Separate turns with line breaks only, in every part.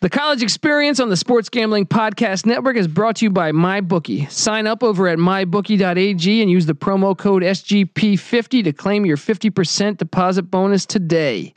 The college experience on the Sports Gambling Podcast Network is brought to you by MyBookie. Sign up over at mybookie.ag and use the promo code SGP50 to claim your 50% deposit bonus today.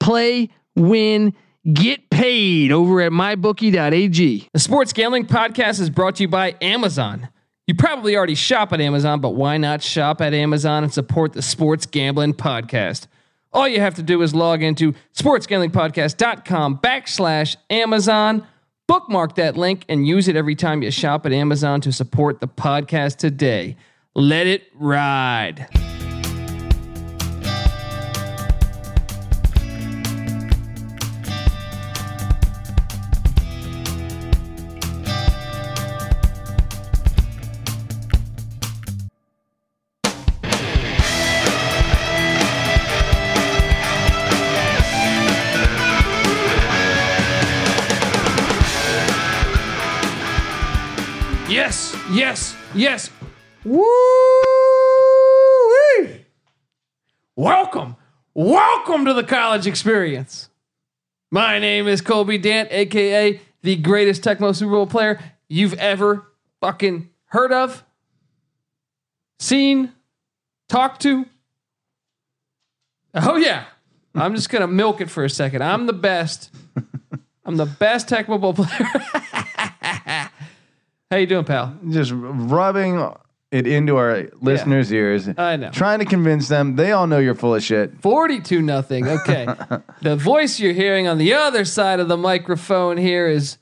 Play, win, Get paid over at mybookie.ag. The Sports Gambling Podcast is brought to you by Amazon. You probably already shop at Amazon, but why not shop at Amazon and support the Sports Gambling Podcast? All you have to do is log into sportsgamblingpodcast.com backslash Amazon, bookmark that link, and use it every time you shop at Amazon to support the podcast today. Let it ride. Yes, yes, yes. Woo! Welcome, welcome to the college experience. My name is Colby Dant, aka the greatest Tecmo Super Bowl player you've ever fucking heard of, seen, talked to. Oh yeah, I'm just gonna milk it for a second. I'm the best. I'm the best Tecmo Bowl player. How you doing, pal?
just rubbing it into our listeners' ears,
I know.
trying to convince them they all know you're full of shit.
42 nothing. Okay. the voice you're hearing on the other side of the microphone here is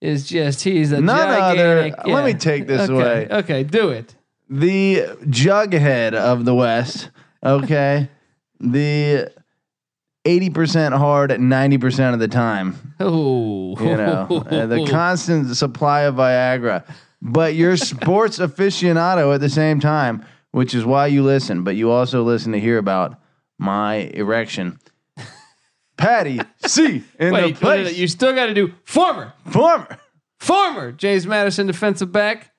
is just he's a
None
gigantic,
other. Let me take this
okay.
away.
Okay, do it.
The jughead of the West, okay? the 80% hard 90% of the time,
Oh.
you know, and the constant supply of Viagra. But you're a sports aficionado at the same time, which is why you listen, but you also listen to hear about my erection. Patty C in
Wait,
the
wait, wait,
place.
you still got to do former
Former.
former James Madison defensive back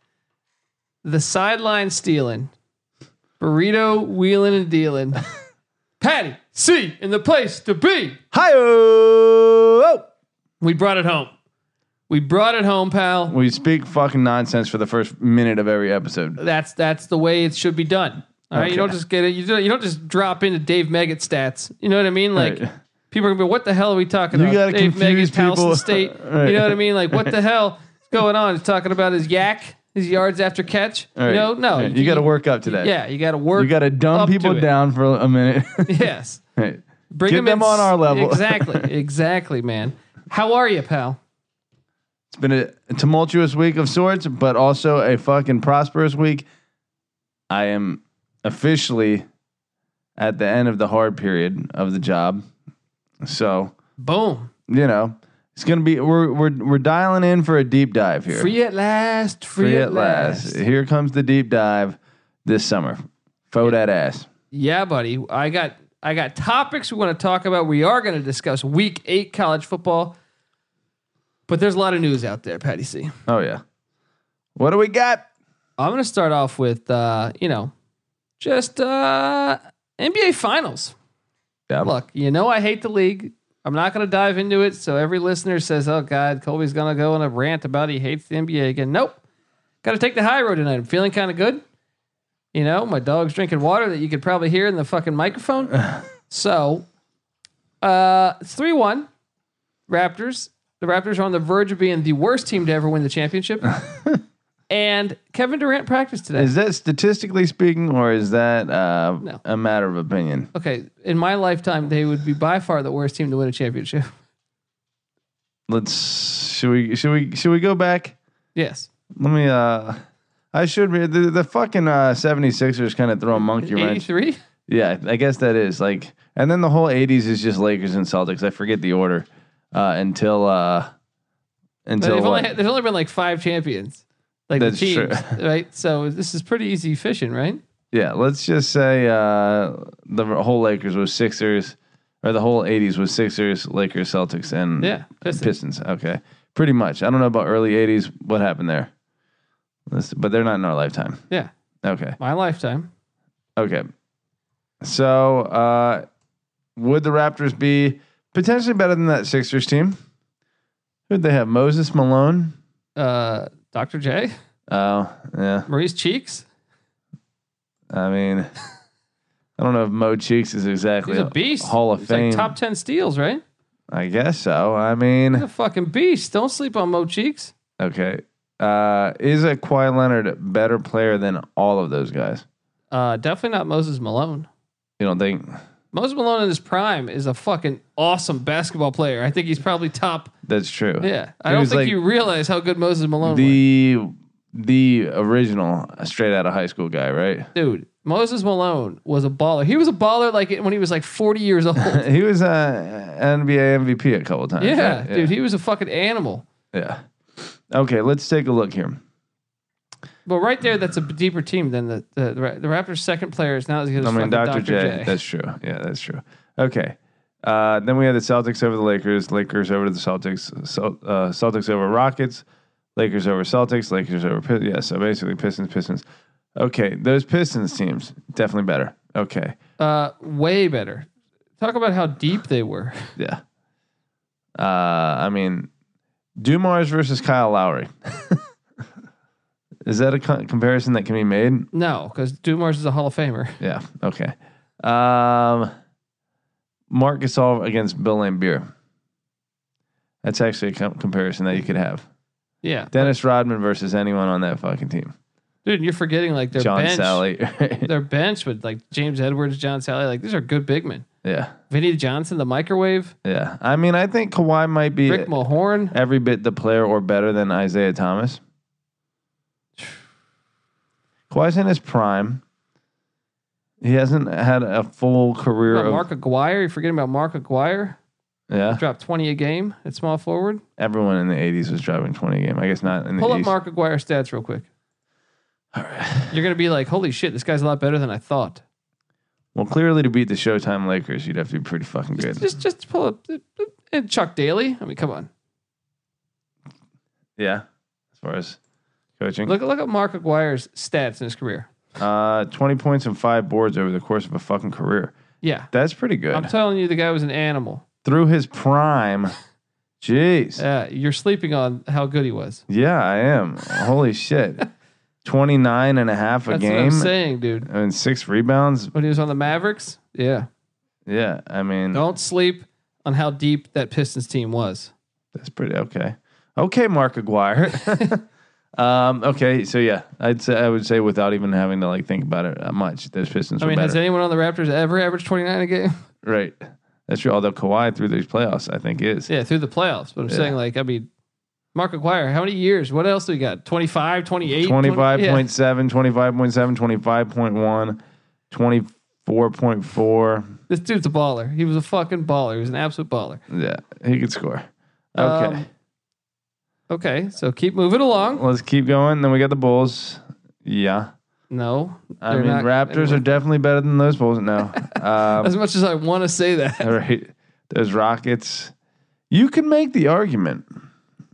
the sideline stealing burrito wheeling and dealing. Patty C in the place to be.
Hi oh.
We brought it home. We brought it home, pal.
We speak fucking nonsense for the first minute of every episode.
that's that's the way it should be done. All right, you
Okay.
don't just get it. You don't, you don't just drop into Dave Meggett stats. You know what I mean? Like
Right.
people are gonna be, what the hell are we talking
You
about?
gotta
Dave
confuse
Meggett's Towson
people.
State.
Right.
You know what I mean? Like what the hell is going on? He's talking about his yak, his yards after catch.
All right.
No, no,
All right. You got to work up to that.
Yeah, you got to work.
You got to
up
dumb
to
people
it.
down for a minute.
Yes,
Right.
bring
Get
him
them
in
on
s-
our level.
exactly, exactly, man. How are you, pal?
It's been a tumultuous week of sorts, but also a fucking prosperous week. I am officially at the end of the hard period of the job. So,
Boom.
you know, it's going to be we're we're we're dialing in for a deep dive here.
Free at last. Free,
Free at last. Here comes the deep dive this summer. Faux that ass.
Yeah, buddy. I got I got topics we want to talk about. We are going to discuss week 8 college football. But there's a lot of news out there, Patty C.
Oh yeah. What do we got?
I'm going to start off with uh, you know, just uh NBA finals.
Yeah.
Look, you know I hate the league. I'm not going to dive into it. So every listener says, "Oh God, Colby's going to go on a rant about he hates the NBA again." Nope. Got to take the high road tonight. I'm feeling kind of good. You know, my dog's drinking water that you could probably hear in the fucking microphone. so, uh, it's three one. Raptors. The Raptors are on the verge of being the worst team to ever win the championship. and Kevin Durant practiced today.
Is that statistically speaking, or is that uh,
No.
a matter of opinion?
okay, in my lifetime, they would be by far the worst team to win a championship.
Let's should we should we should we go back?
yes.
Let me. uh I should be the, the fucking uh, 76ers kind of throw a monkey wrench.
83?
Yeah, I guess that is like, and then the whole 80s is just Lakers and Celtics. I forget the order uh, until uh
But
until
they've only
what?
had- there's only been like five champions, like
That's
the teams,
true.
right? So this is pretty easy fishing, right?
yeah. Let's just say uh the whole Lakers was Sixers, or the whole 80s was Sixers, Lakers, Celtics, and
Yeah, Pistons.
Pistons. Okay. Pretty much. I don't know about early 80s. What happened there? Let's- but they're not in our lifetime.
yeah.
Okay.
My lifetime.
Okay. So, uh, would the Raptors be potentially better than that Sixers team Who'd they have? Moses Malone?
Uh, Dr. J,
Oh, yeah.
Maurice Cheeks.
I mean, I don't know if Mo Cheeks is exactly
He's a beast.
Hall of
He's
Fame.
Like top ten steals, right?
I guess so. I
He's
mean,
a fucking beast. Don't sleep on Mo Cheeks.
okay. Uh, is a Kawhi Leonard better player than all of those guys?
Uh, definitely not Moses Malone.
You don't think
Moses Malone in his prime is a fucking awesome basketball player. I think he's probably top.
that's true?
Yeah, I
He
don't
was
think
like
you realize how good Moses Malone was,
The the original straight out of high school guy, right?
dude. Moses Malone was a baller. He was a baller like when he was like 40 years old. yeah,
He was a NBA MVP a couple times. right?
dude, he was a fucking animal.
Yeah. Okay, let's take a look here.
But right there, that's a deeper team than the the, the, Ra- the Raptors' second player is not as good as
I mean,
fucking
Dr. J. That's true. Yeah, that's true. Okay. Uh, then we had the Celtics over the Lakers, Lakers over to the Celtics, Cel- uh, Celtics over Rockets, Lakers over Celtics, Lakers over Pistons. Yeah, so basically Pistons, Pistons. Okay, those Pistons teams definitely better. Okay,
Uh, way better. Talk about how deep they were.
yeah. Uh, I mean, Dumars versus Kyle Lowry. Is that a co- comparison that can be made?
No, because Dumars is a Hall of Famer.
Yeah. Okay. Um, Mark Gasol against Bill Lambier. That's actually a com- comparison that you could have.
Yeah,
Dennis Rodman versus anyone on that fucking team.
dude, you're forgetting like their
John
bench.
Sally.
Their bench with like James Edwards, John Sally. Like these are good big men.
yeah.
Vinny Johnson, the microwave.
Yeah. I mean, I think Kawhi might be
Rick Mulhorn.
every bit the player or better than Isaiah Thomas. Kawhi's in his prime. He hasn't had a full career
About
of
Mark Aguirre. You forgetting about Mark Aguirre?
yeah.
Dropped 20 a game at small forward.
Everyone in the '80s was driving 20 a game. I guess not in the
Pull up
East.
Mark Aguirre stats real quick. You're gonna be like, holy shit, this guy's a lot better than I thought.
Well, clearly to beat the Showtime Lakers, you'd have to be pretty fucking good.
Just just pull up and Chuck Daly. I mean, come on.
yeah, as far as coaching,
Look look at Mark Aguirre's stats in his career.
uh, twenty points and five boards over the course of a fucking career.
Yeah.
That's pretty
I'm
good
telling you, the guy was an animal.
through his prime. Jeez,
Uh, you're sleeping on how good he was.
yeah, I am. Holy shit, 29 and a half a
That's what I'm
game
saying, dude.
and six rebounds.
When he was on the Mavericks, yeah.
Yeah, I mean
Don't sleep on how deep that Pistons team was.
that's pretty okay. Okay, Mark Aguirre. um, okay, so yeah, I'd say I would say without even having to like think about it uh, much, those Pistons.
I
were
mean,
better.
has anyone on the Raptors ever averaged 29 a game?
Right. That's true. Although Kawhi through these playoffs, I think is.
Yeah, through the playoffs. But I'm
Yeah.
saying, like, I mean, Mark Aguirre, how many years? What else do we got? 25, 28?
25.7, 25.7, 25.1, 24.4.
This dude's a baller. He was a fucking baller. He was an absolute baller.
Yeah, he could score. Okay.
Um, Okay, so keep moving along.
Let's keep going. Then we got the Bulls. Yeah.
No.
I
they're
mean,
not-
Raptors are definitely better than those Bulls. No. um,
As much as I want to say that,
all right. Those Rockets. You can make the argument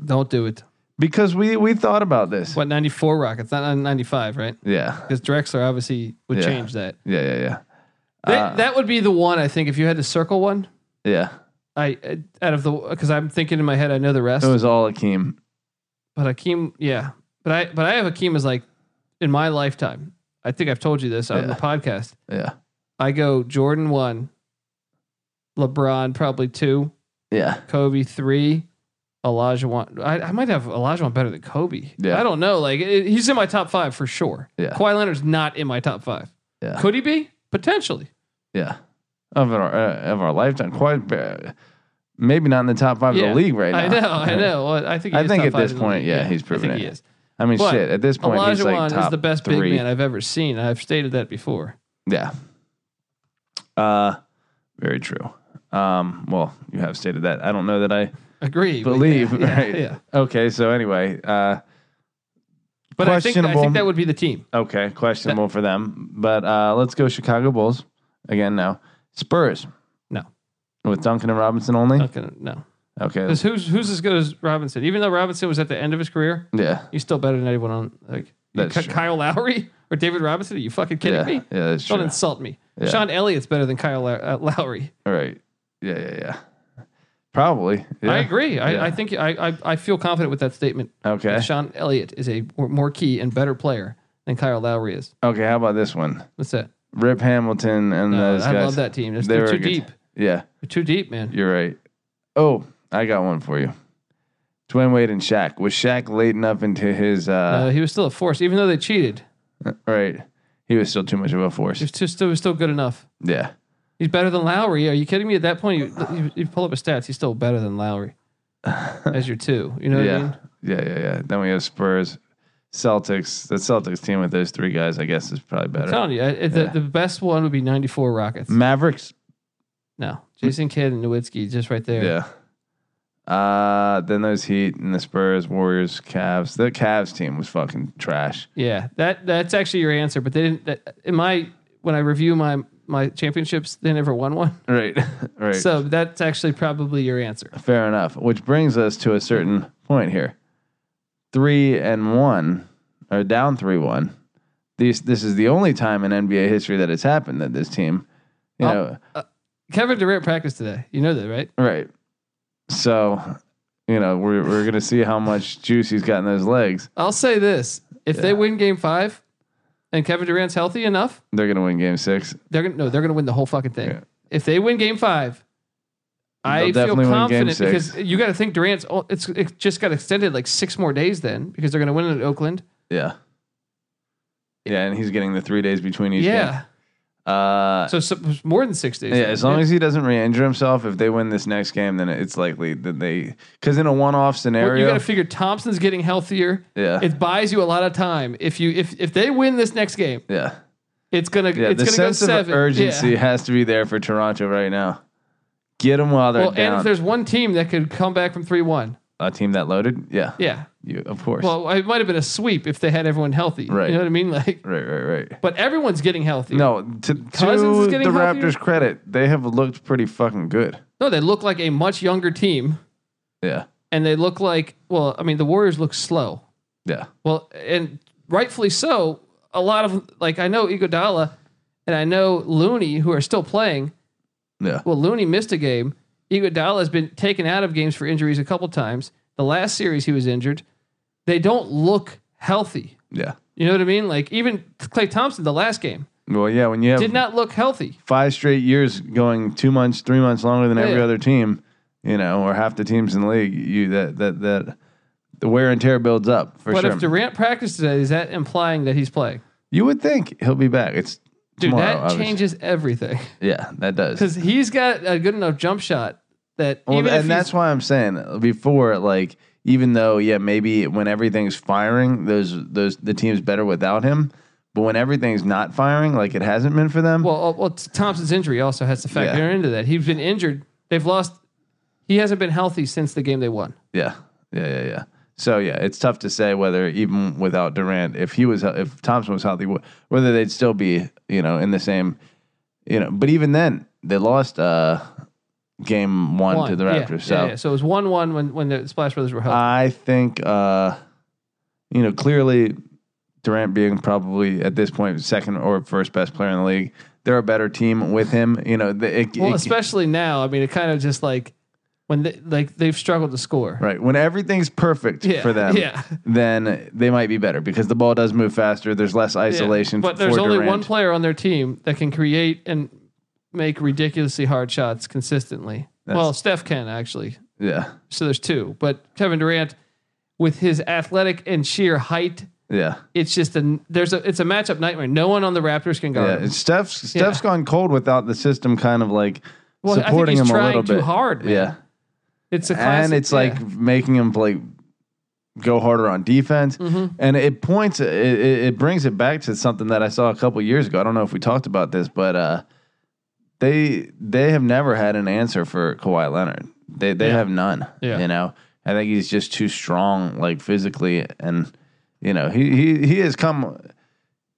don't do it.
because we, we thought about this.
What, 94 Rockets, not 95, right?
Yeah.
Because Drexler obviously would
Yeah.
change that.
Yeah. Yeah. Yeah.
That,
Uh,
that would be the one I think if you had to circle one.
Yeah.
I uh, out of the because I'm thinking in my head I know the rest,
It was all Akeem.
but Akeem, yeah, but I but I have Akeem as like in my lifetime. I think I've told you this on the
Yeah.
podcast.
Yeah.
I go Jordan one, LeBron probably two,
Yeah.
Kobe three, Elijah one. I, I might have Elijah one better than Kobe.
Yeah.
I don't know. Like it, he's in my top five for sure.
Yeah.
Kawhi Leonard's not in my top five.
Yeah.
Could he be potentially?
Yeah, of our uh, of our lifetime, quite ba- maybe not in the top five
Yeah.
of the league right now.
I know. I know. Well, I think. He
I
is
think
top
at
five
this
in the
point,
league.
yeah, he's proven
I think
it.
he is.
I mean,
But
shit. At this point, he's like
Olajuwon
top
is the best
three.
big man I've ever seen. I've stated that before.
Yeah. Uh, very true. Um, well, you have stated that. I don't know that I
Agree. but
believe.
yeah, yeah,
right.
yeah.
Okay. So anyway, uh,
But I think I
Questionable.
think that would be the team.
okay, questionable for them, but uh, let's go Chicago Bulls again. Now Spurs.
No.
With Duncan and Robinson only.
Not gonna, no,
Okay.
because who's who's as good as Robinson? Even though Robinson was at the end of his career,
Yeah.
he's still better than anyone on like you
That's
cut
true.
Kyle Lowry or David Robinson. Are you fucking kidding
Yeah.
me?
Yeah. That's
Don't
true.
insult me.
Yeah.
Sean Elliott's better than Kyle Low- uh, Lowry.
All right. Yeah, yeah, yeah. Probably.
I
Yeah.
agree. I,
Yeah.
I think I, I I feel confident with that statement.
Okay.
Sean Elliott is a more- more key and better player than Kyle Lowry is.
Okay. How about this one?
What's that?
Rip Hamilton and
No,
those
I
guys.
love that team. It's-
They
They're
were
too
good.
deep.
Yeah,
They're too deep, man.
you're right. Oh, I got one for you. Dwayne Wade and Shaq. Was Shaq late enough into his
Uh,
uh,
he was still a force, even though they cheated.
right? He was still too much of a
He
force.
was just he was still good enough.
Yeah.
He's better than Lowry. Are you kidding me? At that point, you, you, you pull up his stats. He's still better than Lowry as your two. You know what I mean?
Yeah. Yeah, yeah, yeah. Then we have Spurs, Celtics. The Celtics team with those three guys, I guess, is probably
I'm
better.
telling you, I, it- the, the best one would be 94 Rockets.
Mm. Mavericks.
No, Jason Kidd and Nowitzki just right there.
Yeah. Uh, then those Heat and the Spurs, Warriors, Cavs. The Cavs team was fucking trash.
Yeah, that that's actually your answer. But they didn't. That, in my when I review my my championships, they never won one.
Right. right.
So that's actually probably your answer.
Fair enough. Which brings us to a certain point here. Three and one, or down three one. These this is the only time in NBA history that it's happened that this team, you
Oh.
know,
Kevin Durant practiced today. You know that, right?
right. So, you know, we're we're gonna see how much juice he's got in those legs.
I'll say this: if they win Game Five, and Kevin Durant's healthy enough,
They're gonna win Game Six.
they're gonna no, they're gonna win the whole fucking thing.
Yeah.
If they win Game Five, I
They'll
feel
definitely win Game
confident
Six.
because you got to think Durant's. o- It's it just got extended like six more days then because they're gonna win it at Oakland.
Yeah. Yeah, and he's getting the three days between each
yeah,
game. Uh,
so, so it's more than six days.
Yeah, as long as he doesn't re-injure himself, if they win this next game, then it's likely that they because in a one-off
Well, you
scenario,
got to figure Thompson's getting healthier.
yeah,
It buys you a lot of time. If you if if they win this next game,
yeah,
it's gonna
yeah.
it's
the
gonna
sense
go
of
seven.
urgency
Yeah.
has to be there for Toronto right now. Get them while they're
Well, and if
down.
there's one team that could come back from three one,
a team that loaded, yeah,
yeah.
you of course,
Well, it might have been a sweep if they had everyone healthy.
Right.
You know what I mean? Like,
right, right, right.
but everyone's getting healthy.
No, to, to
Cousins is
the
getting healthier?
Raptors' credit, they have looked pretty fucking good.
no, they look like a much younger team,
Yeah,
and they look like well, I mean, the Warriors look slow.
yeah,
Well, and rightfully so. A lot of like I know Iguodala and I know Looney who are still playing.
yeah.
Well, Looney missed a game. Iguodala has been taken out of games for injuries a couple times. The last series he was injured. They don't look healthy.
Yeah.
You know what I mean? Like even Clay Thompson, the last game,
Well, yeah. When you have
did not look healthy.
five straight years going two months, three months longer than every
Yeah.
other team, you know, or half the teams in the league, you that that that the wear and tear builds up for
But
sure.
if Durant practiced today, is that implying that he's playing?
you would think he'll be back. It's
Dude,
tomorrow,
that
obviously.
changes everything
Yeah, that does.
because he's got a good enough jump shot that
Well,
even if
and
he's-
that's why I'm saying uh, before, like, even though, yeah, maybe when everything's firing, those those the team's better without him. But when everything's not firing, like it hasn't been for them,
Well, uh, well, Thompson's injury also has to factor
Yeah.
into that. He's been injured. They've lost. He hasn't been healthy since the game they won.
Yeah, yeah, yeah, yeah. So yeah, it's tough to say whether even without Durant, if he was, if Thompson was healthy, wh- whether they'd still be, you know, in the same, you know. But even then, they lost uh, game one,
One.
to the
Yeah,
Raptors.
yeah,
so
yeah. so it was one-one when when the Splash Brothers were healthy.
I think, uh, you know, clearly Durant being probably at this point second or first best player in the league, they're a better team with him. You know, the, it,
well,
it-
especially now. I mean, it kind of just like when they, like they've struggled to score.
right when everything's perfect
Yeah,
for them.
Yeah.
then they might be better because the ball does move faster. There's less isolation.
Yeah. But there's
for
only
Durant.
one player on their team that can create and make ridiculously hard shots consistently.
That's-
well, Steph can actually.
Yeah,
So there's two. But Kevin Durant, with his athletic and sheer height,
yeah,
it's just a there's a it's a matchup nightmare. No one on the Raptors can guard.
yeah.
him.
And Steph's Steph's
Yeah.
gone cold without the system kind of like
Well, I think
supporting
he's
him a
trying
little
too
bit.
hard. Man.
Yeah,
it's a classic,
and it's like
yeah.
making him play go harder on defense.
Mm-hmm.
And it points it, it it brings it back to something that I saw a couple years ago. I don't know if we talked about this, but uh, they they have never had an answer for Kawhi Leonard. They they
Yeah.
have none.
Yeah.
You know, I think he's just too strong, like physically, and you know he he he has come.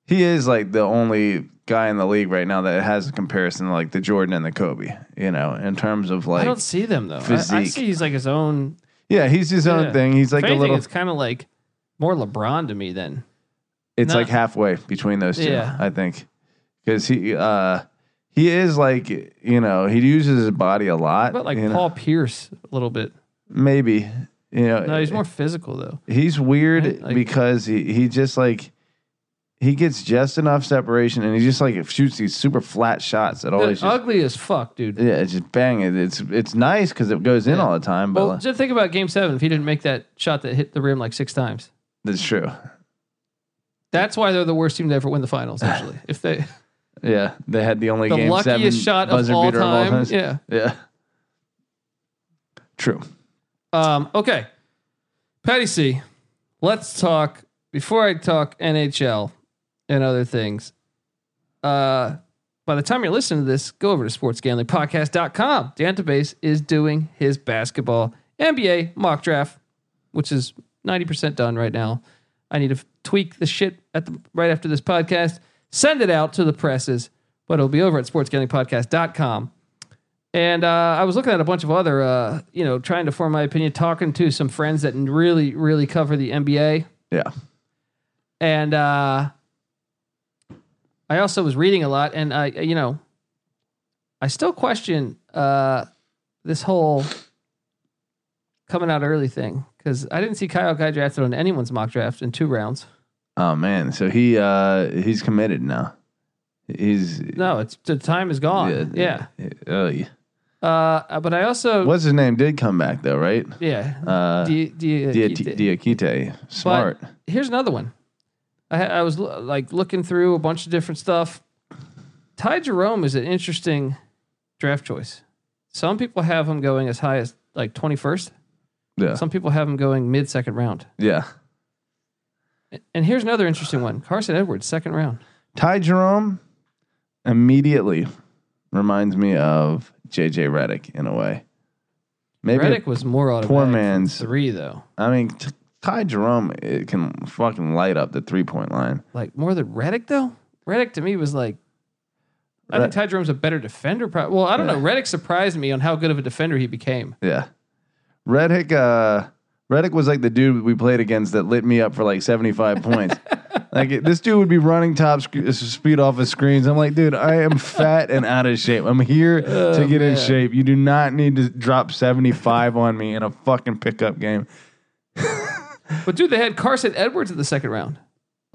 He is like the only guy in the league right now that has a comparison to, like the Jordan and the Kobe. You know, in terms of
I
like
don't see them though. I- I,
physique.
see he's like his own
yeah, he's his own
Yeah.
thing. He's like
if
a
anything,
little.
It's kind of like more LeBron to me than
It's
No.
like halfway between those two,
Yeah.
I think, because he uh, He is like you know he uses his body a lot.
But like
you know?
Paul Pierce a little bit.
maybe you know
No, he's more physical though.
He's
Right?
weird
Like-
because he, he just like he gets just enough separation and he just like shoots these super flat shots that
Dude,
always just,
ugly as fuck, dude.
yeah it's just bang it it's it's nice because it goes in
Yeah.
all the time but
Well,
like,
just think about Game Seven. If he didn't make that shot that hit the rim like six times,
that's true
that's why they're the worst team to ever win the finals. Actually, if they
yeah they had the only
the
game seven
luckiest shot of
buzzer
all,
beater
time,
times.
yeah.
yeah true
Um, okay, Patty C. Let's talk before I talk NHL and other things. Uh, by the time you're listening to this, go over to sportsgamblingpodcast.com. Dan Debase is doing his basketball NBA mock draft, which is 90% done right now. I need to f- tweak the shit at the, right after this podcast, send it out to the presses, but it'll be over at sportsgamblingpodcast.com. And uh, I was looking at a bunch of other, uh, you know, trying to form my opinion, talking to some friends that really, really cover the NBA.
yeah
And uh, I also was reading a lot. And I, you know, I still question uh, this whole coming out early thing because I didn't see Kyle Guy drafted on anyone's mock draft in two rounds.
oh man so he uh he's committed now he's
No, it's the time is gone. Yeah.
Oh, yeah.
Uh, but I also,
what's his name did come back though right
yeah.
uh
Do you- do you-
Diakite. Diakite. Smart.
here's another one. I, I was l- like looking through a bunch of different stuff. Ty Jerome is an interesting draft choice. Some people have him going as high as like 21st.
yeah.
Some people have him going mid second round.
yeah.
And here's another interesting one Carson Edwards, second round.
Ty Jerome immediately reminds me of JJ Reddick in a way. Maybe
Reddick was more automatic.
poor
from
man's-
Three, though.
I mean t- Ty Jerome it can fucking light up the three point line.
Like more than Reddick, though? Reddick to me was like, I
Red-
think Ty Jerome's a better defender. Pro- well, I don't know.
Yeah.
Reddick surprised me on how good of a defender he became.
Yeah. Reddick uh Reddick was like the dude we played against that lit me up for like 75 points. Like it- this dude would be running top sc- speed off of screens. I'm like, dude, I am fat and out of shape. I'm here to get in
Oh, man.
shape. You do not need to drop 75 on me in a fucking pickup game.
But dude, they had Carson Edwards in the second round.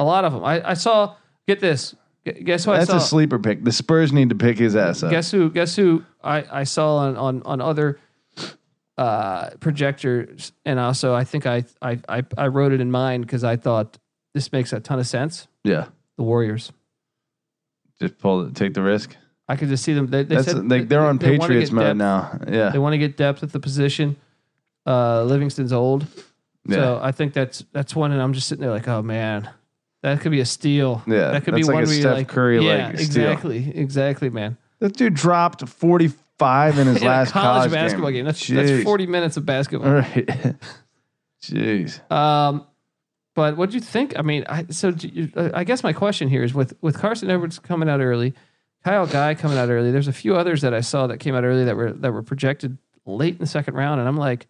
A lot of them. I, I saw. Get this. Gu- Guess who I
That's
saw?
a sleeper pick. The Spurs need to pick his ass up.
guess who? Guess who? I, I saw on on on other uh, projectors, and also I think I I I, I wrote it in mine because I thought this makes a ton of sense.
yeah.
The Warriors.
Just pull it, take the risk.
I could just see them. They, they
That's
said
like they're on
they- they wanna
Patriots
get
mode
depth.
now. Yeah.
They want to get depth at the position. Uh, Livingston's old,
Yeah.
so I think that's that's one. And I'm just sitting there like, oh man, that could be a steal.
Yeah,
that could
that's
be
like
one
a
where you
Steph
like
Curry,
yeah,
like, steal.
exactly, exactly, man.
This dude dropped 45 in his
In a
last
college, basketball game. That's that's
Jeez.
40 minutes of basketball.
All right. Jeez.
Um, but what do you think? I mean, I so do you, uh, I guess my question here is with with Carson Edwards coming out early, Kyle Guy coming out early. There's a few others that I saw that came out early that were that were projected late in the second round, and I'm like,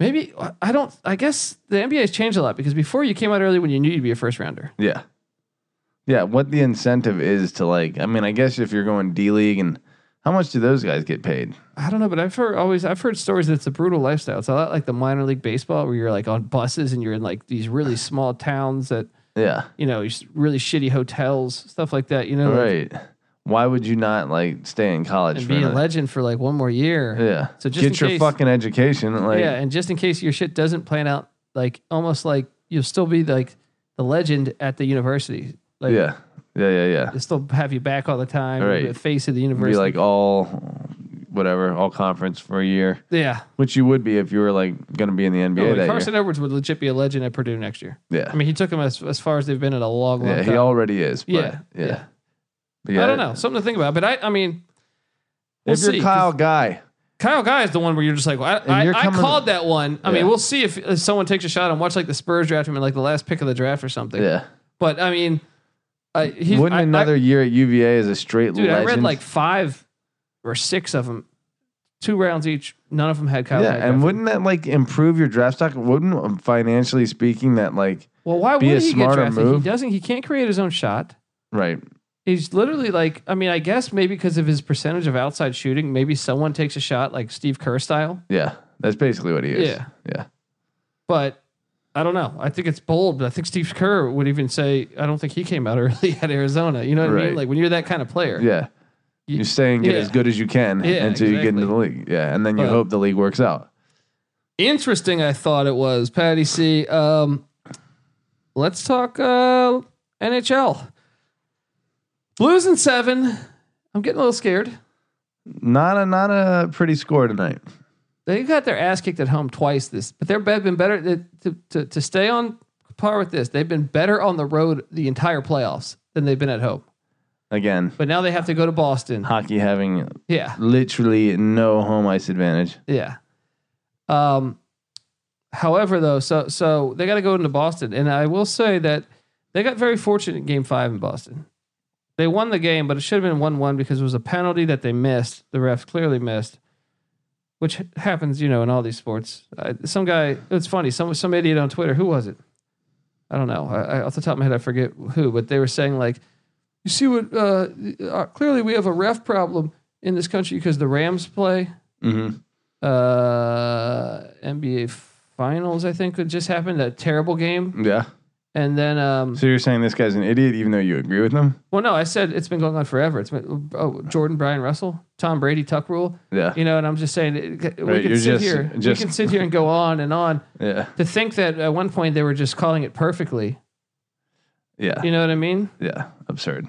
maybe I don't. I guess the NBA has changed a lot because before you came out early when you knew you'd be a first rounder.
Yeah. Yeah. What the incentive is to like, I mean, I guess if you're going D League and how much do those guys get paid?
I don't know, but I've heard always I've heard stories that it's a brutal lifestyle. It's a lot like the minor league baseball where you're like on buses and you're in like these really small towns that
Yeah.
you know these really shitty hotels, stuff like that. You know, like,
Right. Why would you not like stay in college
and
for
be a
another?
legend for like one more year.
Yeah.
So just
get
in
your
case-
fucking education. Like,
yeah, and just in case your shit doesn't plan out, like almost like you'll still be like the legend at the university. Like
yeah. Yeah. Yeah. Yeah.
they'll still have you back all the time. you'll be
Right.
The face of the
Be
university.
like all whatever, all conference for a year,
yeah.
which you would be if you were like going to be in the NBA
Oh,
that
Carson Edwards would legit be a legend at Purdue next year.
year.
I
Yeah.
mean, he took him as, as far as they've been in a long, long
Yeah.
time.
He already is. But,
Yeah,
yeah.
yeah.
Yeah.
I don't know. Something to think about. But I, I mean, we'll
if you're
see, 'cause
Kyle Guy,
Kyle Guy is the one where you're just like, well, I,
you're
I, I
coming-
called that one. I mean,
Yeah.
we'll see if, if someone takes a shot and watch like the Spurs draft him in like the last pick of the draft or something.
yeah.
But I mean, I he's,
Wouldn't
I- I-
another year at UVA as a straight
dude,
legend?
I read like five or six of them, two rounds each. None of them had Kyle.
yeah,
Guy
and
drafted.
wouldn't that like improve your draft stock? Wouldn't um, financially speaking that like
well, why
be
would
a
he get
smarter
drafted?
move?
He doesn't. He can't create his own shot.
right?
He's literally like, I mean, I guess maybe because of his percentage of outside shooting, maybe someone takes a shot like Steve Kerr style.
Yeah, that's basically what he is.
Yeah.
yeah.
But I don't know. I think it's bold. But I think Steve Kerr would even say, I don't think he came out early at Arizona. You know what I
Right.
mean? Like when you're that kind of player.
Yeah. You stay and get
yeah.
as good as you can
Yeah,
until you get into the
exactly.
league. Yeah. And then you
But-
hope the league works out.
Interesting, I thought it was Patty C. Um, let's talk uh, NHL. Blues in seven. I'm getting a little scared.
Not a not a pretty score tonight.
They got their ass kicked at home twice this, but they've been better to, to, to stay on par with this. They've been better on the road the entire playoffs than they've been at home.
Again,
But now they have to go to Boston.
hockey having
Yeah,
literally no home ice advantage.
yeah. Um, however, though, so so they got to go into Boston, and I will say that they got very fortunate in Game Five in Boston. They won the game, but it should have been one-one because it was a penalty that they missed. The refs clearly missed, which happens, you know, in all these sports. I, some guy, it's funny, some some idiot on Twitter. Who was it? I don't know. I, I, off the top of my head, I forget who, but they were saying like, you see what? Uh, uh, clearly, we have a ref problem in this country because the Rams play
hmm
uh, NBA Finals, I think, that just happened. That terrible game,
Yeah.
and then um,
So you're saying this guy's an idiot, even though you agree with him?
well, no, I said it's been going on forever. It's been oh, Jordan, Brian Russell, Tom Brady, Tuck rule,
Yeah.
you know. And I'm just saying it- it- we
Right,
can
you're
sit
just-
here,
just-
we can sit here and go on and on.
Yeah.
To think that at one point they were just calling it perfectly,
Yeah.
you know what I mean?
Yeah. Absurd.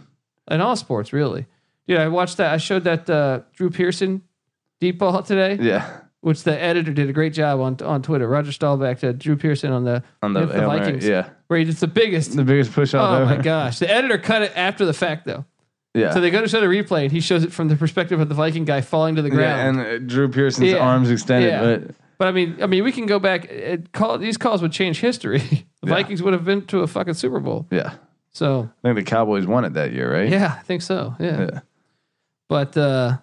In all sports, really, dude. I watched that. I showed that uh, Drew Pearson deep ball today,
Yeah.
which the editor did a great job on on Twitter. Roger Staubach to Drew Pearson on the
On the,
If the
Hail Mary,
Vikings-
Yeah.
where it's the biggest.
The biggest push off
Oh
ever.
my gosh. The editor cut it after the fact though.
Yeah.
So they go to show the replay and he shows it from the perspective of the Viking guy falling to the ground.
yeah. And uh, Drew Pearson's
Yeah.
arms extended.
Yeah.
But
but I mean, I mean, we can go back. It, call, these calls would change history. The
Yeah.
Vikings would have been to a fucking Super Bowl.
yeah.
So
I think the Cowboys won it that year, right?
yeah, I think so. Yeah.
Yeah.
But uh,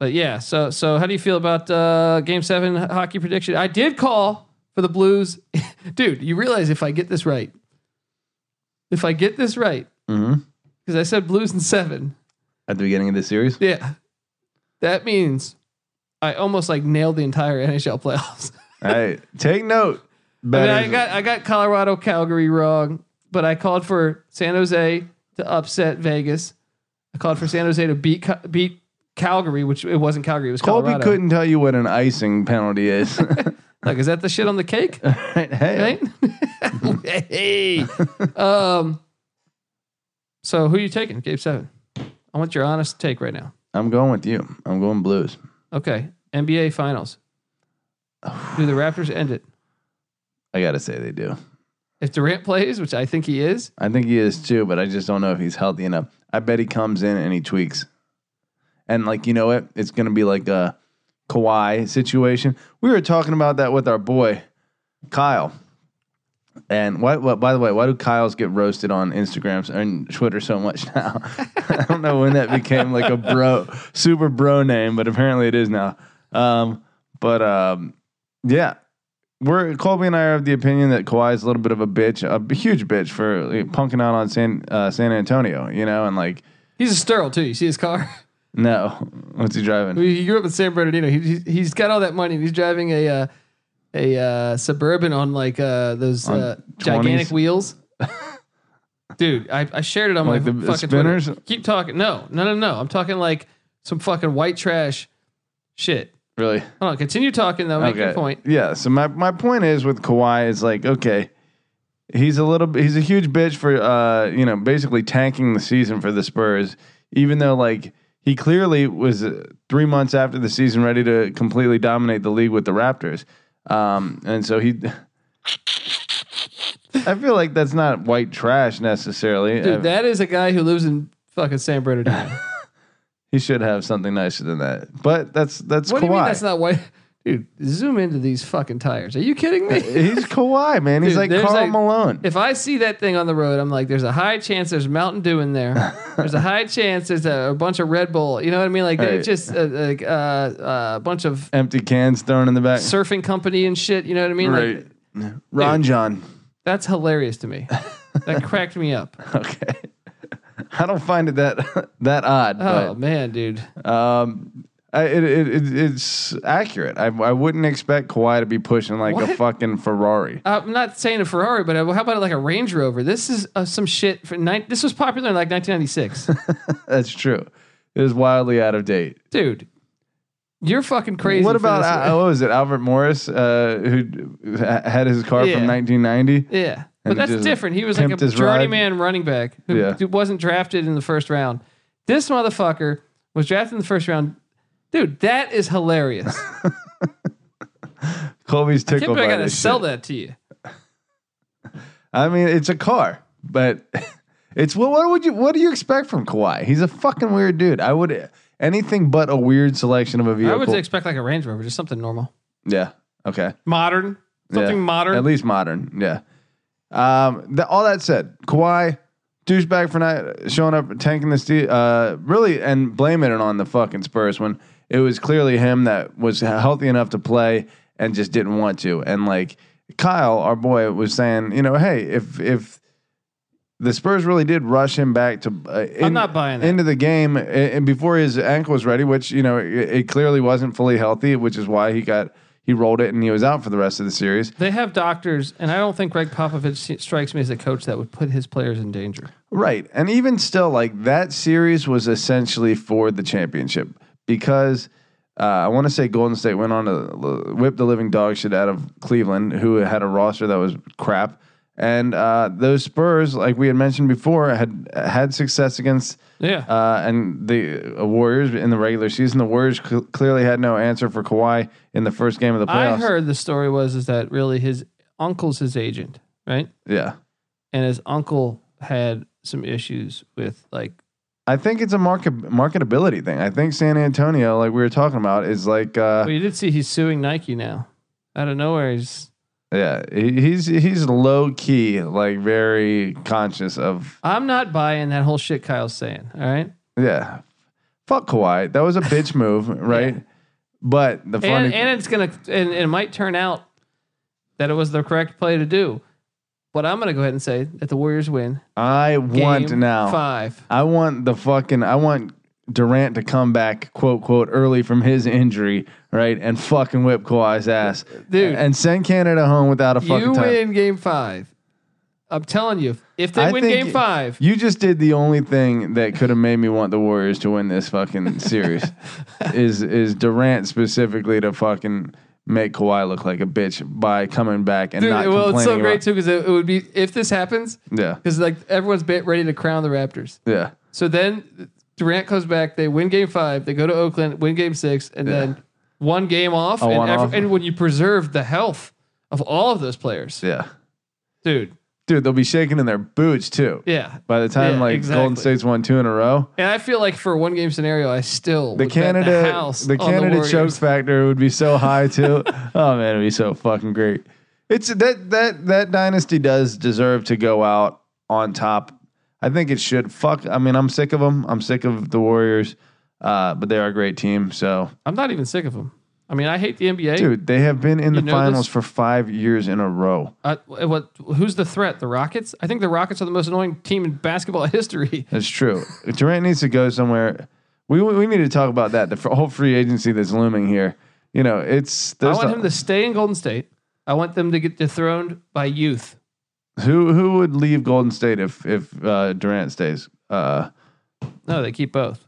but yeah. So so how do you feel about uh, Game Seven hockey prediction? I did call for the Blues, dude. You realize if I get this right, if I get this right,
hmm
because I said Blues in seven.
At the beginning of the series?
Yeah. That means I almost like nailed the entire NHL playoffs.
hey, take note.
I, mean,
Betters,
I got I got Colorado Calgary wrong, but I called for San Jose to upset Vegas. I called for San Jose to beat Co- beat Calgary, which it wasn't Calgary, it was
Colby
Colorado.
couldn't tell you what an icing penalty is.
Like, is that the shit on the cake?
right? Hey,
Right? hey. Um. So who you taking? Game seven. I want your honest take right now.
I'm going with you. I'm going Blues.
Okay. NBA Finals. Do the Raptors end it?
I gotta say they do.
If Durant plays, which I think he is,
I think he is too, but I just don't know if he's healthy enough. I bet he comes in and he tweaks. And like you know what? It's gonna be like a Kawhi situation. We were talking about that with our boy Kyle. And why, why- by the way, why do Kyle's get roasted on Instagram and Twitter so much now? I don't know when that became like a bro, super bro name, but apparently it is now. Um, but um, yeah, we're Colby and I are of the opinion that Kawhi is a little bit of a bitch, a b- huge bitch for like, punking out on San uh, San Antonio, you know, and like
he's a sterile too. You see his car.
no, what's he
I
driving?
mean, he grew up in San Bernardino. He, he's, he's got all that money. and He's driving a uh, a uh, suburban on like uh, those
On
uh, gigantic
20s?
wheels. Dude, I, I shared it on
Like
my
the
fucking
spinners?
Twitter. Keep talking. No, no, no, no. I'm talking like some fucking white trash shit.
Really?
Hold on. Continue talking though. Make your point.
Yeah. So my, my point is with Kawhi is like, okay, he's a little he's a huge bitch for uh, you know, basically tanking the season for the Spurs, even though like he clearly was uh, three months after the season ready to completely dominate the league with the Raptors. Um, and so he I feel like that's not white trash necessarily. Uh,
Dude, that is a guy who lives in fucking San Bernardino.
he should have something nicer than that. But that's that's
What
Kawhi.
do you mean that's not white? Dude, zoom into these fucking tires. Are you kidding me?
He's Kawhi, man. He's
Dude,
like
there's
Carl
like-
Malone.
If I see that thing on the road, I'm like, there's a high chance there's Mountain Dew in there. There's a high chance there's a, a bunch of Red Bull. You know what I mean? Like, they're
Right.
just a, like, uh, uh, a bunch of
empty cans thrown in the back.
surfing company and shit. You know what I mean? Like,
Ron John.
that's hilarious to me. That cracked me up.
Okay. I don't find it that that odd.
Oh
but
man, dude.
Um, I, it, it, it it's accurate. I, I wouldn't expect Kawhi to be pushing like a
What?
fucking Ferrari.
Uh, I'm not saying a Ferrari, but uh, how about like a Range Rover? This is uh, some shit. For nine this was popular in like 1996,
That's true. It is wildly out of date.
dude. You're fucking crazy.
What
for
about
this.
uh, what was it? Albert Morris, uh, who uh, had his car
Yeah.
from 1990.
yeah?
and
But that's
just
different. He was like a
pimped his ride?
journeyman running back who
Yeah.
d- wasn't drafted in the first round. This motherfucker was drafted in the first round, dude. That is hilarious.
Colby's
Tip,
tickled
I
by
gotta
this.
sell
shit.
that to you.
I mean, it's a car, but it's what? What would you? What do you expect from Kawhi? He's a fucking weird dude. I would anything but a weird selection of a
I
vehicle.
would expect like a Range Rover, just something normal,
yeah. Okay.
modern, something
Yeah.
modern.
At least modern. Yeah. Um. th- all that said, Kawhi douchebag for not showing up, tanking the steal. Uh. Really, and blaming it on the fucking Spurs when it was clearly him that was healthy enough to play and just didn't want to. And like Kyle, our boy, was saying, you know, hey, if if the Spurs really did rush him back to uh,
I'm
in-
not buying that.
into the game and- and before his ankle was ready, which you know it, it clearly wasn't fully healthy, which is why he got he rolled it and he was out for the rest of the series.
They have doctors, and I don't think Greg Popovich se- strikes me as a coach that would put his players in danger.
Right, and even still, like that series was essentially for the championship because uh, I want to say Golden State went on to l- whip the living dog shit out of Cleveland, who had a roster that was crap. And uh, those Spurs, like we had mentioned before, had had success against
Yeah.
Uh, and the uh, Warriors in the regular season, the Warriors cl- clearly had no answer for Kawhi in the first game of the playoffs.
I heard the story was is that really his uncle's his agent, right?
Yeah,
And his uncle had some issues with like
I think it's a market marketability thing. I think San Antonio, like we were talking about, is like uh,
well you did see he's suing Nike now. Out of nowhere he's
yeah, he- he's he's low key, like very conscious of
I'm not buying that whole shit Kyle's saying. All right.
yeah. Fuck Kawhi, that was a bitch move, right? But the funny
And, and it's gonna and, and it might turn out that it was the correct play to do. But I'm gonna go ahead and say that the Warriors win.
I want
game
now.
five.
I want the fucking I want Durant to come back, quote quote, early from his injury, right, and fucking whip Kawhi's ass,
Dude.
and send Canada home without a fucking
You
time.
win game five. I'm telling you, if they
I
win
think
game
it-
five,
You just did the only thing that could have made me want the Warriors to win this fucking series, is is Durant specifically to fucking make Kawhi look like a bitch by coming back and
dude,
not
well,
complaining.
it's so
about-
great too because it, it would be if this happens
Yeah,
because like everyone's ba- ready to crown the Raptors.
yeah.
So then Durant comes back, they win game five, they go to Oakland, win game six, and then one game off.
Oh,
and,
one off.
and when you preserve the health of all of those players,
Yeah,
dude,
dude, they'll be shaking in their boots too.
yeah.
By the time
Yeah,
like Golden
exactly.
State's won two in a row,
And I feel like for a one game scenario, I still
the
would bet
Canada
the,
the,
house on
Canada
Warriors.
choke factor would be so high too. oh man, it'd be so fucking great. It's that that that dynasty does deserve to go out on top. I think it should. Fuck, I mean, I'm sick of them. I'm sick of the Warriors, uh, but they are a great team. So,
I'm not even sick of them. I mean, I hate the NBA.
dude, they have been in the
know
finals
this?
for five years in a row.
Uh, what? Who's the threat? The Rockets? I think the Rockets are the most annoying team in basketball history.
That's true. Durant needs to go somewhere. We we need to talk about that. The whole free agency that's looming here. You know, it's
I
there's
want
not-
him to stay in Golden State. I want them to get dethroned by youth.
Who who would leave Golden State if if uh, Durant stays? Uh,
No, they keep both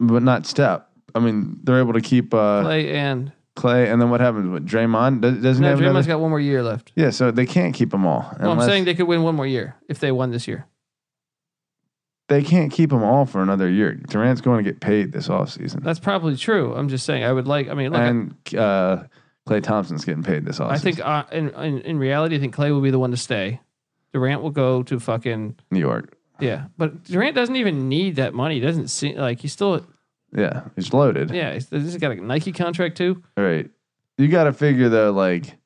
but not Step. I mean, they're able to keep uh,
Clay and
Clay, and then what happens with Draymond? Does, doesn't
no,
he have another-
Draymond's got one more year left.
Yeah, so they can't keep them all.
Well, I'm
unless-
saying they could win one more year if they won this year.
they can't keep them all for another year. Durant's going to get paid this offseason.
That's probably true. I'm just saying I would like. I mean, look,
and uh, Clay Thompson's getting paid this offseason.
I, I think uh, in, in in reality, I think Clay will be the one to stay. Durant will go to fucking
New York.
yeah, but Durant doesn't even need that money. He doesn't seem like he's still
Yeah, he's loaded.
yeah. He's, he's got a Nike contract too.
All right. You got to figure though, like,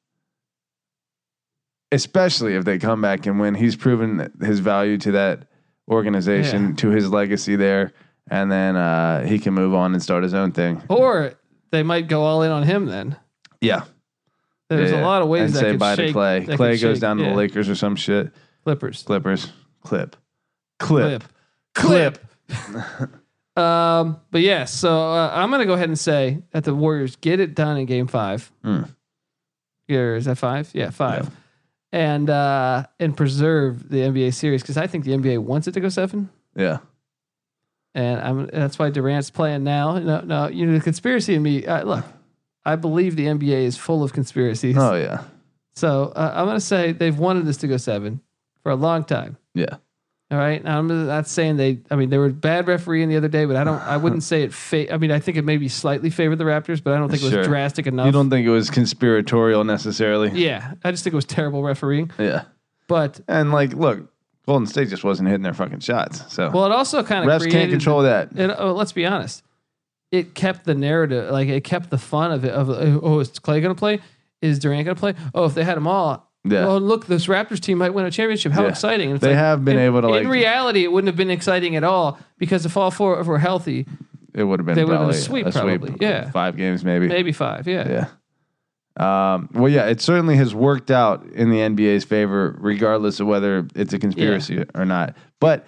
especially if they come back and win, he's proven his value to that organization, to his legacy there, and then uh, he can move on and start his own thing.
Or they might go all in on him then.
Yeah,
There's
Yeah,
a lot of ways
and
that
say
could
bye
shake,
to Clay.
that
Clay
could
goes
shake-
down to
yeah,
the Lakers or some shit.
Clippers.
Clippers, clip, clip.
Clip. clip. um, but yeah, so uh, I'm gonna go ahead and say that the Warriors get it done in Game Five.
Hmm.
Yeah, or is that five? Yeah, five. And uh, and preserve the NBA series because I think the NBA wants it to go seven.
Yeah.
And I'm that's why Durant's playing now. No, no, you know the conspiracy in me. Uh, look, I believe the NBA is full of conspiracies.
Oh yeah.
So uh, I'm gonna say they've wanted this to go seven for a long time.
Yeah.
All right. Now, I'm not saying they. I mean, they were bad refereeing the other day, but I don't. I wouldn't say it. Fa- I mean, I think it maybe slightly favored the Raptors, but I don't think it
Sure.
was drastic enough.
You don't think it was conspiratorial necessarily?
yeah, I just think it was terrible refereeing.
Yeah.
But
And like, look, Golden State just wasn't hitting their fucking shots. So
well, it also kind of
refs can't control that.
It, oh, let's be honest. It kept the narrative, like it kept the fun of it. Of uh, oh, is Clay gonna play? Is Durant gonna play? Oh, if they had them all,
Yeah.
Oh, look, this Raptors team might win a championship. How
Yeah.
exciting! And it's
They
like,
have been
in-
able to
In
like.
reality, it wouldn't have been exciting at all because if all four were healthy,
it would have been
they would've been a
probably
sweep,
a sweep.
probably. Yeah.
Five games maybe.
maybe five. Yeah.
Yeah. Um, well, yeah, it certainly has worked out in the NBA's favor, regardless of whether it's a conspiracy or not. But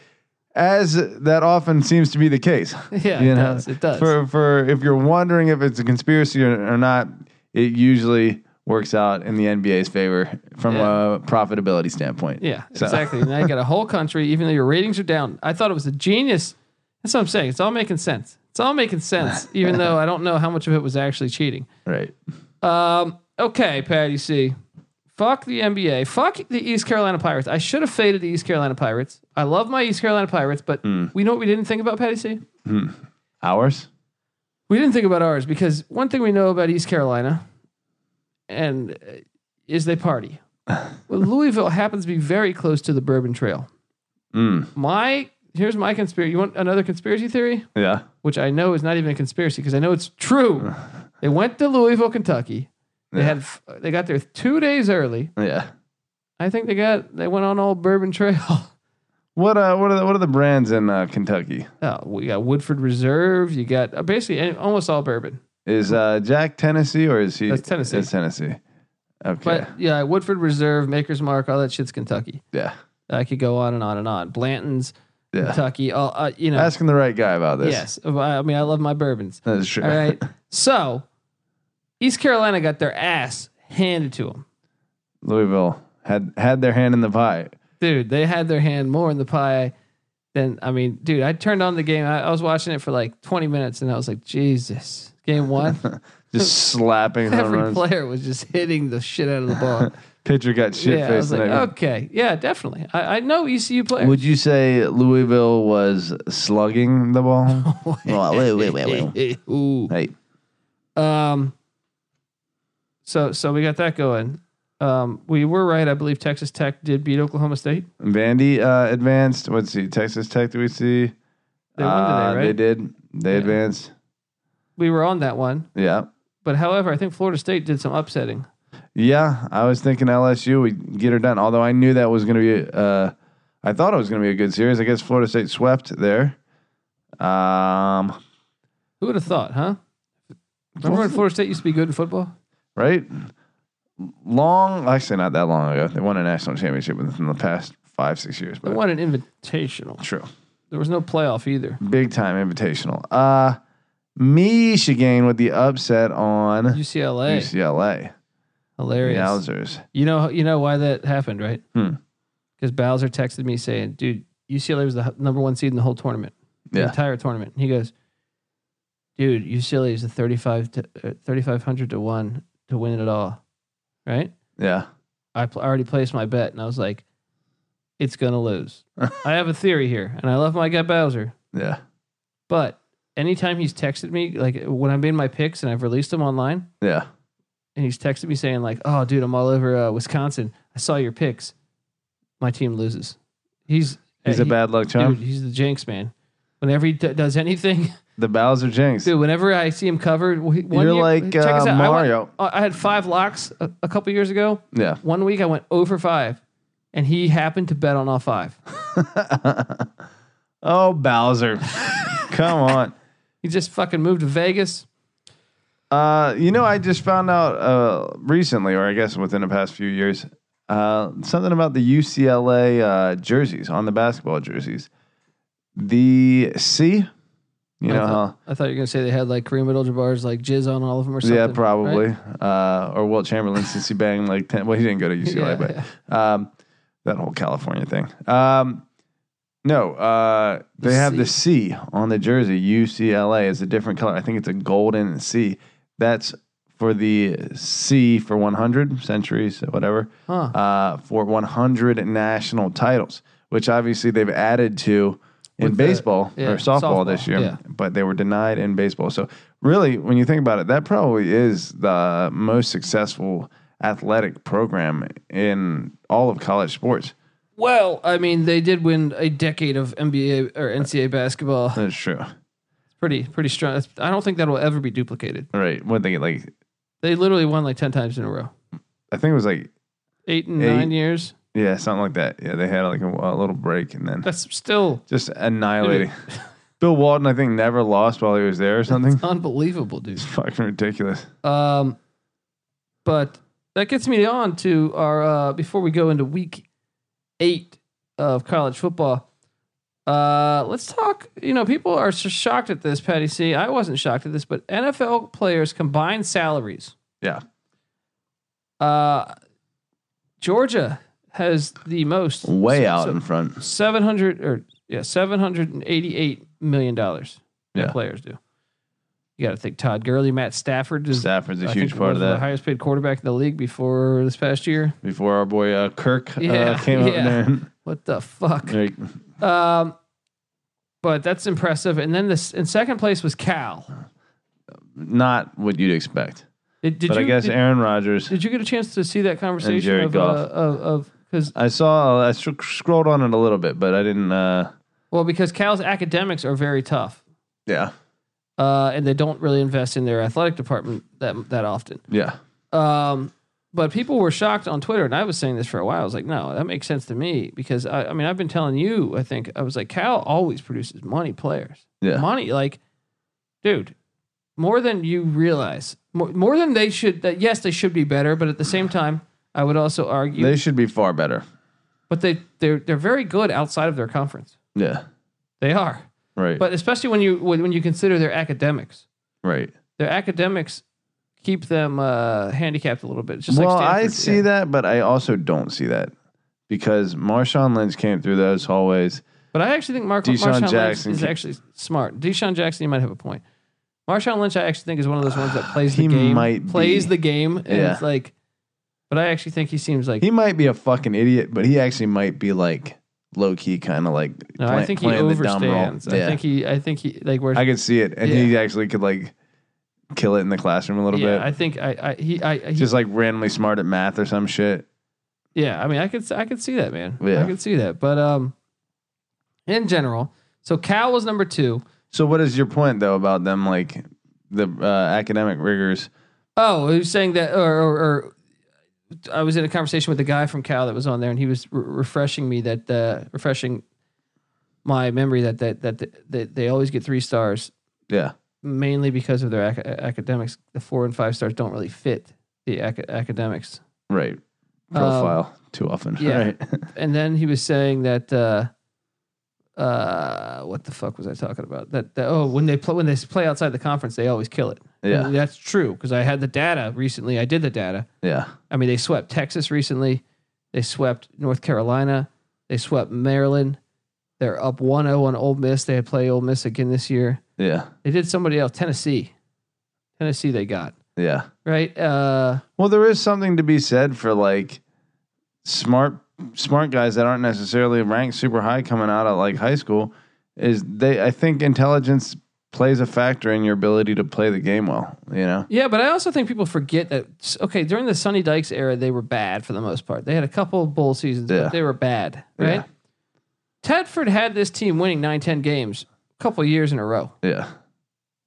as that often seems to be the case,
Yeah, it does, it does.
For for if you're wondering if it's a conspiracy or, or not, it usually works out in the NBA's favor from
Yeah.
a profitability standpoint.
Yeah,
So-
exactly. now you got a whole country, even though your ratings are down. I thought it was a genius. That's what I'm saying. It's all making sense. It's all making sense, even though I don't know how much of it was actually cheating.
Right.
Um, okay, Patty C. Fuck the NBA. Fuck the East Carolina Pirates. I should have faded the East Carolina Pirates. I love my East Carolina Pirates, but we know what we didn't think about, Patty C?
Ours.
We didn't think about ours because one thing we know about East Carolina and uh, is they party. well, Louisville happens to be very close to the Bourbon Trail.
Mm.
My here's my conspiracy. You want another conspiracy theory,
Yeah.
which I know is not even a conspiracy because I know it's true. they went to Louisville, Kentucky. They
Yeah.
had f- they got there two days early.
Yeah.
I think they got they went on old Bourbon Trail.
What uh? What are the, what are the brands in uh, Kentucky?
oh, we got Woodford Reserve. You got uh, basically any, almost all bourbon,
Is uh, Jack Tennessee or is he?
That's Tennessee.
It's Tennessee. Okay.
but yeah, Woodford Reserve, Maker's Mark, all that shit's Kentucky.
yeah.
I could go on and on and on. Blanton's,
Yeah.
Kentucky. All uh, you know.
Asking the right guy about this.
yes, I I mean I love my bourbons.
That's true.
All right. So East Carolina got their ass handed to them.
Louisville had had their hand in the pie.
Dude, they had their hand more in the pie than, I mean, dude, I turned on the game. I, I was watching it for like 20 minutes and I was like, Jesus, game one.
Just slapping home
Every
runs.
player was just hitting the shit out of the ball.
Pitcher got shit
yeah. I was
faced.
like, okay. Yeah, definitely. I, I know E ECU players.
Would you say Louisville was slugging the ball? Well, wait, wait, wait, wait.
Ooh.
Hey,
Um, so, so we got that going. Um, we were right. I believe Texas Tech did beat Oklahoma State.
Vandy uh, advanced. Let's see, Texas Tech. Do we see?
They won
Uh,
today, right?
They did. They
Yeah.
advanced.
We were on that one,
Yeah,
but however, I think Florida State did some upsetting.
yeah. I was thinking LSU would get her done. Although I knew that was going to be. Uh, I thought it was going to be a good series. I guess Florida State swept there. Um,
Who would have thought, huh? Remember when Florida State used to be good in football?
right? Long, actually, not that long ago. They won a national championship within the past five, six years.
They
But
won an invitational.
true,
There was no playoff either.
big time invitational. Uh, Michigan with the upset on
UCLA,
UCLA.
hilarious.
Yowzers!
You know, you know why that happened, right?
Hmm.
Because Bowser texted me saying, "Dude, UCLA was the h- number one seed in the whole tournament, the
Yeah.
entire tournament." And he goes, "Dude, UCLA is a 35 to uh, 3500 to 1 to win it all." Right?
Yeah,
I pl- already placed my bet and I was like, it's going to lose. I have a theory here and I love my guy Bowser,
yeah,
but anytime he's texted me, like when I made my picks and I've released them online
yeah.
and he's texted me saying like, oh dude, I'm all over uh, Wisconsin. I saw your picks. My team loses. He's,
He's
uh,
a
he-
bad luck charm.
dude. He's the jinx man. Whenever he d- does anything,
The Bowser Jinx.
dude, whenever I see him covered, one
You're
year-
like
check this
uh,
out. I went-
Mario.
I had five locks a, a couple years ago.
yeah,
One week I went over five, and he happened to bet on all five.
oh Bowser, come on.
He just fucking moved to Vegas.
Uh, you know, I just found out uh, recently, or I guess within the past few years, uh, something about the UCLA uh, jerseys on the basketball jerseys. the sea. You know
I
how
thought, I thought you were gonna say they had like Kareem Abdul-Jabbar's like jizz on all of them or something.
uh-huh. Yeah, probably.
right?
Uh, or Wilt Chamberlain since he banged like ten. Well, he didn't go to UCLA,
Yeah,
but um, that whole California thing. Um, no, uh,
The
they have the C on the jersey. UCLA is a different color. I think it's a golden C. That's for the C for 100 centuries, whatever
Huh.
uh, for 100 national titles, which obviously they've added to in
With the-
baseball
Uh, yeah,
or softball,
softball,
this year,
yeah.
but they were denied in baseball. So, really, when you think about it, that probably is the most successful athletic program in all of college sports.
Well, I mean, they did win a decade of NBA or NCAA basketball. It's
That's true.
pretty pretty strong. That's- I don't think that will ever be duplicated.
All right. What they get like,
They literally won like ten times in a row.
I think it was like,
Eight and
Eight.
nine years.
yeah, something like that. Yeah, they had like a, a little break and then
That's still
just annihilating. Bill Walton, I think, never lost while he was there or something.
unbelievable, dude.
It's fucking ridiculous.
Um, but that gets me on to our uh, before we go into week eight of college football. Uh, let's talk. You know, people are so shocked at this, Patty C. I wasn't shocked at this, but NFL players combined salaries.
Yeah.
Uh, Georgia has the most
Way out
so-
in front.
seven hundred or yeah, seven hundred and eighty-eight million dollars. Yeah,
Yeah.
players do. You got to think Todd Gurley, Matt Stafford is
Stafford's a
I
huge
think
part
was
of
The
that.
highest paid quarterback in the league before this past year.
Before our boy uh, Kirk
Yeah,
uh, came up
yeah.
there,
What the fuck?
Like,
Um, but that's impressive. And then this in second place was Cal.
not what you'd expect.
Did, did
but
you
I guess
did,
Aaron Rodgers.
did you get a chance to see that conversation
Jared
of, uh,
Goff.
of of because
I saw. I sc- scrolled on it a little bit, but I didn't. Uh,
well because Cal's academics are very tough.
yeah,
Uh, and they don't really invest in their athletic department that that often.
yeah.
Um, but people were shocked on Twitter, and I was saying this for a while. I was like, no, that makes sense to me because I, I mean, I've been telling you, I think I was like, Cal always produces money players,
Yeah.
money like, dude, more than you realize, more, more than they should. That yes, they should be better, but at the same time, I would also argue,
They should be far better.
but they they're they're very good outside of their conference.
Yeah,
They are,
right,
but especially when you when when you consider their academics,
right.
their academics keep them uh, handicapped a little bit. It's just
well,
like
I
Stanford,
see
yeah.
that, but I also don't see that because Marshawn Lynch came through those hallways.
But I actually think Mark,
Deshaun
Marshawn
Jackson
Lynch is
can-
actually smart. Deshaun Jackson, you might have a point. Marshawn Lynch, I actually think is one of those ones that plays
He
the game,
might
plays
be.
the game, and
Yeah.
it's like. But I actually think he seems like
He might be a fucking idiot, but he actually might be like low key, kind of like.
no, I
play-
think he
playing the dumb role.
overstands. I
Yeah.
think he, I think he, like where,
I could see it, and
Yeah.
he actually could like kill it in the classroom a little
yeah,
bit.
I think I, I, he, I, he,
Just like randomly smart at math or some shit.
yeah. I mean, I could, I could see that, man. I
Yeah.
could see that. But um, in general, so Cal was number two.
So, what is your point though about them like the uh, academic rigors?
Oh, he was saying that, or, or, or I was in a conversation with a guy from Cal that was on there, and he was re- refreshing me that uh, refreshing my memory that that that, that they always get three stars
Yeah,
mainly because of their ac- academics. The four and five stars don't really fit the ac- academics.
right. Profile too often.
Um, yeah.
Right.
And then he was saying that. Uh, uh, what the fuck was I talking about? That, that oh, when they play when they play outside the conference, they always kill it.
yeah,
And that's true because I had the data recently. I did the data.
yeah,
I mean, they swept Texas recently. They swept North Carolina. They swept Maryland. They're up 1 0 on Ole Miss. They play Ole Miss again this year.
yeah,
They did somebody else, Tennessee. Tennessee, they got,
yeah.
right? Uh,
Well, there is something to be said for like smart smart guys that aren't necessarily ranked super high coming out of like high school is they I think intelligence plays a factor in your ability to play the game well, you know.
yeah, but I also think people forget that, okay, during the Sonny Dykes era, they were bad for the most part. They had a couple of bowl seasons,
Yeah.
but they were bad, right?
Yeah.
Tedford had this team winning 9 10 games a couple of years in a row,
Yeah.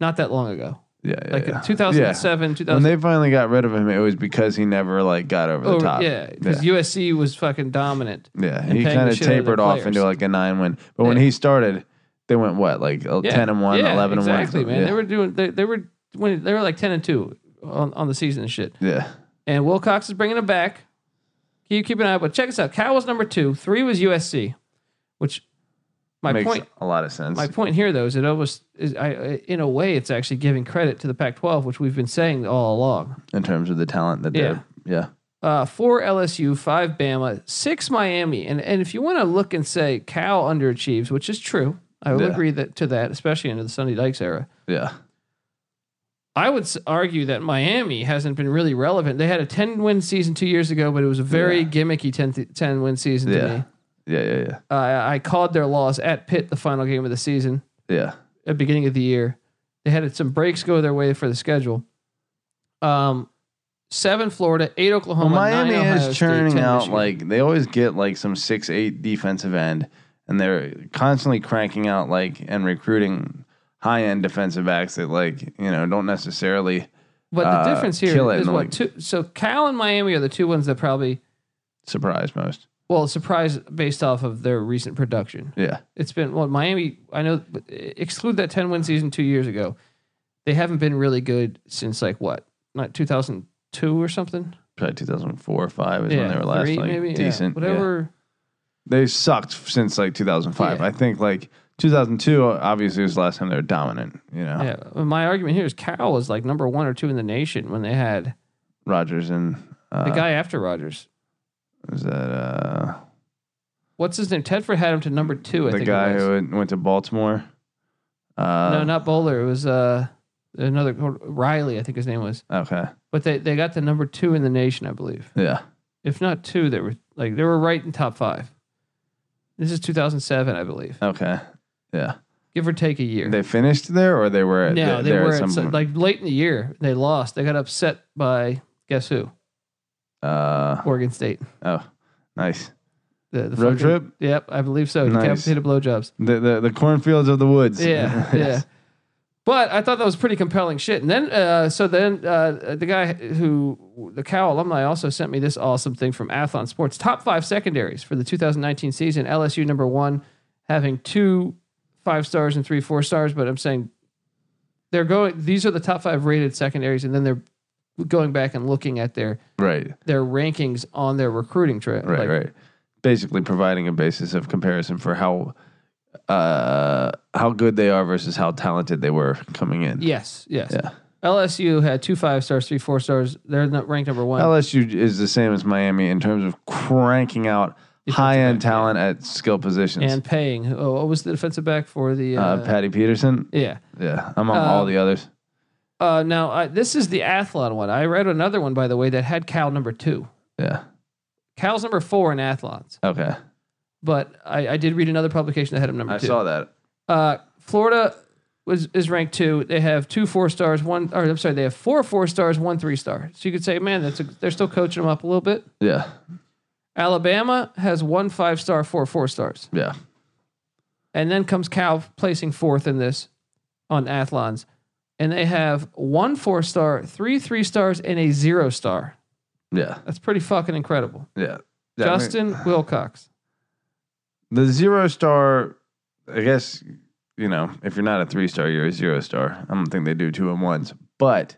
not that long ago,
Yeah, yeah,
like
yeah.
in 2007,
Yeah. When
2000.
they finally got rid of him, it was because he never like got over the
Oh,
top.
yeah,
yeah.
because USC was fucking dominant.
Yeah.
and
He
paying
kind
the
of
shit out of their
tapered off
players.
into like a nine win. But when
Yeah.
he started, they went what like uh,
Yeah.
ten and one,
yeah,
eleven
exactly,
and one.
man. They were doing. They, they were when they were like ten and two on, on the season and shit.
Yeah. yeah.
And Wilcox is bringing it back. Keep keep an eye out. But check us out. Cal was number two. Three was USC, which My
Makes
point.
a lot of sense.
My point here, though, is it almost is I in a way it's actually giving credit to the Pac-12, which we've been saying all along.
in terms of the talent that they're yeah.
uh, four LSU, five Bama, six Miami, and and if you want to look and say Cal underachieves, which is true, I will
Yeah.
agree that to that, especially under the Sunny Dykes era.
Yeah.
I would s- argue that Miami hasn't been really relevant. They had a ten win season two years ago, but it was a very
Yeah.
gimmicky 10, th- 10 win season to
Yeah.
me.
Yeah. Yeah. Yeah.
Uh, I I called their loss at Pitt, the final game of the season,
Yeah.
at beginning of the year. They had some breaks go their way for the schedule. Um, seven Florida, eight
Well,
Oklahoma.
Miami
nine Ohio
is
State,
churning
10
out
Michigan.
like they always get like some six eight defensive end, and they're constantly cranking out like and recruiting high end defensive backs that like you know don't necessarily
But the
uh,
difference here is
kill it in the
what
league.
two. So Cal and Miami are the two ones that probably
surprise most.
well surprise based off of their recent production.
Yeah.
It's been well Miami. I know but exclude that ten win season two years ago. They haven't been really good since like what not two thousand two or something.
Probably 2004 or five is when they were last
three,
like
maybe, yeah,
decent. yeah.
whatever.
They sucked f- since like 2005.
Yeah.
I think like 2002 obviously was the last time they were dominant. You know,
Yeah. Well, my argument here is Cal was like number one or two in the nation when they had
Rogers and uh,
the guy after Rogers.
was that uh,
What's his name? Tedford had him to number two. I
the
think
guy
it was.
who went, went to Baltimore. Uh,
no, not Bowler. It was uh another Riley. I think his name was.
Okay.
But they, they got the number two in the nation, I believe.
Yeah.
If not two, they were like they were right in top five. This is 2007, I believe,
Okay. Yeah.
give or take a year.
They finished there, or they were at
no,
th-
they
there
were
at
at
some
so-
point.
like late in the year. They lost. They got upset by guess who?
uh,
Oregon State.
oh, nice
The, the
road
fucking-
trip.
Yep, I believe so.
Nice.
Decapitated blowjobs.
The, the the cornfields of the woods.
Yeah, yeah.
Yes.
But I thought that was pretty compelling shit. And then, uh, so then uh, the guy who, the Cal alumni, also sent me this awesome thing from Athlon Sports top five secondaries for the 2019 season. LSU number one, having two five stars and three four stars. But I'm saying they're going, these are the top five rated secondaries. And then they're going back and looking at their,
Right.
their rankings on their recruiting trip.
Right. right. Basically, providing a basis of comparison for how uh how good they are versus how talented they were coming in.
Yes, yes.
Yeah.
LSU had two five stars, three four stars. They're not ranked number one.
LSU is the same as Miami in terms of cranking out
Defensive
high end
back, yeah.
talent at skill positions.
and paying. Oh, what was the defensive back for the? Uh,
uh, Patty Peterson.
yeah.
Yeah, among all
Um,
the others.
Uh, now I, this is the Athlon one. I read another one by the way that had Cal number two.
Yeah.
Cal's number four in Athlons,
Okay.
but I, I did read another publication that had him number
I
two.
saw that.
Uh, Florida was is ranked two. They have two four stars, one or I'm sorry, they have four four stars, one three star. So you could say, man, that's a, they're still coaching them up a little bit.
Yeah.
Alabama has one five star, four four stars.
Yeah.
And then comes Cal placing fourth in this on Athlons. And they have one four star, three three stars, and a zero star.
Yeah.
That's pretty fucking incredible.
Yeah. Yeah, I mean,
Justin Wilcox.
the zero star, I guess, you know, if you're not a three star, you're a zero star. I don't think they do two and ones. But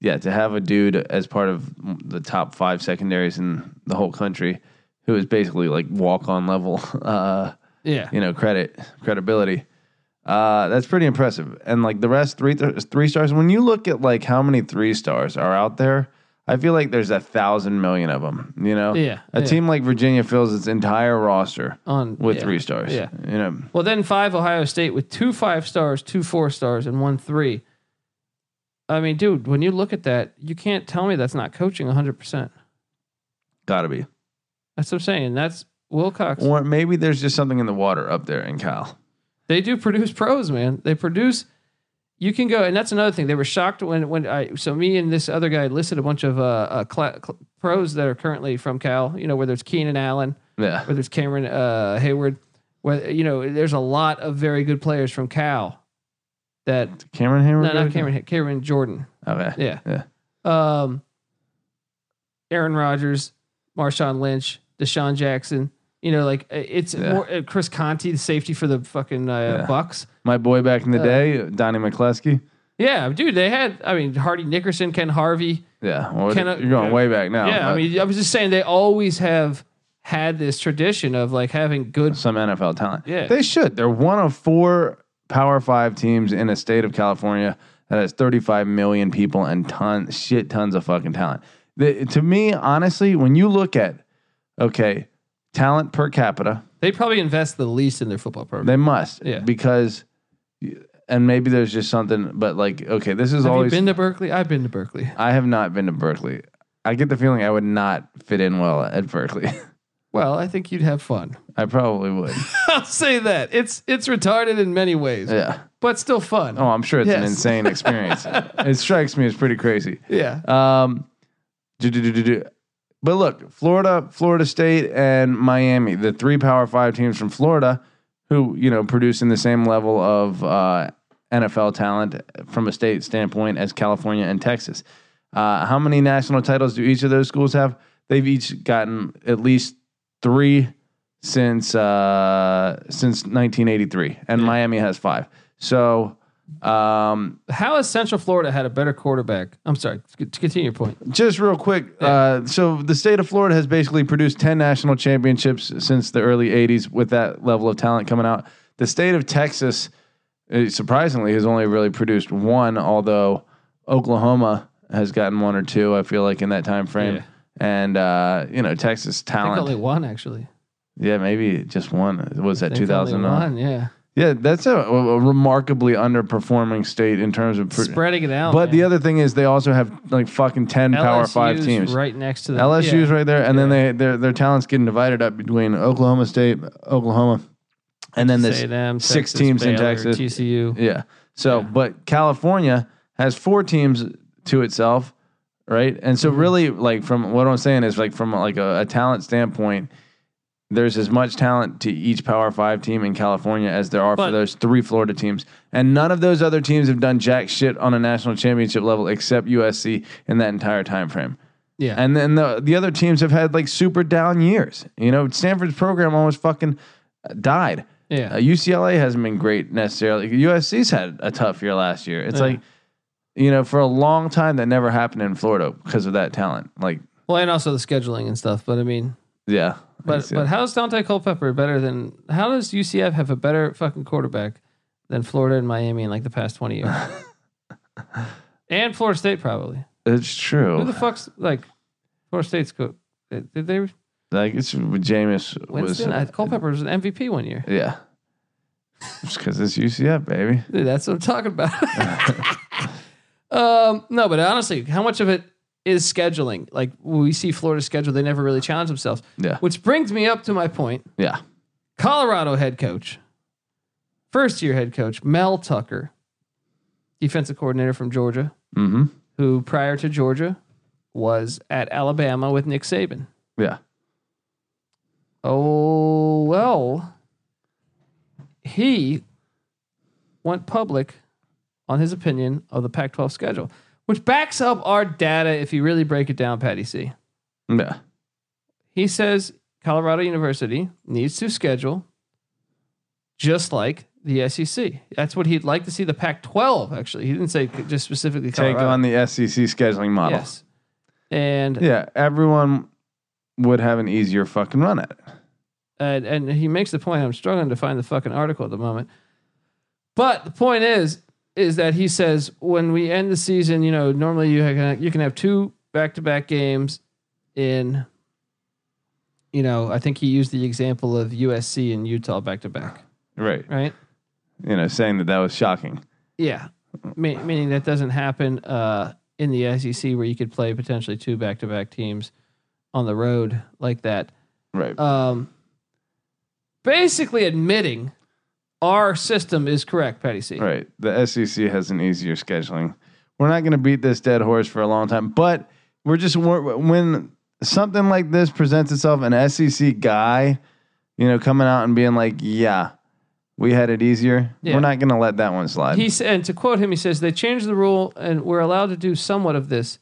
yeah, to have a dude as part of the top five secondaries in the whole country who is basically like walk on level, uh,
Yeah.
you know, credit, credibility. Uh, that's pretty impressive. And like the rest, three th- three stars. When you look at like how many three stars are out there, I feel like there's a thousand million of them. You know,
Yeah,
A
yeah.
team like Virginia fills its entire roster
On
with
yeah.
three stars.
Yeah.
you know,
Well, then five Ohio State with two five stars, two four stars, and one three. I mean, dude, when you look at that, you can't tell me that's not coaching 100%.
gotta be.
That's what I'm saying. That's Wilcox.
Or maybe there's just something in the water up there in Cal.
They do produce pros, man. They produce. You can go, and that's another thing. They were shocked when when I so me and this other guy listed a bunch of uh, uh cla cl- pros that are currently from Cal. You know, whether it's Keenan Allen,
Yeah,
whether it's Cameron uh, Hayward, whether you know, there's a lot of very good players from Cal. That
Cameron Hayward.
no, not Cameron Ha- Cameron Jordan.
Okay.
Yeah.
Yeah.
Um, Aaron Rodgers, Marshawn Lynch, Deshaun Jackson. You know, like uh, it's
Yeah.
more uh, Chris Conti, the safety for the fucking uh,
Yeah.
Bucks.
My boy back in the
Uh,
day, Donnie McCleskey.
Yeah, dude, they had. I mean, Hardy Nickerson, Ken Harvey.
Yeah, well,
Can I-
you're going way back now.
yeah, I
but-
mean, I was just saying they always have had this tradition of like having good.
Some NFL talent.
Yeah.
They should. They're one of four Power Five teams in a state of California that has 35 million people and ton shit tons of fucking talent. The, to me, honestly, when you look at okay, talent per capita,
They probably invest the least in their football program.
they must
Yeah.
because, and maybe there's just something, but like okay, this is
Have
always
you been to Berkeley? I've been to Berkeley.
I have not been to Berkeley. I get the feeling I would not fit in well at Berkeley.
Well, I think you'd have fun.
I probably would.
I'll say that it's it's retarded in many ways,
Yeah.
but still fun.
Oh, I'm sure it's an
Yes.
insane experience. it strikes me as pretty crazy.
Yeah,
Um, do, do, do, do, do. But look, Florida, Florida State, and Miami, the three Power Five teams from Florida, who you know producing the same level of uh, NFL talent from a state standpoint as California and Texas. Uh, how many national titles do each of those schools have? They've each gotten at least three since uh, since 1983, and Miami has five. So. Um,
how has Central Florida had a better quarterback? I'm sorry. c- To continue your point,
Just real quick. Uh, so the state of Florida has basically produced 10 national championships since the early 80s with that level of talent coming out. The state of Texas, uh, surprisingly, has only really produced one, although Oklahoma has gotten one or two, I feel like, in that time frame.
Yeah.
And, uh, you know, Texas
I think
talent.
only one actually.
yeah, maybe just one. What Was that
I think only
2009?
one, Yeah,
Yeah, that's a, a remarkably underperforming state in terms of. pro-
spreading it out.
but the
man.
other thing is they also have like fucking 10 Power 5
LSU's
teams.
right next to the
LSU's
yeah.
right there, and then they their their talents getting divided up between Oklahoma State, Oklahoma, and then this
A&M,
six
Texas,
teams in
Baylor,
Texas.
TCU.
yeah. So, but California has four teams to itself, right? And
Mm-hmm.
so, really, like from what I'm saying is like from like a, a talent standpoint, there's as much talent to each Power Five team in California as there are
But-
for those three Florida teams, and none of those other teams have done jack shit on a national championship level except USC in that entire time frame.
Yeah,
And then the the other teams have had like super down years. You know, Stanford's program almost fucking died.
yeah.
Uh, UCLA hasn't been great necessarily. USC's had a tough year last year. It's
Yeah.
like, you know, for a long time that never happened in Florida because of that talent. Like,
well, and also the scheduling and stuff. But I mean,
yeah,
but
It's, uh,
but how is Dante Culpepper better than? How does UCF have a better fucking quarterback than Florida and Miami in like the past twenty years? and Florida State probably.
it's
Who
true.
the fuck's like Florida State's good? Did did they
like, it's Jameis was,
Winston? I, Culpepper was an MVP one year.
yeah, it's because it's UCF, baby.
Dude, that's what I'm talking about. um, no, but honestly, how much of it is scheduling? Like we see Florida schedule, they never really challenge themselves.
Yeah,
Which brings me up to my point.
yeah,
Colorado head coach, first year head coach, Mel Tucker, defensive coordinator from Georgia,
mm-hmm,
who prior to Georgia was at Alabama with Nick Saban.
yeah.
Oh, well, he went public on his opinion of the Pac 12 schedule, which backs up our data if you really break it down, Patty C.
Yeah,
He says Colorado University needs to schedule just like the SEC. That's what he'd like to see the Pac 12, actually. He didn't say c- just specifically
take
Colorado.
on the SEC scheduling model.
Yes. And,
Yeah, everyone would have an easier fucking run at it.
and and he makes the point. I'm struggling to find the fucking article at the moment, but the point is, is that he says when we end the season, you know, normally you can you can have two back to back games in. You know, I think he used the example of USC and Utah back to back,
Right.
right?
You know, saying that that was shocking.
Yeah, Me- meaning that doesn't happen uh, in the SEC where you could play potentially two back to back teams on the road like that.
Right.
um, basically admitting our system is correct, Patty C.
right. The SEC has an easier scheduling. We're not going to beat this dead horse for a long time, but we're just we're, when something like this presents itself, an SEC guy, you know, coming out and being like, "Yeah, we had it easier."
Yeah.
We're not going to let that one slide.
He sa- and to quote him, he says they changed the rule and we're allowed to do somewhat of this.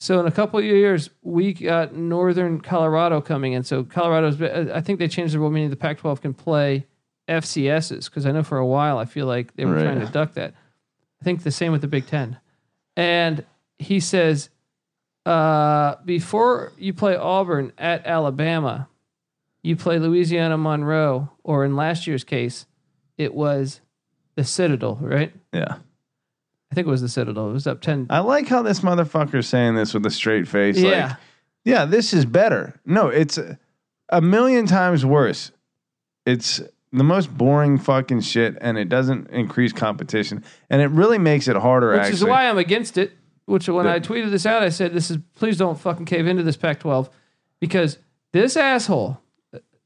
So in a couple of years, we got Northern Colorado coming in. So Colorado's, uh, I think they changed the rule, meaning the Pac-12 can play FCSs because I know for a while I feel like they were
Right.
trying to duck that. I think the same with the Big Ten. And he says, uh, before you play Auburn at Alabama, you play Louisiana Monroe, or in last year's case, it was the Citadel, right?
Yeah.
I think it was the Citadel. It was up 10.
I like how this motherfucker's saying this with a straight face.
yeah.
Like, yeah, this is better. No, it's a, a million times worse. It's the most boring fucking shit, and it doesn't increase competition, and it really makes it harder.
which
actually,
is why I'm against it. Which when
The-
I tweeted this out, I said, "This is please don't fucking cave into this Pac-12 because this asshole."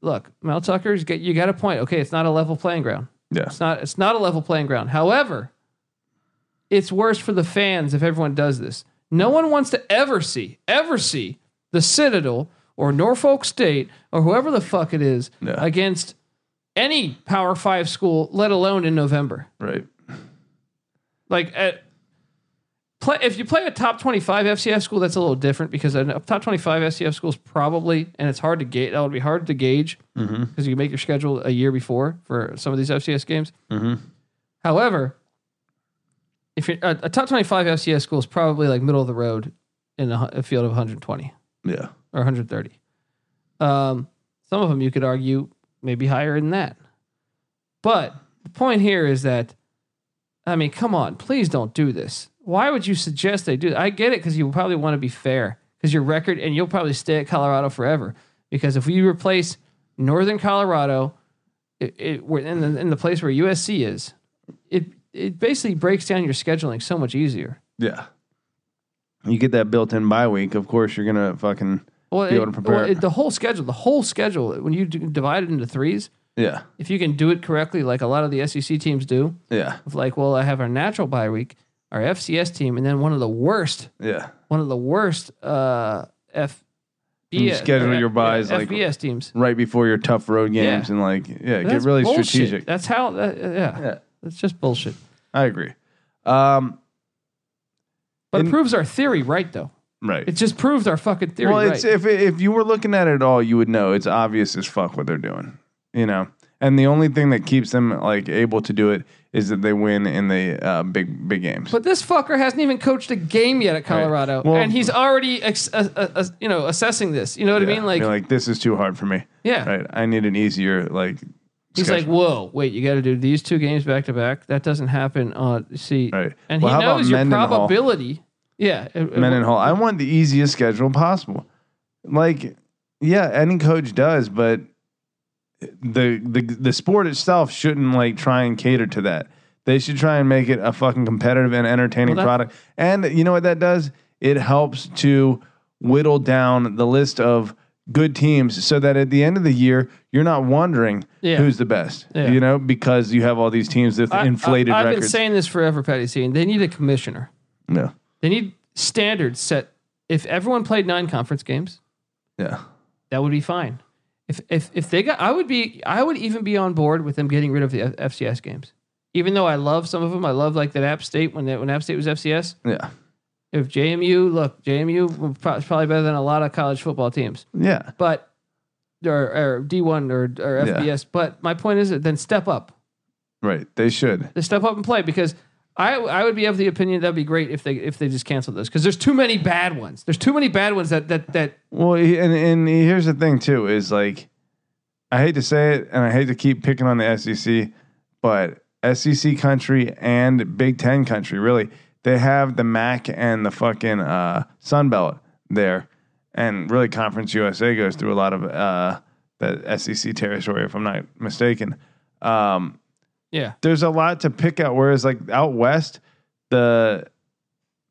Look, Mel Tucker's get you got a point. Okay, it's not a level playing ground.
yeah,
It's not. It's not a level playing ground. However, it's worse for the fans if everyone does this. No one wants to ever see, ever see the Citadel or Norfolk State or whoever the fuck it is
Yeah.
against any Power Five school, let alone in November.
right.
Like at play, if you play a top twenty-five FCF school, that's a little different because a top twenty-five FCF school is probably, and it's hard to gauge. That would be hard to gauge because you can make your schedule a year before for some of these FCS games.
Mhm.
However, if you're a, a top twenty-five FCS school is probably like middle of the road in a, hu- a field of one hundred twenty
Yeah,
or 130. Um, some of them you could argue maybe higher than that. But the point here is that, I mean, come on, please don't do this. Why would you suggest they do? I get it because you probably want to be fair because your record, and you'll probably stay at Colorado forever. Because if we replace Northern Colorado, it, it we're in the, in the place where USC is, it it basically breaks down your scheduling so much easier.
yeah. You get that built-in bye week. Of course, you're gonna fucking
Well,
Be able
it-
to prepare
well,
it.
it- the whole schedule, the whole schedule, when you d- divide it into threes,
yeah,
if you can do it correctly, like a lot of the SEC teams do,
yeah,
of like, well, I have our natural bye week, our FCS team, and then one of the worst,
yeah.
one of the worst uh, FBS.
You schedule
or,
your byes,
yeah,
like-
FBS teams.
Right before your tough road games,
Yeah.
and like, yeah, get
That's
really
bullshit.
strategic.
That's how. That, yeah,
Yeah.
that's just bullshit.
I agree. Um,
But
And-
it proves our theory right, though.
right.
It just proves our fucking theory
well,
right.
it's if if you were looking at it at all, you would know it's obvious as fuck what they're doing. You know, and the only thing that keeps them like able to do it is that they win in the uh, big big games.
But this fucker hasn't even coached a game yet at Colorado,
Well-
and he's already, ex- uh, uh, uh, you know, assessing this. You know what
Yeah.
I mean? Like,
You're like this is too hard for me.
yeah,
Right, I need an easier like.
he's like,
schedule.
whoa, wait, you got to do these two games back to back. That doesn't happen. Uh, see,
right,
and he
Well, how about
knows your
Mendenhall?
probability. Yeah, uh, it- it-
Mendenhall. I want the easiest schedule possible. Like, yeah, any coach does, but the the the sport itself shouldn't like try and cater to that. They should try and make it a fucking competitive and entertaining
Well, that-
product. And you know what that does? It helps to whittle down the list of good teams so that at the end of the year you're not wondering
Yeah.
who's the best.
Yeah.
You know, because you have all these teams with
I,
inflated
I, have
records.
been saying this forever, Patty. C, and they need a commissioner.
no.
They need standards set. If everyone played nine conference games,
Yeah.
that would be fine. If if if they got, I would be, I would even be on board with them getting rid of the F- FCS games. Even though I love some of them, I love like that App State when that when App State was FCS.
Yeah.
If JMU, look, JMU was pro- probably better than a lot of college football teams.
Yeah.
but or, or D one or or
Yeah.
FBS. But my point is, that then step up,
Right. They should.
Then step up and play because I I would be of the opinion that'd be great if they if they just canceled those because there's too many bad ones. There's too many bad ones that that that
Well, he- and and here's the thing too is like, I hate to say it, and I hate to keep picking on the SEC, but SEC country and Big Ten country really they have the MAC and the fucking uh, Sun Belt there, and really Conference USA goes through a lot of uh, that SEC territory if I'm not mistaken. Um,
yeah
there's a lot to pick out. Whereas like out west, the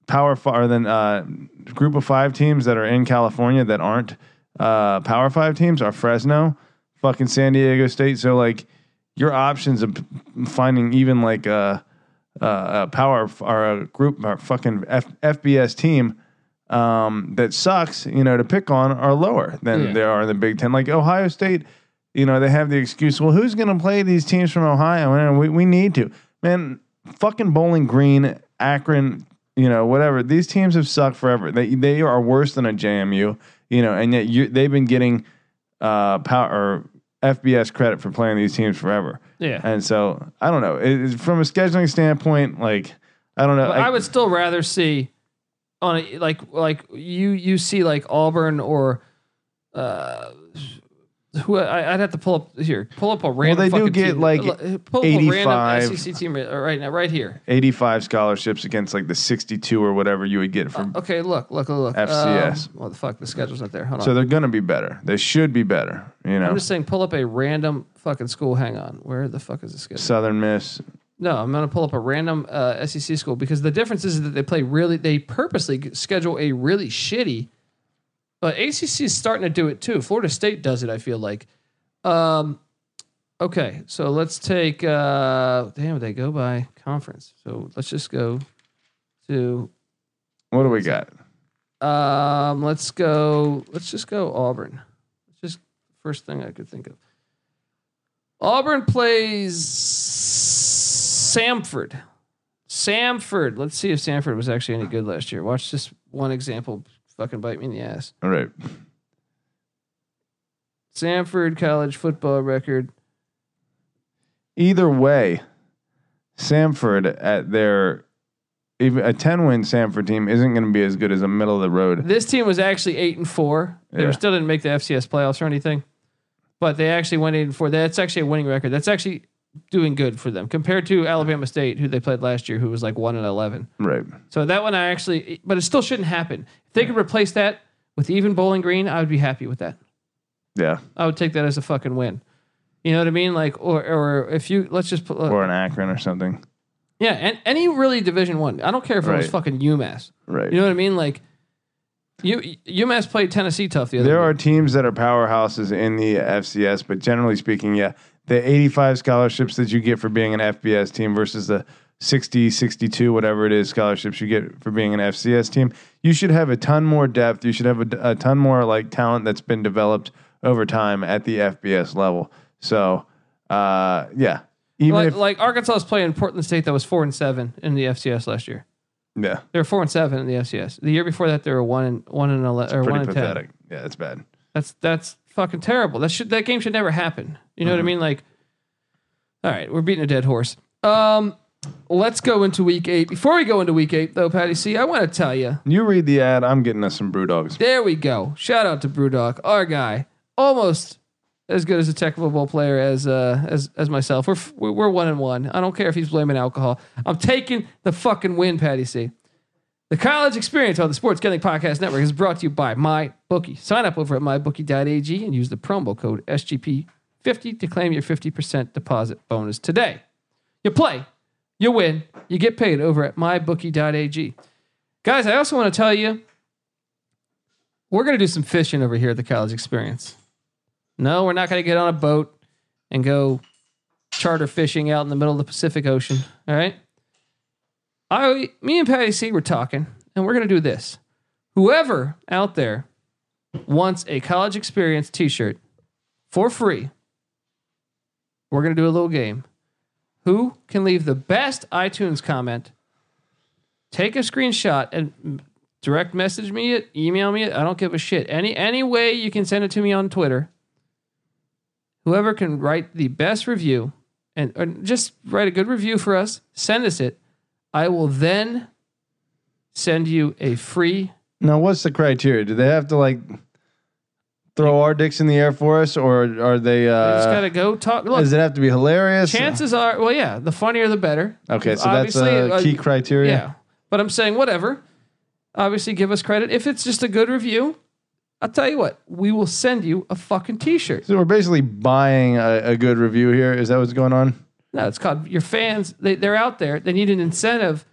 power five or then uh, group of five teams that are in California that aren't uh, power five teams are Fresno, fucking San Diego State. So like your options of finding even like a, a, a power f- or a group or fucking F, FBS team. Um, that sucks, you know, to pick on are lower than
Yeah.
they are in the Big Ten. Like Ohio State, you know, they have the excuse, well, who's going to play these teams from Ohio? And we, we need to. Man, fucking Bowling Green, Akron, you know, whatever. These teams have sucked forever. They they are worse than a JMU, you know, and yet you, they've been getting uh, power or FBS credit for playing these teams forever.
yeah.
And so I don't know. It, it- from a scheduling standpoint, like, I don't know.
But I, would still rather see on a, like like you you see like Auburn or uh, who I, I'd have to pull up here. Pull up a random.
they do
fucking
get,
team.
like,
L- pull up a
85.
random SEC team right right now, right here.
85 scholarships against like the 62 or whatever you would get from.
Okay, look, look, look. look. Um,
FCS.
what the fuck? The schedule's not there. Hold on.
so they're going to be better. They should be better. You know,
I'm just saying, pull up a random fucking school. Hang on. Where the fuck is the schedule?
Southern Miss.
No, I'm going to pull up a random uh, SEC school because the difference is that they play really, they purposely g- schedule a really shitty. But ACC is starting to do it too. Florida State does it, I feel like. Um, okay, so let's take, uh, damn, they go by conference. So let's just go to,
What do we got?
um, let's go, let's just go Auburn. It's just first thing I could think of. Auburn plays Samford. Samford. Let's see if Samford was actually any good last year. Watch this one example fucking bite me in the ass.
All right.
Samford college football record.
Either way, Samford at their even a 10 win Samford team isn't going to be as good as a middle of the road.
This team was actually eight and four. They
Yeah.
were still didn't make the FCS playoffs or anything, but they actually went eight and four. That's actually a winning record. That's actually doing good for them compared to Alabama State, who they played last year, who was like one and eleven.
Right.
So that one I actually, but it still shouldn't happen. If they could replace that with even Bowling Green, I would be happy with that.
Yeah.
I would take that as a fucking win. You know what I mean? Like, or or if you let's just put, uh,
Or an Akron or something.
yeah, and any really Division One. I. I don't care if it was
Right.
fucking UMass.
Right.
You know what I mean? Like, you UMass played Tennessee tough the other.
There
day.
are teams that are powerhouses in the FCS, but generally speaking, yeah, the 85 scholarships that you get for being an FBS team versus the 60, 62, whatever it is, scholarships you get for being an FCS team, you should have a ton more depth. You should have a, a ton more like talent that's been developed over time at the FBS level. So, uh, yeah, even
like,
if
like Arkansas was playing Portland State that was four and seven in the FCS last year.
yeah,
They were four and seven in the FCS. The year before that, they were one and one and eleven or
pretty
one and ten.
pathetic. Yeah, that's bad.
That's that's fucking terrible. That should that game should never happen. You know what I
Mm-hmm.
mean? Like, all right, we're beating a dead horse. Um, let's go into week eight. Before we go into week eight, though, Patty C, I want to tell you.
You read the ad. I'm getting us some brew dogs.
There we go. Shout out to Brewdog, our guy, almost as good as a technical bowl player as uh as as myself. We're f- we're we're one and one. I don't care if he's blaming alcohol. I'm taking the fucking win, Patty C. The college experience on the Sports Gambling Podcast Network is brought to you by MyBookie. Sign up over at mybookie.ag and use the promo code SGP50 to claim your 50% deposit bonus today. You play, you win, you get paid over at mybookie.ag. Guys, I also want to tell you we're going to do some fishing over here at the college experience. No, we're not going to get on a boat and go charter fishing out in the middle of the Pacific Ocean. All right. I, me and Patty C were talking, and we're going to do this. Whoever out there wants a college experience t shirt for free, we're going to do a little game. Who can leave the best iTunes comment? Take a screenshot and direct message me it, email me it. I don't give a shit. Any any way you can send it to me on Twitter. Whoever can write the best review and or just write a good review for us, send us it. I will then send you a free.
Now, what's the criteria? Do they have to like throw our dicks in the air for us, or are they?
I just
Uh,
gotta go talk. Look,
does it have to be hilarious?
chances are, well, yeah, the funnier the better.
Okay, so that's a
Obviously,
key
uh,
criteria.
Yeah. But I'm saying whatever. Obviously, give us credit. If it's just a good review, I'll tell you what, we will send you a fucking t shirt.
So we're basically buying a, a good review here. Is that what's going on?
No, it's called your fans. They, they're out there. They need an incentive to,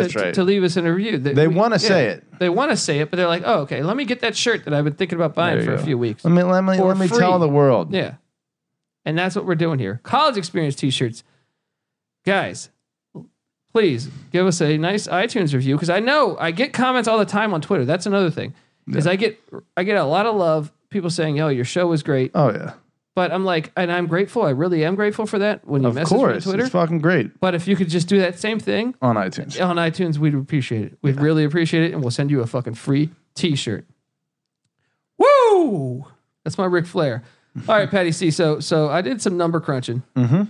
That's
to-
right.
to leave us in a review.
They wanna say it.
They want to say it, but they're like, oh, okay, let me get that shirt that I've been thinking about buying
There
for
you
a
go.
few weeks.
let me let me
For
let me
free.
tell the world.
Yeah. And that's what we're doing here. College experience t shirts. Guys, please give us a nice iTunes review because I know I get comments all the time on Twitter. That's another thing. Because I get I get a lot of love, people saying, Oh, your show was great.
Oh yeah.
But I'm like, and I'm grateful. I really am grateful for that when you
Of
message me on
course.
Twitter.
It's fucking great
But if you could just do that same thing
on iTunes.
on iTunes, we'd appreciate it. We'd really appreciate it, and we'll send you a fucking free T-shirt. Woo! That's my Ric Flair. All right, Patty C. So, so I did some number crunching, mm-hmm.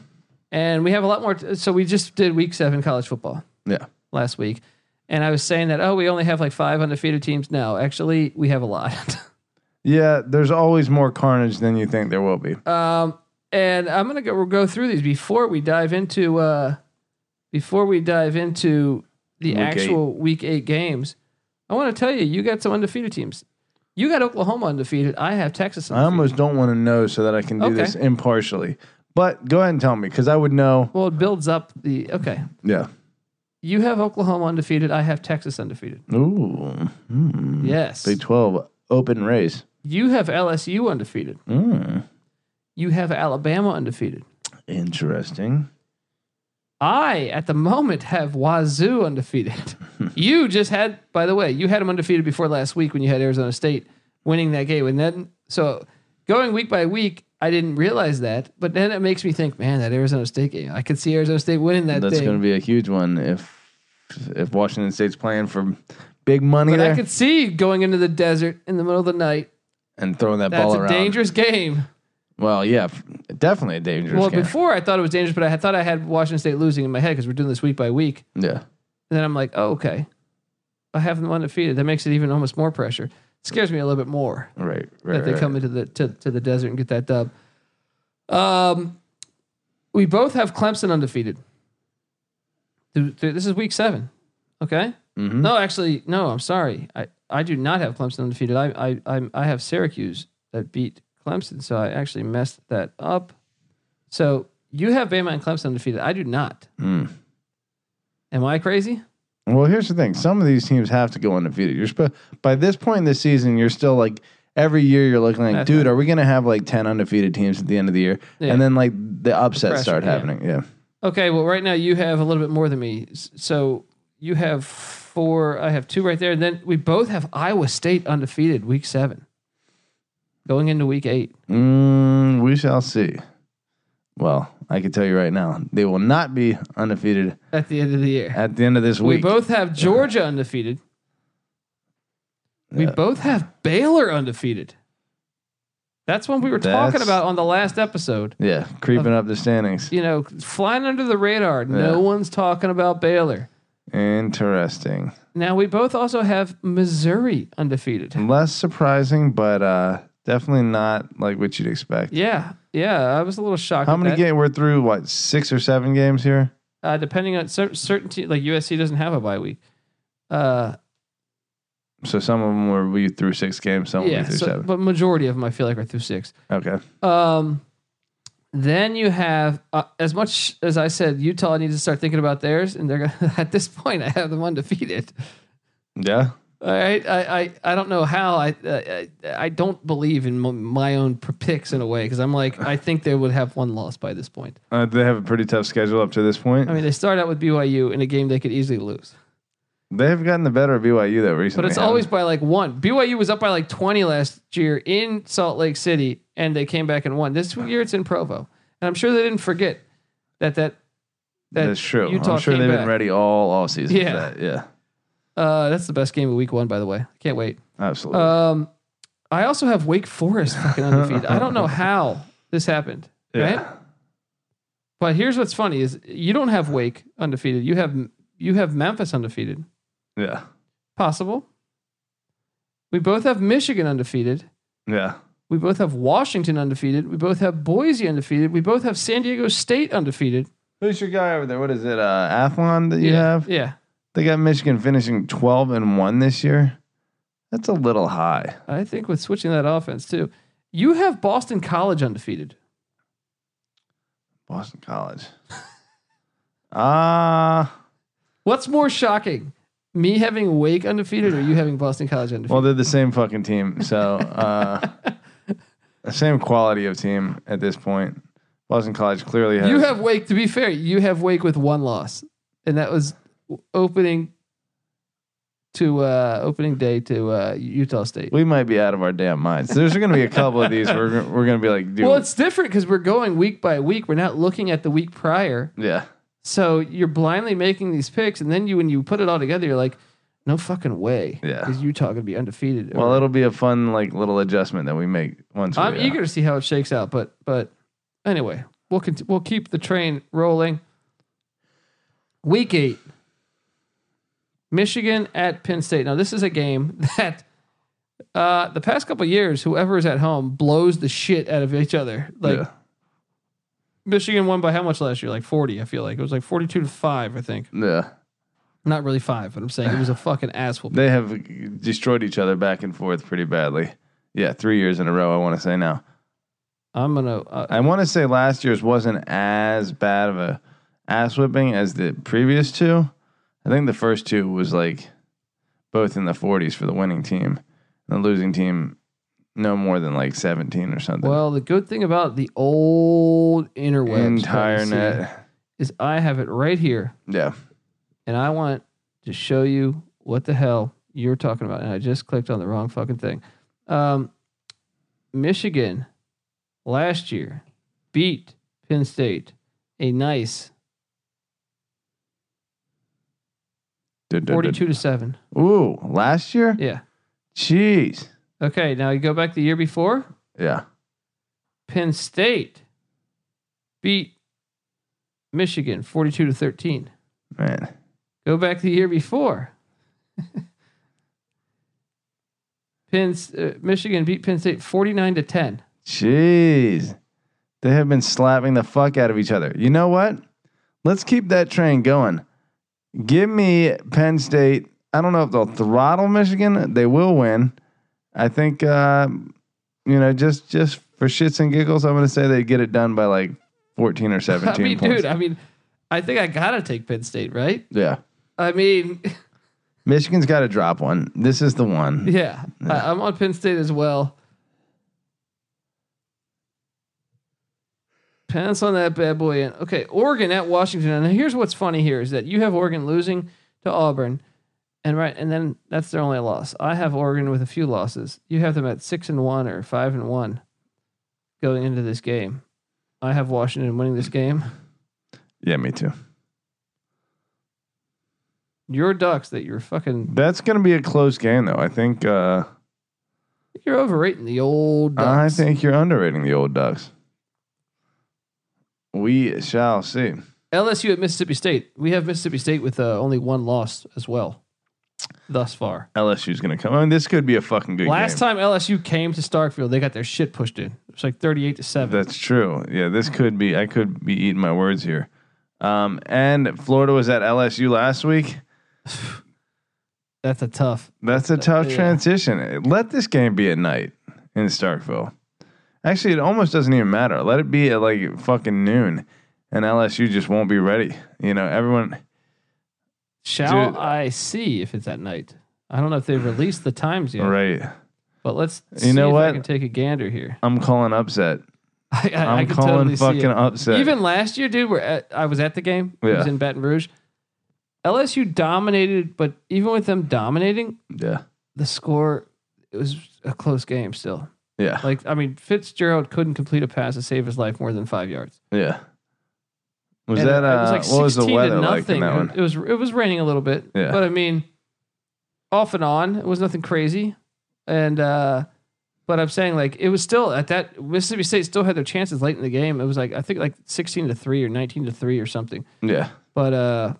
and we have a lot more. t- so we just did Week Seven college football
Yeah.
last week, and I was saying that oh, we only have like five undefeated teams now. Actually, we have a lot.
Yeah, there's always more carnage than you think there will be.
Um, and I'm gonna go we'll go through these before we dive into uh, before we dive into the
Week
actual Week Eight games. I want to tell you, you got some undefeated teams. You got Oklahoma undefeated. I have Texas.
I
Undefeated.
almost don't want to know so that I can do
Okay.
this impartially. But go ahead and tell me because I would know.
well, it builds up the okay.
Yeah.
You have Oklahoma undefeated. I have Texas undefeated.
Ooh. Hmm.
Yes.
Big 12 open race.
You have LSU undefeated.
Mm.
You have Alabama undefeated.
Interesting.
I, at the moment, have Wazoo undefeated. you just had, by the way, you had them undefeated before last week when you had Arizona State winning that game. And then, so going week by week, I didn't realize that. But then it makes me think, man, that Arizona State game, I could see Arizona State winning that
That's
thing.
going to be a huge one if if Washington State's playing for big money
but I
there
could see going into the desert in the middle of the night.
and throwing that
That's
ball
a
around.
dangerous game.
Well, yeah, f- definitely a dangerous
Well,
game.
before I thought it was dangerous, but I had, thought I had Washington State losing in my head because we're doing this week by week.
yeah.
And then I'm like, oh, okay. I have them undefeated. That makes it even almost more pressure. It scares me a little bit more
Right. Right.
that they
right.
come into the to, to the desert and get that dub. Um, we both have Clemson undefeated. Th- th- This is week seven. Okay.
Mhm.
No, actually, no. I'm sorry. I, I do not have Clemson undefeated. I I I'm, I have Syracuse that beat Clemson, so I actually messed that up. So you have Bama and Clemson undefeated. I do not.
Hmm.
Am I crazy?
Well, here's the thing: some of these teams have to go undefeated. You're sp- by this point in the season, you're still like every year you're looking like,
That's
dude,
right.
are we gonna have like ten undefeated teams at the end of the year?
Yeah.
And then like the upsets
pressure,
start
yeah.
happening. Yeah.
Okay, well, right now you have a little bit more than me. S- So you have four. I have two right there. And then we both have Iowa State undefeated week seven, going into week eight.
Mm, we shall see. Well, I can tell you right now, they will not be undefeated
At the end of the year,
at the end of this
we
week.
both have Georgia undefeated. We
Yeah.
both have Baylor undefeated. That's what we were talking
That's-
about on the last episode.
yeah, creeping up the standings.
You know, flying under the radar.
Yeah.
No one's talking about Baylor.
Interesting.
Now we both also have Missouri undefeated.
Less surprising, but uh, definitely not like what you'd expect.
Yeah, yeah. I was a little shocked.
How
at
many
that.
games? We're through what six or seven games here.
uh, depending on cer- certainty, like USC doesn't have a bye week. Uh,
So some of them were we through six games, some
yeah,
were through
so-
seven.
but majority of them I feel like are through six.
Okay.
Um, then you have uh, as much as I said, Utah needs to start thinking about theirs, and they're gonna at this point I have them undefeated.
Yeah.
All right, I I, I don't know how I uh, I, I don't believe in m- my own p- picks in a way because I'm like I think they would have one loss by this point.
Uh, they have a pretty tough schedule up to this point.
I mean they start out with BYU in a game they could easily lose.
they have gotten the better of BYU though
But
recently.
it's
haven't
always by like one. BYU was up by like 20 last year in Salt Lake City, and they came back and won. This year it's in Provo, and I'm sure they didn't forget that that
they?
that
that's true.
Utah
I'm sure
came
they've
back.
been ready all all season
Yeah.
for that. Yeah.
uh, that's the best game of Week One, by the way. Can't wait.
Absolutely.
Um, I also have Wake Forest fucking undefeated. I don't know how this happened,
yeah.
right? But here's what's funny is you don't have Wake undefeated. You have you have Memphis undefeated.
Yeah.
Possible. We both have Michigan undefeated.
Yeah.
We both have Washington undefeated. We both have Boise undefeated. We both have San Diego State undefeated.
Who's your guy over there? What is it? Uh, Athlon that you
yeah.
have?
Yeah.
They got Michigan finishing 12 and 1 this year. That's a little high.
I think with switching that offense too. You have Boston College undefeated.
Boston College. Ah.
What's more shocking? Me having Wake undefeated or you having Boston College
Well,
undefeated?
they're the same fucking team. So, uh, the same quality of team at this point. Boston College clearly has.
you have Wake, to be fair, you have Wake with one loss. And that was opening to uh opening day to uh Utah State.
we might be out of our damn minds. There's going to be a couple of these. We're, we're going to be like, dude.
Well, it's different because we're going week by week. We're not looking at the week prior.
yeah.
So you're blindly making these picks, and then you when you put it all together, you're like, no fucking way.
Yeah.
Is Utah gonna be undefeated?
Well,
Or-
it'll be a fun, like, little adjustment that we make once we.
I'm
uh,
eager to see how it shakes out, but but anyway, we'll cont- we'll keep the train rolling. Week eight. Michigan at Penn State. Now this is a game that Uh, the past couple years, whoever is at home blows the shit out of each other. Like
Yeah.
Michigan won by how much last year? Like forty, I feel like it was like forty-two to five. I think
Yeah.
not really five, but I'm saying it was a fucking asshole.
They have destroyed each other back and forth pretty badly. Yeah, three years in a row, I want to say now.
I'm gonna. Uh,
I want to say last year's wasn't as bad of a ass whipping as the previous two. I think the first two was like both in the 40s for the winning team. The losing team, no more than like 17 or something.
well, the good thing about the old interwebs
Entire
Pepsi,
net.
is I have it right here,
Yeah.
and I want to show you what the hell you're talking about. And I just clicked on the wrong fucking thing. Um, Michigan last year beat Penn State a nice
Dun, dun, dun.
42 to 7.
Ooh, last year?
Yeah.
Jeez.
Okay, now you go back the year before.
Yeah.
Penn State beat Michigan 42 to 13.
Man.
Go back the year before. Penn S- uh, Michigan beat Penn State 49 to 10.
Jeez. They have been slapping the fuck out of each other. You know what? Let's keep that train going. Give me Penn State. I don't know if they'll throttle Michigan. They will win. I think uh, you know, just just for shits and giggles, I'm gonna say they get it done by like fourteen or
I
seventeen
mean,
points.
dude, I mean, I think I got to take Penn State, right?
yeah.
I mean,
Michigan's gotta drop one. This is the one.
yeah, I, I'm on Penn State as well. Pounce on that bad boy. And okay, Oregon at Washington. And here's what's funny here is that you have Oregon losing to Auburn, and right, and then that's their only loss. I have Oregon with a few losses. You have them at six and one or five and one going into this game. I have Washington winning this game.
Yeah, me too.
Your ducks that you're fucking
That's gonna be a close game though. I think uh
you're overrating the old
I
ducks.
think you're underrating the old Ducks. We shall see.
LSU at Mississippi State. We have Mississippi State with uh, only one loss as well, thus far.
LSU's going to come. I mean, this could be a fucking good
Last time
game.
LSU came to Starkfield, they got their shit pushed in. It's like thirty-eight to seven.
That's true. Yeah, this could be. I could be eating my words here. Um, and Florida was at LSU last week.
That's a tough.
That's a tough
yeah.
transition. Let this game be at night in Starkville. Actually, it almost doesn't even matter. Let it be at like fucking noon, and LSU just won't be ready. You know, everyone.
Shall
Dude.
I see if it's at night? I don't know if they've released the times yet,
Right.
but let's.
You
See
know
if I
what?
can take a gander here.
I'm calling upset.
I, I,
I'm
I can
calling
totally
fucking
see it.
upset.
Even last year, dude, we're at, I was at the game. It was
Yeah.
in Baton Rouge. LSU dominated, but even with them dominating,
yeah.
the score it was a close game still.
Yeah.
Like, I mean, Fitzgerald couldn't complete a pass to save his life more than five yards.
Yeah. Was
And
that
it
uh, what was the
16 to
weather like in that
It-
one?
It was it was raining a little bit,
Yeah.
but I mean, off and on, it was nothing crazy. And uh, but I'm saying like it was still at that Mississippi State still had their chances late in the game. It was like I think like 16 to three or 19 to three or something.
Yeah,
But uh,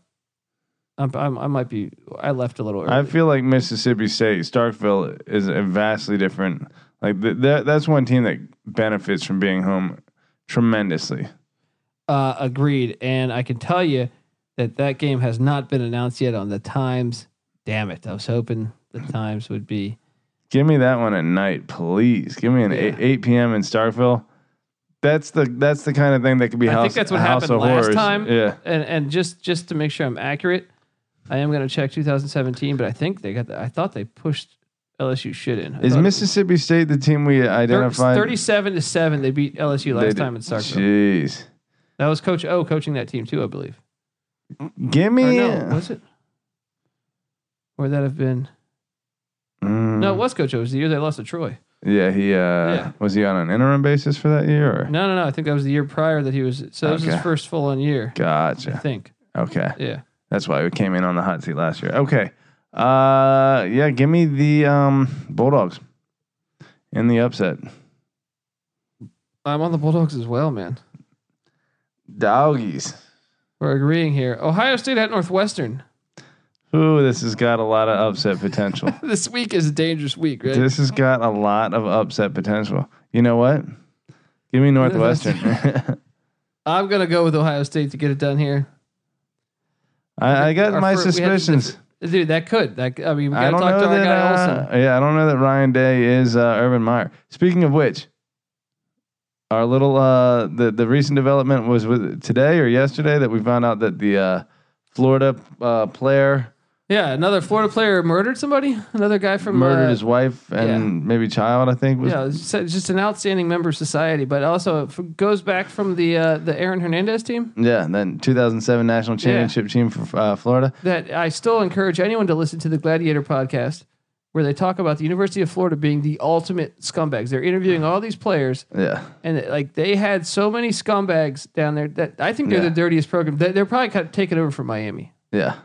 I'm, I'm I might be I left a little early.
I feel like Mississippi State Starkville is a vastly different. Like th- that, that's one team that benefits from being home tremendously.
Uh, agreed. And I can tell you that that game has not been announced yet on the times. Damn it. I was hoping the times would be.
Give me that one at night, please. Give me an
Yeah.
eight, eight p.m. in Starkville. That's the that's the kind of thing that could be
I
house.
think that's what
house
happened
of
last
horrors.
time.
Yeah,
And and just just to make sure I'm accurate, I am going to check 2017, but I think they got the, I thought they pushed LSU shit in. I
is
thought it
Mississippi State the team we
was thir-
identified?
37 to 7 they beat LSU
They
last
did-
time in Starkville.
Jeez,
That was coach O coaching that team too, I believe.
give
Or
me.
no, was it? Or would that have been
Mm.
No, it was coach O. It was the year they lost to Troy.
Yeah, he uh,
Yeah.
was he on an interim basis for that year? Or?
No, no, no. I think that was the year prior that he was. So that was his
Okay.
first full on year, I
Gotcha.
think.
Okay,
Yeah.
that's why we came in on the hot seat last year. Okay, uh, yeah, give me the um, Bulldogs in the upset.
I'm on the Bulldogs as well, man.
Doggies.
We're agreeing here. Ohio State at Northwestern.
Ooh, this has got a lot of upset potential.
This week is a dangerous week, right?
this has got a lot of upset potential. You know what? Give me Northwestern.
I'm gonna go with Ohio State to get it done here.
I, I got
Our
my
fir- we had-
suspicions.
Dude, that could. That I mean, we gotta
I don't
talk
know
to our
that.
guy
uh,
Olson.
yeah, I don't know that Ryan Day is uh, Urban Meyer. Speaking of which, our little uh, the the recent development was with today or yesterday that we found out that the uh, Florida uh, player
Yeah, another Florida player murdered somebody. Another guy from
murdered
uh,
his wife and
yeah.
maybe child. I think was
Yeah, it's just just an outstanding member of society, but also f- goes back from the uh, the Aaron Hernandez team.
Yeah, then 2007 national championship team for uh, Florida.
That I still encourage anyone to listen to the Gladiator podcast, where they talk about the University of Florida being the ultimate scumbags. They're interviewing all these players,
Yeah,
and like they had so many scumbags down there that I think they're
Yeah.
the dirtiest program. They- They're probably kind of taking over from Miami,
yeah.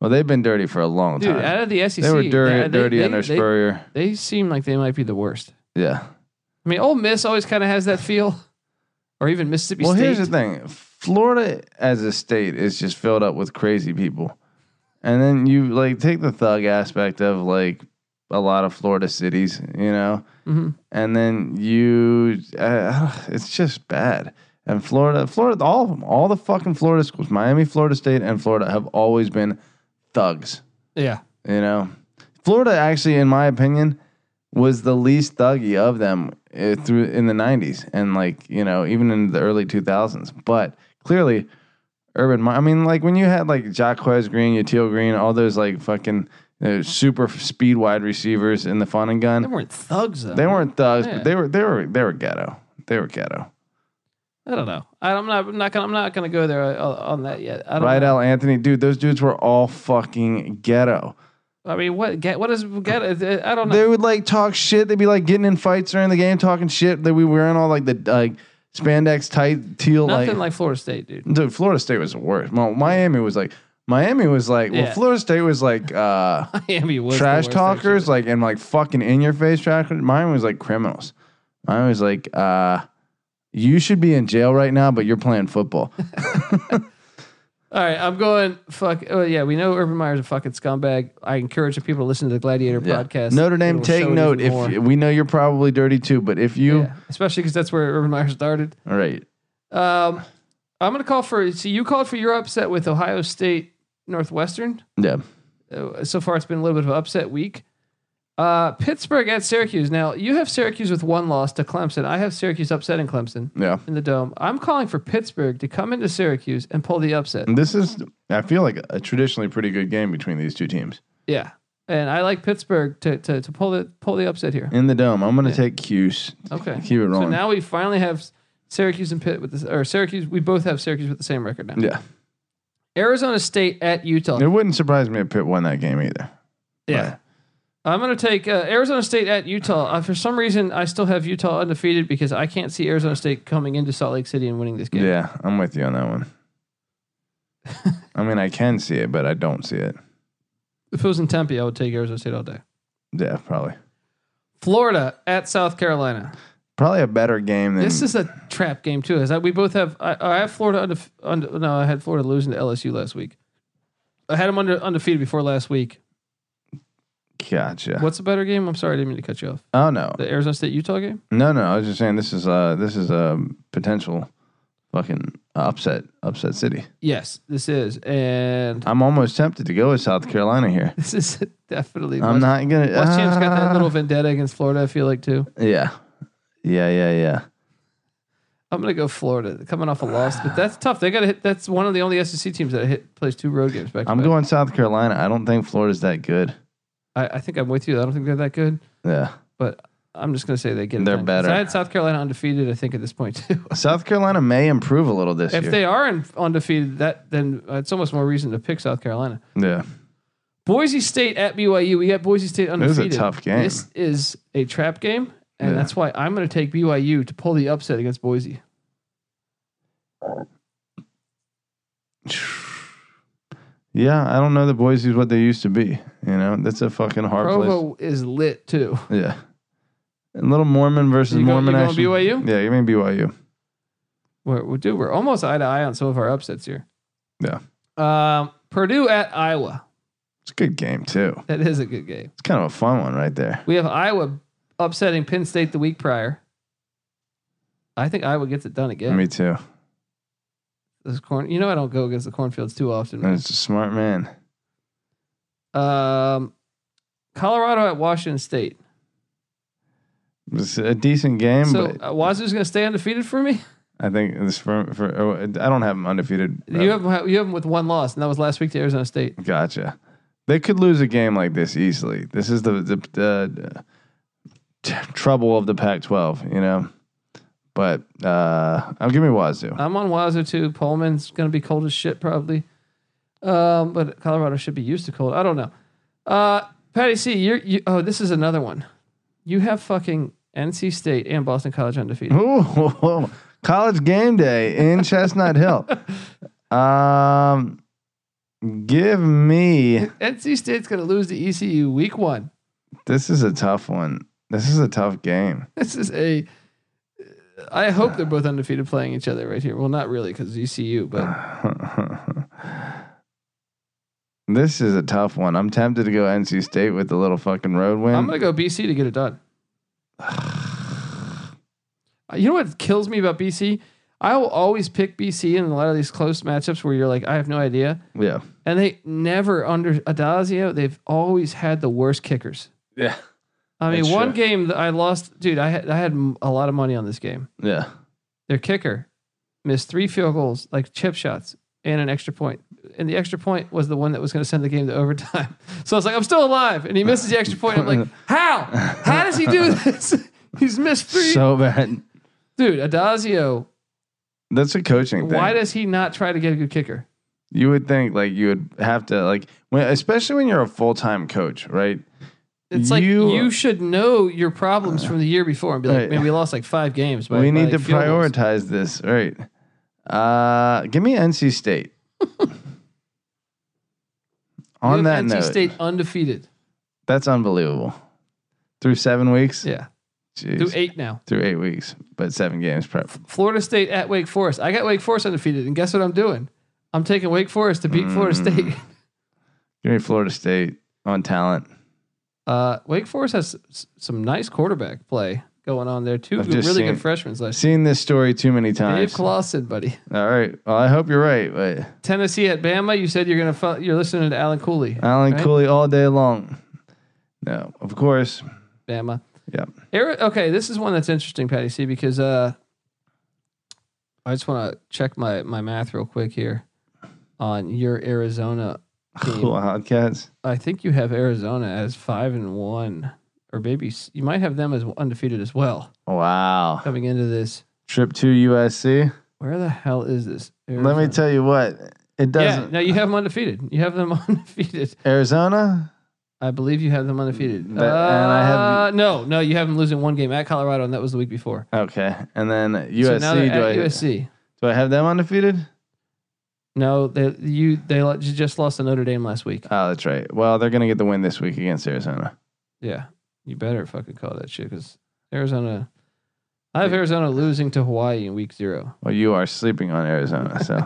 Well, they've been dirty for a long
dude.
time.
Out of the SEC,
they were dirty,
yeah,
dirty
they,
under
they,
Spurrier.
they seem like they might be the worst.
yeah.
I mean, Ole Miss always kind of has that feel, or even Mississippi
Well,
State.
here's the thing: Florida as a state is just filled up with crazy people, and then you like take the thug aspect of like a lot of Florida cities, you know,
Mhm.
and then you, uh, it's just bad. And Florida, Florida, all of them, all the fucking Florida schools, Miami, Florida State, and Florida have always been thugs.
Yeah.
You know, Florida actually, in my opinion, was the least thuggy of them uh, through in the '90s and like you know even in the early 2000s. But clearly, Urban. Mi- I mean, like when you had like Jacquez Green, Yatiel Green, all those like fucking uh, super speed wide receivers in the fun and
They
gun.
weren't thugs though.
They weren't thugs,
Yeah.
but they were they were they were ghetto. They were ghetto.
I don't know. I, I'm not. I'm not gonna. I'm not gonna go there uh, on that yet. I don't.
Right,
know.
Al Anthony, dude. Those dudes were all fucking ghetto.
I mean, what? Get what is get? I don't know.
They would like talk shit. They'd be like getting in fights during the game, talking shit. They we wearing all like the like spandex tight teal
Nothing like,
like.
Florida State, dude.
Dude, Florida State was the worst. Well, Miami was like Miami was like
Yeah.
well, Florida State was like uh
Miami was the
trash
worst,
talkers,
actually.
like and like fucking in your face trash. Mine was like criminals. Mine was like uh you should be in jail right now, but you're playing football.
All right, I'm going. Fuck. Oh yeah, we know Urban Meyer's a fucking scumbag. I encourage people to listen to the Gladiator
Yeah.
podcast.
Notre Dame,
It'll
take
show it
note.
even
If
more.
we know you're probably dirty too, but if you
Yeah, especially because that's where Urban Meyer started.
all right,
Um, I'm gonna call for. So you called for your upset with Ohio State Northwestern.
yeah,
Uh, so far, it's been a little bit of an upset week. Uh, Pittsburgh at Syracuse. Now you have Syracuse with one loss to Clemson. I have Syracuse upsetting Clemson.
yeah.
in the dome. I'm calling for Pittsburgh to come into Syracuse and pull the upset.
This is, I feel like, a traditionally pretty good game between these two teams
Yeah. And I like Pittsburgh to, to, to pull the pull the upset here.
in the dome. I'm going to
Yeah.
take Cuse.
Okay.
Keep it
So
rolling.
now we finally have Syracuse and Pitt with this or Syracuse we both have Syracuse with the same record now.
yeah,
Arizona State at Utah.
it wouldn't surprise me if Pitt won that game either.
Yeah. I'm going to take uh, Arizona State at Utah. Uh, for some reason I still have Utah undefeated because I can't see Arizona State coming into Salt Lake City and winning this game.
Yeah, I'm with you on that one. I mean, I can see it, but I don't see it.
If it was in Tempe, I would take Arizona State all day.
Yeah, probably,
Florida at South Carolina.
probably a better game than.
This is a trap game too. Is that we both have? I, I have Florida under, under. No, I had Florida losing to LSU last week. I had them under undefeated before last week.
gotcha.
What's a better game? I'm sorry, I didn't mean to cut you off.
Oh no,
The Arizona State Utah game.
no, no. I was just saying this is uh this is a potential fucking upset upset city.
Yes, this is, and
I'm almost tempted to go with South Carolina here.
this is definitely.
I'm
West,
not gonna.
West Champ's got that
Ah.
little vendetta against Florida. I feel like too.
Yeah. Yeah, yeah, yeah.
I'm gonna go Florida, coming off a loss, but that's tough. They got to hit. That's one of the only SEC teams that hit plays two road games back.
I'm going South Carolina. I don't think Florida's that good.
I, I think I'm with you. I don't think they're that good,
Yeah.
but I'm just gonna say they get. it
They're
done. 'Cause
better.
I had South Carolina undefeated. I think at this point too.
South Carolina may improve a little this
If
year.
they are in, undefeated, that then it's almost more reason to pick South Carolina.
yeah.
Boise State at BYU. We got Boise State
was a
undefeated.
tough game.
This is a trap game, and
Yeah.
that's why I'm going to take BYU to pull the upset against Boise.
Yeah, I don't know that Boise's what they used to be. You know, that's a fucking hard place.
Provo is lit too.
Yeah. And little Mormon versus
You go-
Mormon
you going
action.
BYU?
Yeah, you mean BYU.
We're, we do. We're almost eye to eye on some of our upsets here.
Yeah.
Um, Purdue at Iowa.
It's a good game too.
That is a good game.
It's kind of a fun one right there.
We have Iowa upsetting Penn State the week prior. I think Iowa gets it done again.
Me too.
This corn, you know, I don't go against the cornfields too often. man.
That's a smart man.
Um, Colorado at Washington State.
It's a decent game,
So
but
uh, Wazoo's going to stay undefeated for me.
I think this for, for oh, I don't have them undefeated.
You have you have them with one loss, and that was last week to Arizona State.
Gotcha. They could lose a game like this easily. This is the the, the t- trouble of the Pac-12, you know. But uh, I'll give me Wazoo.
I'm on Wazoo too. Pullman's going to be cold as shit probably, um, but Colorado should be used to cold. I don't know. Uh, Patty C, you're you. Oh, this is another one. You have fucking NC State and Boston College undefeated.
Ooh, college game day in Chestnut Hill. Um, give me.
NC State's going to lose to ECU week one.
This is a tough one. This is a tough game.
This is a. I hope they're both undefeated playing each other right here. Well, not really because ECU, but
this is a tough one. I'm tempted to go NC State with the little fucking road win.
I'm going to go BC to get it done. Uh, You know what kills me about BC? I will always pick BC in a lot of these close matchups where you're like, I have no idea.
yeah.
And they never under Adazio, they've always had the worst kickers.
Yeah.
I mean,
That's
one
true.
game that I lost, dude, I had, I had m- a lot of money on this game.
Yeah.
Their kicker missed three field goals, like chip shots, and an extra point. And the extra point was the one that was going to send the game to overtime. So I was like, I'm still alive. And he misses the extra point. I'm like, how? How does he do this? He's missed three.
So bad.
dude, Adazio,
That's a coaching thing.
why does he not try to get a good kicker?
you would think like you would have to like when, especially when you're a full time coach, right?
It's like
You-
you, should know your problems from the year before and be like,
Right.
man, we lost like five games. By, by
we need to
field goals."
prioritize this, right? Uh, give me NC State.
You
On
have
that
NC
note,
State undefeated.
that's unbelievable. Through seven weeks,
Yeah,
Jeez.
through eight now.
through eight weeks, but seven games prep.
Florida State at Wake Forest. I got Wake Forest undefeated, and guess what I'm doing? I'm taking Wake Forest to beat Florida
Mm.
State.
Give me Florida State on talent.
Uh, Wake Forest has s- some nice quarterback play going on there too.
I've
Really
just seen-
good freshmen last year.
Seen this story too many
Dave
times. All
Clawson, buddy.
right. Well, I hope you're right, but
Tennessee at Bama. You said you're gonna fu- you're listening to Alan Cooley.
Alan
Right?
Cooley all day long. No, of course.
Bama.
Yep.
Ari- okay, this is one that's interesting, Patty C, because uh, I just want to check my my math real quick here on your Arizona team.
Cool Wildcats.
I think you have Arizona as five and one, or maybe s- you might have them as undefeated as well
Wow.
coming into this.
Trip to USC.
Where the hell is this?
Let me
Arizona.
tell you what. It
Yeah,
doesn't.
no, you have them undefeated. You have them undefeated.
Arizona?
I believe you have them undefeated.
But- and I have-
Uh, no, no, you have them losing one game at Colorado, and that was the week before.
Okay. And then
So
USC.
now they're
do, I,
at USC.
do I have them undefeated?
No, they you they lo- you just lost to Notre Dame last week.
Oh, that's right. Well, they're going to get the win this week against Arizona.
Yeah, you better fucking call that shit because Arizona. I have Arizona losing to Hawaii in week zero.
Well, you are sleeping on Arizona. So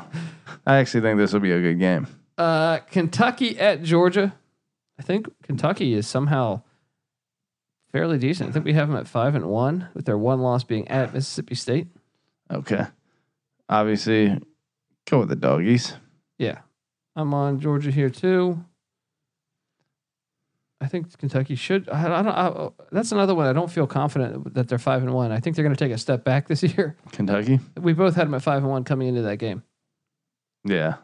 I actually think this will be a good game.
Uh, Kentucky at Georgia. I think Kentucky is somehow fairly decent. I think we have them at five and one, with their one loss being at Mississippi State.
Okay. Obviously, go with the doggies.
Yeah, I'm on Georgia here too. I think Kentucky should. I, I don't. I, that's another one. I don't feel confident that they're five and one. I think they're going to take a step back this year.
Kentucky?
We both had them at five and one coming into that game.
Yeah.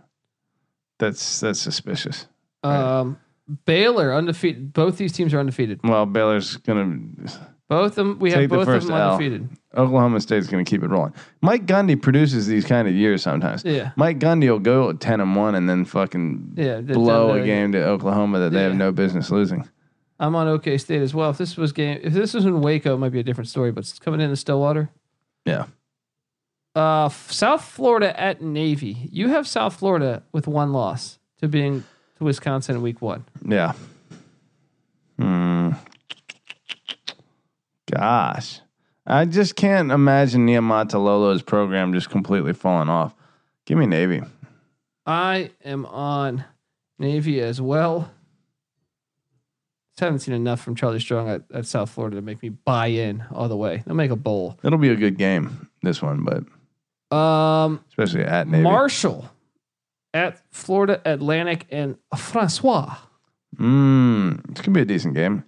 That's that's suspicious.
Um, Baylor undefeated. Both these teams are undefeated.
Well, Baylor's going to
Both of them. We
Take
have
the
both of
first
them
L.
undefeated.
Oklahoma State's going to keep it rolling. Mike Gundy produces these kind of years sometimes.
Yeah.
Mike Gundy will go ten and one and then fucking
Yeah, they've
blow
done
a
that.
game to Oklahoma that they have
Yeah.
no business losing.
I'm on OK State as well. If this was game, if this was in Waco, it might be a different story. But it's coming into Stillwater.
Yeah.
Uh, F- South Florida at Navy. You have South Florida with one loss to being to Wisconsin in Week One.
Yeah. Hmm. Gosh. I just can't imagine Niamata Lolo's program just completely falling off. Give me Navy.
I am on Navy as well. haven't seen enough from Charlie Strong at, at South Florida to make me buy in all the way. They'll make a bowl.
It'll be a good game, this one, but
Um,
especially at Navy.
Marshall at Florida Atlantic and Francois.
Mm, it's going to be a decent game.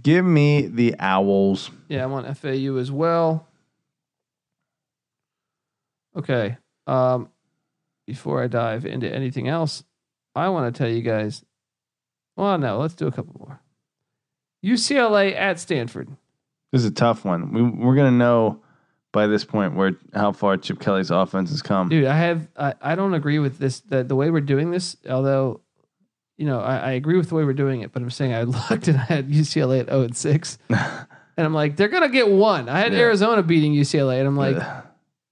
Give me the Owls.
Yeah, I want FAU as well. Okay. Um, before I dive into anything else, I want to tell you guys. Well, no, let's do a couple more. UCLA at Stanford.
This is a tough one. We, we're going to know by this point where how far Chip Kelly's offense has come.
Dude, I have I, I don't agree with this that the way we're doing this, although you know, I, I agree with the way we're doing it, but I'm saying I looked and I had UCLA at 0 and 6. and I'm like, they're gonna get one. I had
Yeah.
Arizona beating UCLA, and I'm like,
yeah,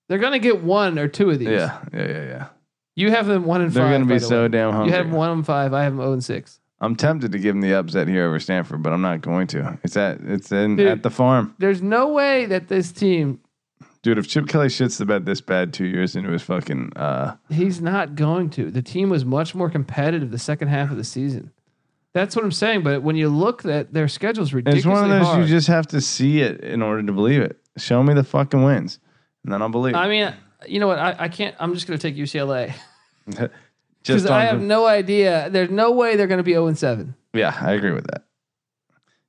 they're gonna get one or two of these.
yeah, yeah, yeah.
You have them one and
They're
five.
going to
by
be
the
so
way.
damn
You
hungry.
have them one and five. I have them zero and six.
I'm tempted to give them the upset here over Stanford, but I'm not going to. It's at it's in
Dude.
at the farm,
There's no way that this team.
dude. If Chip Kelly shits the bed this bad two years into his fucking uh,
He's not going to. The team was much more competitive the second half of the season. That's what I'm saying. But when you look at their schedule's ridiculously
It's one of those
hard.
you just have to see it in order to believe it. Show me the fucking wins, and then I'll believe.
I mean, you know what? I, I can't. I'm just going to take UCLA because
just
I
on-
have no idea. There's no way they're going to be zero and seven.
yeah, I agree with that.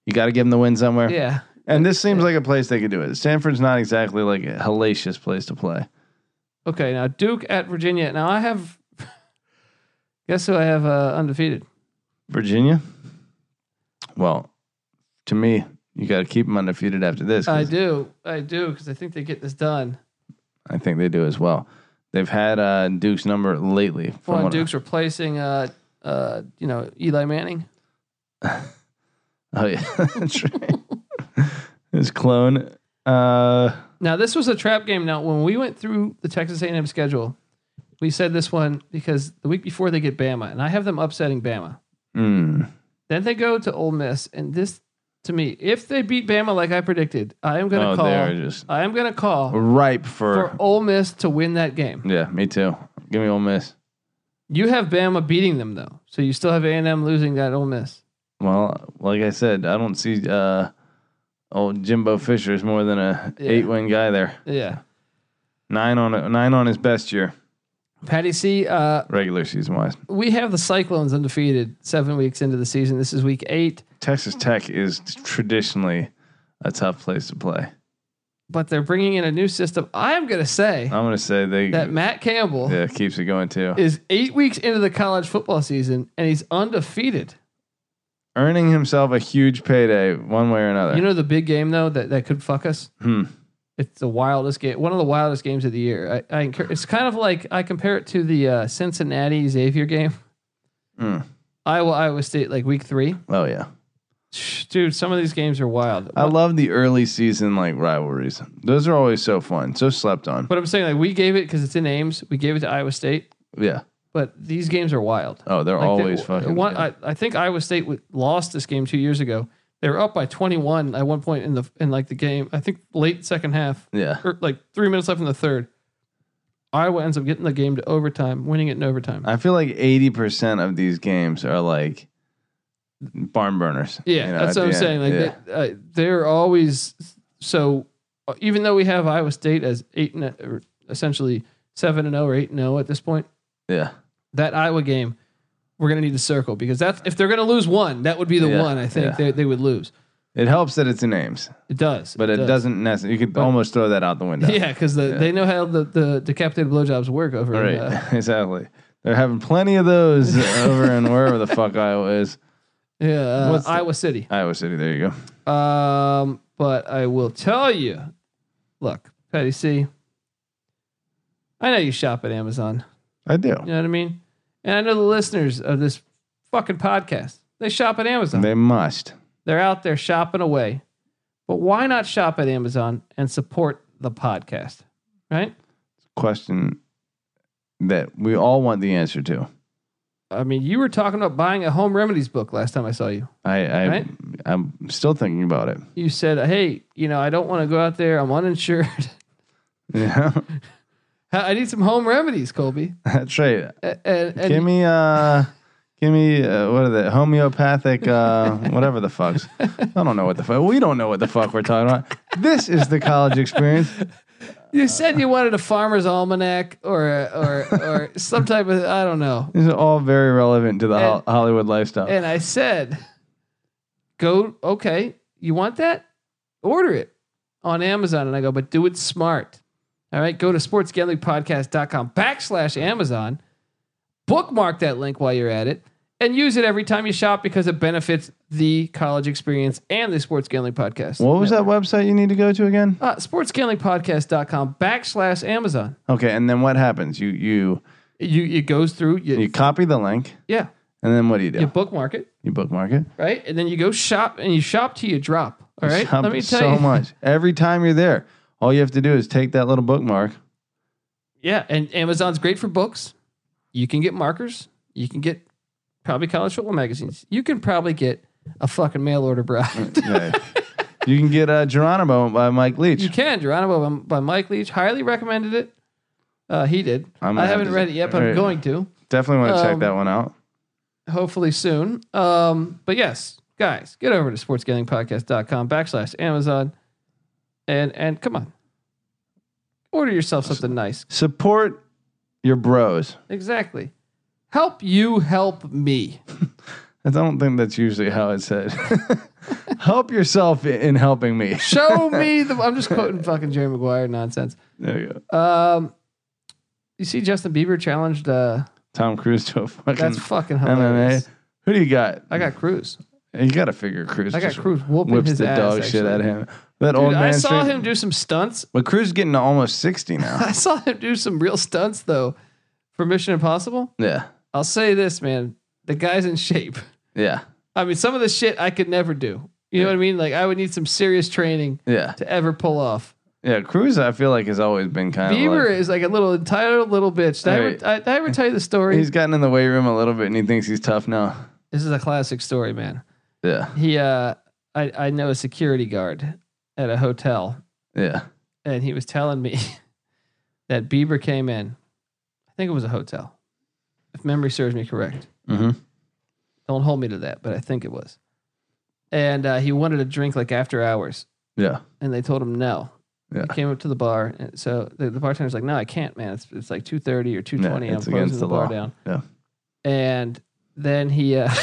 You got to give them the win somewhere,
Yeah.
and this seems like a place they could do it. Stanford's not exactly like a hellacious place to play.
Okay. Now Duke at Virginia. Now I have. Guess who I have uh, undefeated?
Virginia. Well, to me, you got to keep them undefeated after this. 'cause
I do. I do because I think they get this done.
I think they do as well. They've had uh, Duke's number lately. from
Well,
what-
Duke's replacing, uh, uh, you know, Eli Manning.
Oh yeah, that's right. His clone. Uh,
Now, this was a trap game. Now, when we went through the Texas A&M schedule, we said this one because the week before they get Bama, and I have them upsetting Bama.
hmm.
Then they go to Ole Miss, and this, to me, if they beat Bama like I predicted, I am going to
Oh, they are
call.
just
I am going to call
ripe for,
for Ole Miss to win that game.
yeah. Me too. Give me Ole Miss.
You have Bama beating them though, so you still have A&M losing that Ole Miss.
Well, like I said, I don't see uh, old Jimbo Fisher is more than a
Yeah.
eight win guy there.
Yeah,
Nine on a, nine on his best year
Patty C. Uh,
regular season wise.
we have the Cyclones undefeated seven weeks into the season. This is week eight.
Texas Tech is traditionally a tough place to play.
but they're bringing in a new system. I'm going to say
I'm gonna say they
that Matt Campbell
Oh, yeah keeps it going too.
is eight weeks into the college football season and he's undefeated.
Earning himself a huge payday one way or another.
You know the big game though that, that could fuck us.
hmm.
It's the wildest game, one of the wildest games of the year. I, I encour- it's kind of like I compare it to the uh, Cincinnati Xavier game,
Mm.
Iowa Iowa State, like week three.
Oh yeah.
Shh, Dude, some of these games are wild.
I love the early season like rivalries. Those are always so fun, so slept on.
but I'm saying like we gave it because it's in Ames. We gave it to Iowa State,
Yeah.
but these games are wild.
Oh, they're
Like,
always
they-
fucking.
One, I, I think Iowa State w- lost this game two years ago. They were up by 21 at one point in the in like the game. I think late second half,
yeah.
or like three minutes left in the third. Iowa ends up getting the game to overtime, winning it in overtime.
I feel like eighty percent of these games are like barn burners.
yeah,
you know,
that's
at
what I'm
the
saying.
end.
Like
Yeah.
they, uh, they're always so. uh, Even though we have Iowa State as eight and or essentially seven and zero or eight and zero at this point,
yeah,
that Iowa game, we're gonna need to circle because that's if they're gonna lose one, that would be the
Yeah,
one I think
yeah.
they, they would lose.
it helps that it's in names,
It does,
but it,
does.
doesn't necessarily. You could almost throw that out the window.
Yeah, because the,
Yeah.
they know how the, the decapitated blowjobs work over. in,
right.
uh,
exactly. They're having plenty of those over in wherever the fuck Iowa is.
yeah, uh,
What's the-
Iowa City.
Iowa City. There you go.
Um, but I will tell you, look, Patty C. I know you shop at Amazon.
I do.
You know what I mean, and I know the listeners of this fucking podcast. They shop at Amazon.
They must.
They're out there shopping away. But why not shop at Amazon and support the podcast? Right?
Question that we all want the answer to.
I mean, you were talking about buying a home remedies book last time I saw you.
I, I
Right?
I'm still thinking about it.
you said, "Hey, you know, I don't want to go out there. I'm uninsured.
Yeah,
I I need some home remedies, Colby."
that's right.
A- And, and
Give me uh, Give me uh, what are the homeopathic, uh, whatever the fucks. I don't know what the fuck. We don't know what the fuck we're talking about. This is the college experience.
You said you wanted a farmer's almanac or a- or or some type of I don't know.
These are all very relevant to the Hol- Hollywood lifestyle.
And I said, "Go, okay, you want that? Order it on Amazon." And I go, "But do it smart. All right, go to sportsgamblingpodcast.com backslash Amazon. Bookmark that link while you're at it, and use it every time you shop because it benefits the college experience and the sports gambling podcast.
what was that website you need to go to again?
Uh, sportsgamblingpodcast.com backslash Amazon.
Okay, and then what happens? You you
You it goes through. You,
you copy the link,
yeah,
and then what do you do?
you bookmark it.
You bookmark it.
right? And then you go shop and you shop till you drop. All right.
Shop
Let me tell
so
you.
much. Every time you're there, all you have to do is take that little bookmark.
Yeah. And Amazon's great for books. You can get markers. You can get probably college football magazines. You can probably get a fucking mail order bride.
Yeah. you can get uh, Geronimo by Mike Leach.
you can. Geronimo by, by Mike Leach highly recommended it. Uh, he did.
I'm gonna
I
have
haven't
to-
read it yet, but
Right.
I'm going to
Definitely want to check
Um,
that one out.
hopefully soon. Um, but yes, guys, get over to sportsgamblingpodcast.com backslash Amazon and and come on. Order yourself something nice.
Support your bros.
Exactly. Help you help me.
I don't think that's usually how it's said. Help yourself i- in helping me.
Show me the. I'm just quoting fucking Jerry Maguire nonsense.
There you go.
Um, you see, Justin Bieber challenged. Uh,
Tom Cruise to a fucking
that's fucking
MMA.
hilarious.
Who do you got?
I got Cruz.
You got to figure Cruz.
I got
just
Cruz whooping
whips
his
the
ass.
dog shit
actually.
out of him. That old
Dude,
man.
I saw
straight-
him do some stunts.
But Cruz getting to almost sixty now.
I saw him do some real stunts though for Mission Impossible.
yeah,
I'll say this, man. The guy's in shape.
yeah,
I mean, some of the shit I could never do. You know what I mean? Like I would need some serious training
yeah,
to ever pull off.
yeah. Cruz, I feel like has always been kind of.
Bieber
Like,
is like a little entitled little bitch. Did, I, ever,
Right.
I, did I ever tell you the story?
he's gotten in the weight room a little bit, and he thinks he's tough now.
this is a classic story, man.
Yeah,
He, uh, I, I know a security guard at a hotel,
yeah,
and he was telling me that Bieber came in. I think it was a hotel, if memory serves me correct.
mm-hmm.
Don't hold me to that, but I think it was. And uh, he wanted a drink like after hours,
yeah,
and they told him no.
Yeah.
He came up to the bar, and so the, the bartender's like, "No, I can't, man. It's, it's like two thirty or two twenty. I'm
it's
closing
against
the,
the
bar
law."
down."
Yeah.
And then he, uh,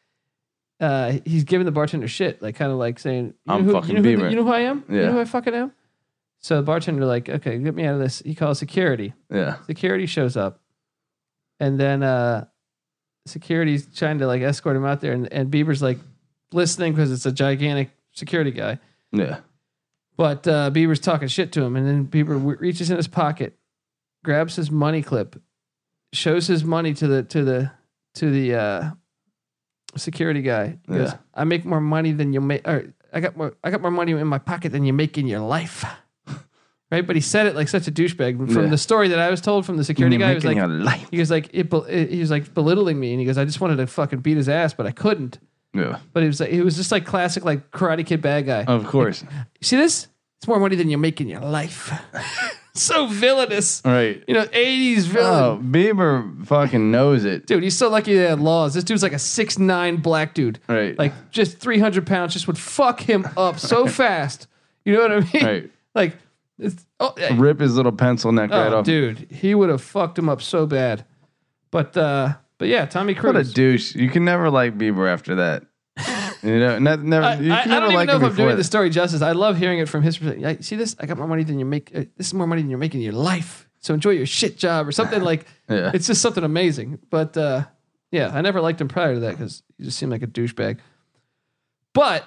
uh, he's giving the bartender shit, like kind of like saying, you
I'm
know who,
fucking
you know, who,
Bieber.
the- you know who I am? You
Yeah.
know who I fucking am?" So the bartender like, "Okay, get me out of this." He calls security.
yeah,
Security shows up, and then uh, security's trying to like escort him out there, and, and Bieber's like listening because it's a gigantic security guy.
yeah.
But uh, Bieber's talking shit to him, and then Bieber w- reaches in his pocket, grabs his money clip, shows his money to the to the to the uh, security guy. He goes,
Yeah.
"I make more money than you make. Or I got more. I got more money in my pocket than you make in your life." right, but he said it like such a douchebag. From
Yeah.
the story that I was told from the security guy, he was
Making
like,
your life.
he was like, it, bel- it, he was like belittling me, and he goes, "I just wanted to fucking beat his ass, but I couldn't."
Yeah,
But it was like, it was just like classic like Karate Kid bad guy.
of course.
You see this? It's more money than you make in your life. so villainous.
right.
You know, 80s villain.
Oh, Bieber fucking knows it.
Dude, he's so lucky they had laws. This dude's like a six nine black dude.
Right.
Like just 300 pounds just would fuck him up so fast. You know what I mean?
Right.
Like, it's, oh, eh,
rip his little pencil neck right
oh,
off.
dude, he would have fucked him up so bad. But, uh, but yeah, Tommy Cruise.
What a douche! You can never like Bieber after that. You know, ne- never.
I,
you
I- I
can never
don't even
like
know
him
if I'm
before
doing the
that.
story justice. I love hearing it from his perspective. Like, see this? I got more money than you make. uh, This is more money than you're making in your life. So enjoy your shit job or something like.
Yeah.
It's just something amazing. But uh, yeah, I never liked him prior to that because he just seemed like a douchebag. But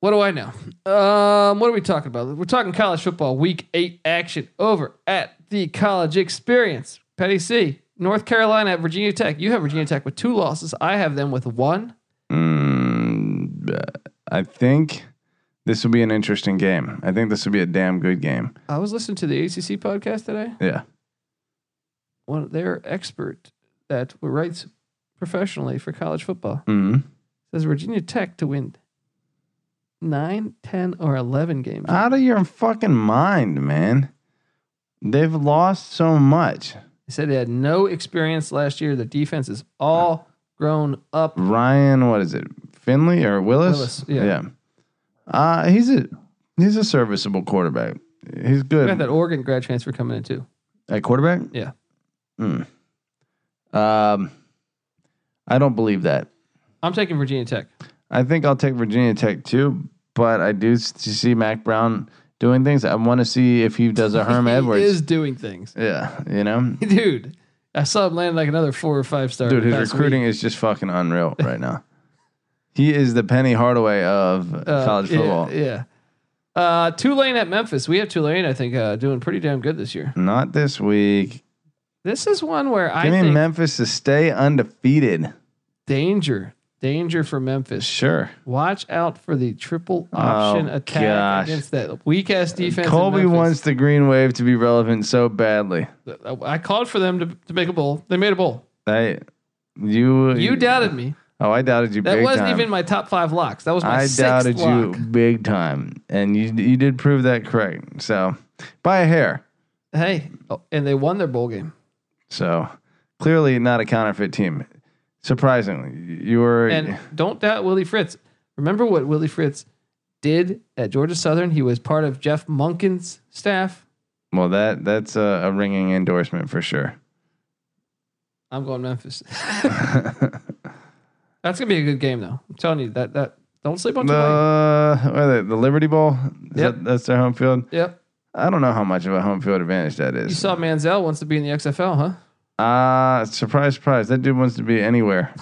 what do I know? Um, what are we talking about? We're talking college football week eight action over at the college experience. Petty C, North Carolina at Virginia Tech. You have Virginia Tech with two losses. I have them with one.
Mm, uh, I think this will be an interesting game. I think this will be a damn good game.
I was listening to the ACC podcast today.
Yeah.
One, their expert that writes professionally for college football
hmm
says Virginia Tech to win 9, 10, or 11 games.
Ah. Out of your fucking mind, man. They've lost so much.
He said he had no experience last year. The defense is all
Ah.
grown up.
Ryan, what is it? Finley or Willis?
Willis, yeah.
Uh, he's a he's a serviceable quarterback. He's
We
good
got that Oregon grad transfer coming in too.
at quarterback.
Yeah.
Hmm. Um, I don't believe that.
I'm taking Virginia Tech.
I think I'll take Virginia Tech too, but I do s- see Mac Brown doing things. I want to see if he does a Herm
he
Edwards.
is doing things,
yeah, you know,
dude. I saw him land like another four or five star.
dude,
the
his
past
recruiting is just fucking unreal right now. He is the Penny Hardaway of
week. Uh,
college
yeah,
football.
Yeah. Uh, Tulane at Memphis. We have Tulane, I think, uh, doing pretty damn good this year.
Not this week.
This is one where I
Give me
think
Memphis to stay undefeated.
danger, danger for Memphis.
Sure.
Watch out for the triple option
Oh,
attack
gosh. Uh,
against that weak ass defense. in
Colby
Memphis.
wants the Green Wave to be relevant so badly.
I called for them to, to make a bowl. They made a bowl.
I, you,
You doubted me.
Oh, I doubted you.
That
big
wasn't
time.
even my top five locks. That was my
I
sixth
doubted
lock.
you big time, and you you did prove that correct. So by a hair.
Hey, oh, and they won their bowl game.
So clearly not a counterfeit team. Surprisingly, you were.
And don't doubt Willie Fritz. Remember what Willie Fritz did at Georgia Southern? He was part of Jeff Munkin's staff.
well, that that's a, a ringing endorsement for sure.
I'm going Memphis. That's gonna be a good game, though. I'm telling you that that don't sleep on Tulane.
the what are they, the Liberty Bowl. Is
Yep.
that, that's their home field.
Yep.
I don't know how much of a home field advantage that
You
is.
saw Manziel wants to be in the XFL, huh?
Ah, surprise, surprise! That dude wants to be anywhere.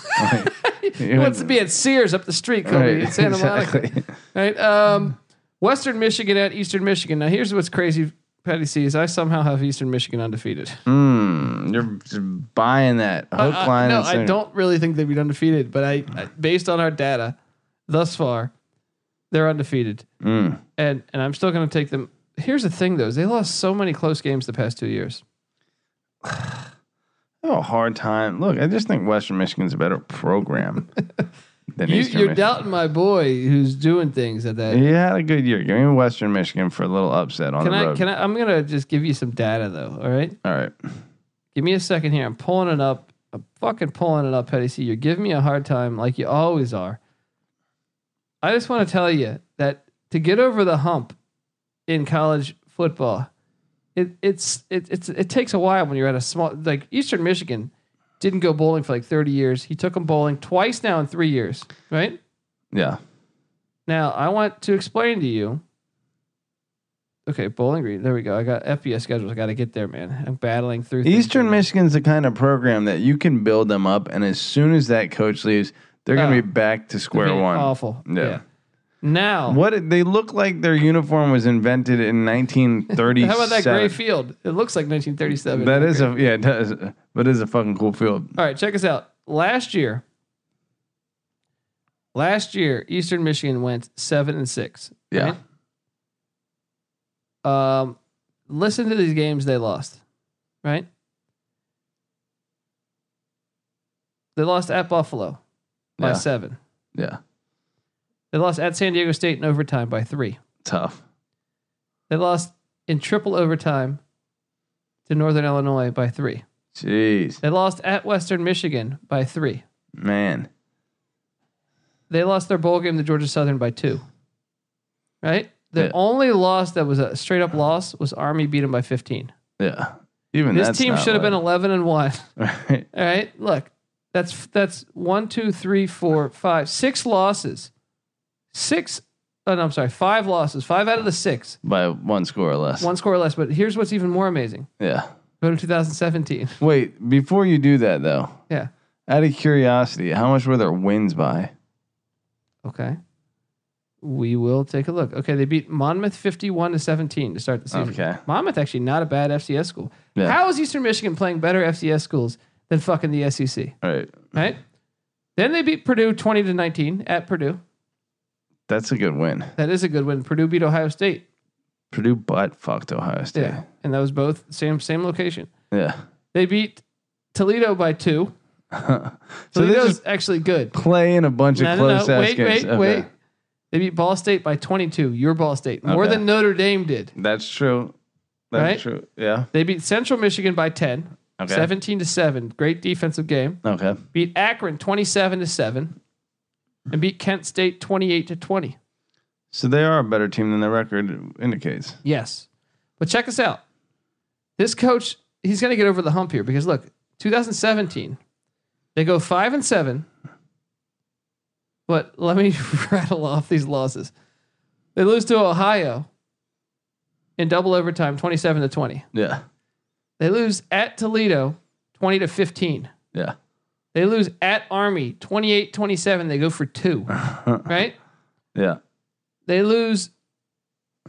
He wants to be at Sears up the street, Kobe, in Santa Monica. Right. Um, Western Michigan at Eastern Michigan. Now, here's what's crazy, Patty C, is I somehow have Eastern Michigan undefeated.
Mm, you're just buying that hook,
I- I-
line,
Uh, no,
and
I
sinker.
don't really think they've been undefeated, but I, I based on our data thus far, they're undefeated,
Mm.
and and I'm still going to take them. Here's the thing, though: is they lost so many close games the past two years.
I have a Oh, hard time. Look, I just think Western Michigan's a better program than
You,
Eastern
you're
Michigan.
doubting my boy who's doing things at that.
You had a good year. Give me Western Michigan for a little upset on
Can
the
I?
road.
Can I? I'm going to just give you some data, though. All right.
All right.
Give me a second here. I'm pulling it up. I'm fucking pulling it up, Petty C. You're giving me a hard time like you always are. I just want to tell you that to get over the hump in college football, it it's it it's it takes a while when you're at a small like Eastern Michigan didn't go bowling for like 30 years. He took them bowling twice now in 3 years, right?
Yeah.
Now, I want to explain to you. Okay, Bowling Green. There we go. I got FBS schedules. I got to get there, man. I'm battling through. things
Eastern
right now.
Michigan's the kind of program that you can build them up, and as soon as that coach leaves, they're going to
Oh.
be back to square
Being
one.
Awful.
Yeah.
Now,
What they look like? Their uniform was invented in 1937.
how about that gray field? It looks like 1937.
That is a yeah, it does, but it is a fucking cool field.
All right, check us out. Last year, last year, Eastern Michigan went seven and six.
Yeah.
right? Um, listen to these games they lost. Right. They lost at Buffalo by
Yeah.
seven.
Yeah,
They lost at San Diego State in overtime by three.
tough.
They lost in triple overtime to Northern Illinois by three.
Jeez,
They lost at Western Michigan by three.
man.
They lost their bowl game to Georgia Southern by two. Right? The
Yeah.
only loss that was a straight up loss was Army beat them by 15.
Yeah, even
this
that's
team
not
should have
like-
been 11 and 1.
Right.
All right? Look, that's that's one, two, three, four, five, six losses. Six, oh, no, I'm sorry, five losses, five out of the six.
By one score or less.
One score less. But here's what's even more amazing
Yeah.
go to 2017.
Wait, before you do that though,
Yeah.
out of curiosity, how much were their wins by?
Okay. We will take a look. Okay, they beat Monmouth 51 to 17 to start the season.
Okay.
Monmouth actually not a bad FCS school.
Yeah.
How is Eastern Michigan playing better FCS schools than fucking the SEC?
Right.
Right? Then they beat Purdue 20 to 19 at Purdue.
That's a good win.
That is a good win. Purdue beat Ohio State.
Purdue butt fucked Ohio State.
Yeah. And that was both same same location.
Yeah.
They beat Toledo by 2.
so they're
Toledo's
just
actually good.
playing a bunch
No,
of
no,
close
no.
ass
Wait,
games.
wait,
Okay.
wait. They beat Ball State by 22. Your Ball State. More
Okay.
than Notre Dame did.
That's true. That's
Right?
true. Yeah.
They beat Central Michigan by 10.
Okay.
17 to 7. Great defensive game.
Okay.
Beat Akron 27 to 7 and beat Kent State 28 to 20.
So they are a better team than the record indicates.
Yes. But check us out. This coach, he's going to get over the hump here because look, 2017, they go 5 and 7. But let me rattle off these losses. They lose to Ohio in double overtime 27 to 20.
Yeah.
They lose at Toledo 20 to 15.
Yeah.
They lose at Army 28 27. They go for two, right?
Yeah.
They lose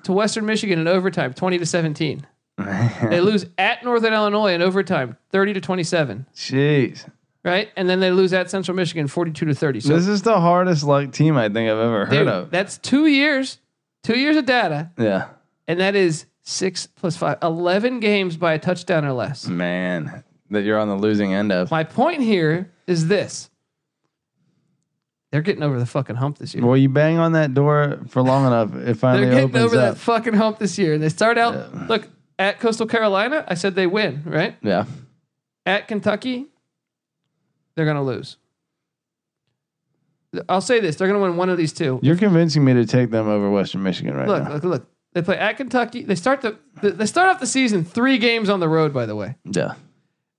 to Western Michigan in overtime 20 to 17. They lose at Northern Illinois in overtime 30 to 27,
Jeez.
right? And then they lose at Central Michigan 42 to 30. So
this is the hardest luck team I think I've ever heard
dude,
of.
that's two years, two years of data,
yeah.
and that is six plus five, 11 games by a touchdown or less.
Mm. Man, that you're on the losing end of.
My point here is this. They're getting over the fucking hump this year.
Well, you bang on that door for long enough, it
They're
finally
getting
opens
over
up.
that fucking hump this year. And they start out,
Yeah.
look, at Coastal Carolina, I said they win, right?
yeah.
At Kentucky, they're going to lose. I'll say this they're going to win one of these two.
You're convincing me to take them over Western Michigan right
Look,
now.
look, look. They play at Kentucky. They start the they start off the season three games on the road. By the way,
Yeah.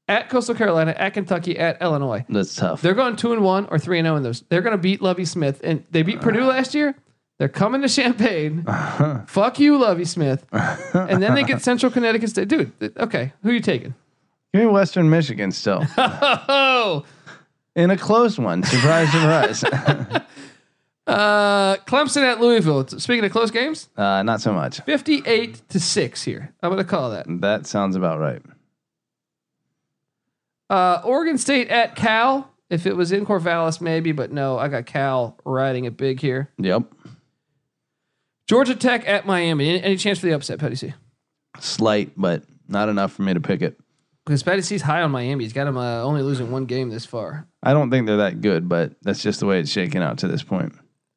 at Coastal Carolina, at Kentucky, at Illinois.
That's tough.
They're going two and one or three and zero in those. They're going to beat Lovey Smith, and they beat Purdue last year. They're coming to Champaign. Fuck you, Lovey Smith. and then they get Central Connecticut State. Dude, th- okay, who you taking?
Give me Western Michigan still.
Oh,
In a close one. Surprise, surprise.
uh, Clemson at Louisville. Speaking of close games,
Uh, not so much.
fifty-eight to six here. I'm going to call that.
That sounds about right.
Uh, Oregon State at Cal. If it was in Corvallis, maybe, but no, I got Cal riding it big here.
Yep.
Georgia Tech at Miami. Any, any chance for the upset, Petty C?
Slight, but not enough for me to pick it.
Because Petty C's high on Miami. He's got him uh, only losing one game this far.
I don't think they're that good, but that's just the way it's shaken out to this point.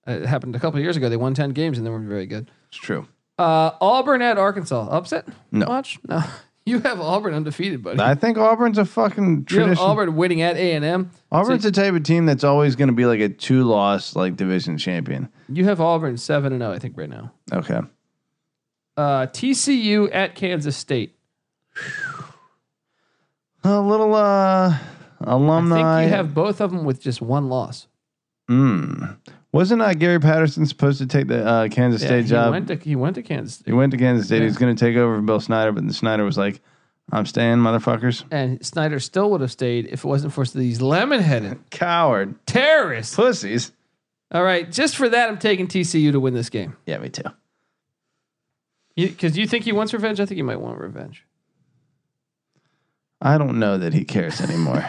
Uh, It happened a couple years ago. They won 10 games and they weren't very good.
It's true.
Uh, Auburn at Arkansas. Upset?
No.
Watch? No. You have Auburn undefeated, buddy.
I think Auburn's a fucking
You have
tradition.
Auburn winning at A&M.
Auburn's the type of team that's always going to be like a two-loss like division champion.
You have Auburn 7 and 0, I think, right now.
Okay.
Uh, TCU at Kansas State.
A little uh alumni.
I think you have both of them with just one loss.
Mm. Wasn't uh, Gary Patterson supposed to take the uh, Kansas
Yeah,
State
he
job?
Went to, he went to Kansas State.
he went to Kansas State. He
Yeah.
was going to take over for Bill Snyder, but then Snyder was like, "I'm staying, motherfuckers."
And Snyder still would have stayed if it wasn't for these lemon headed
Coward,
terrorists.
pussies.
All right. Just for that, I'm taking TCU to win this game.
Yeah, me too.
Because you think he wants revenge? I think he might want revenge.
I don't know that he cares anymore.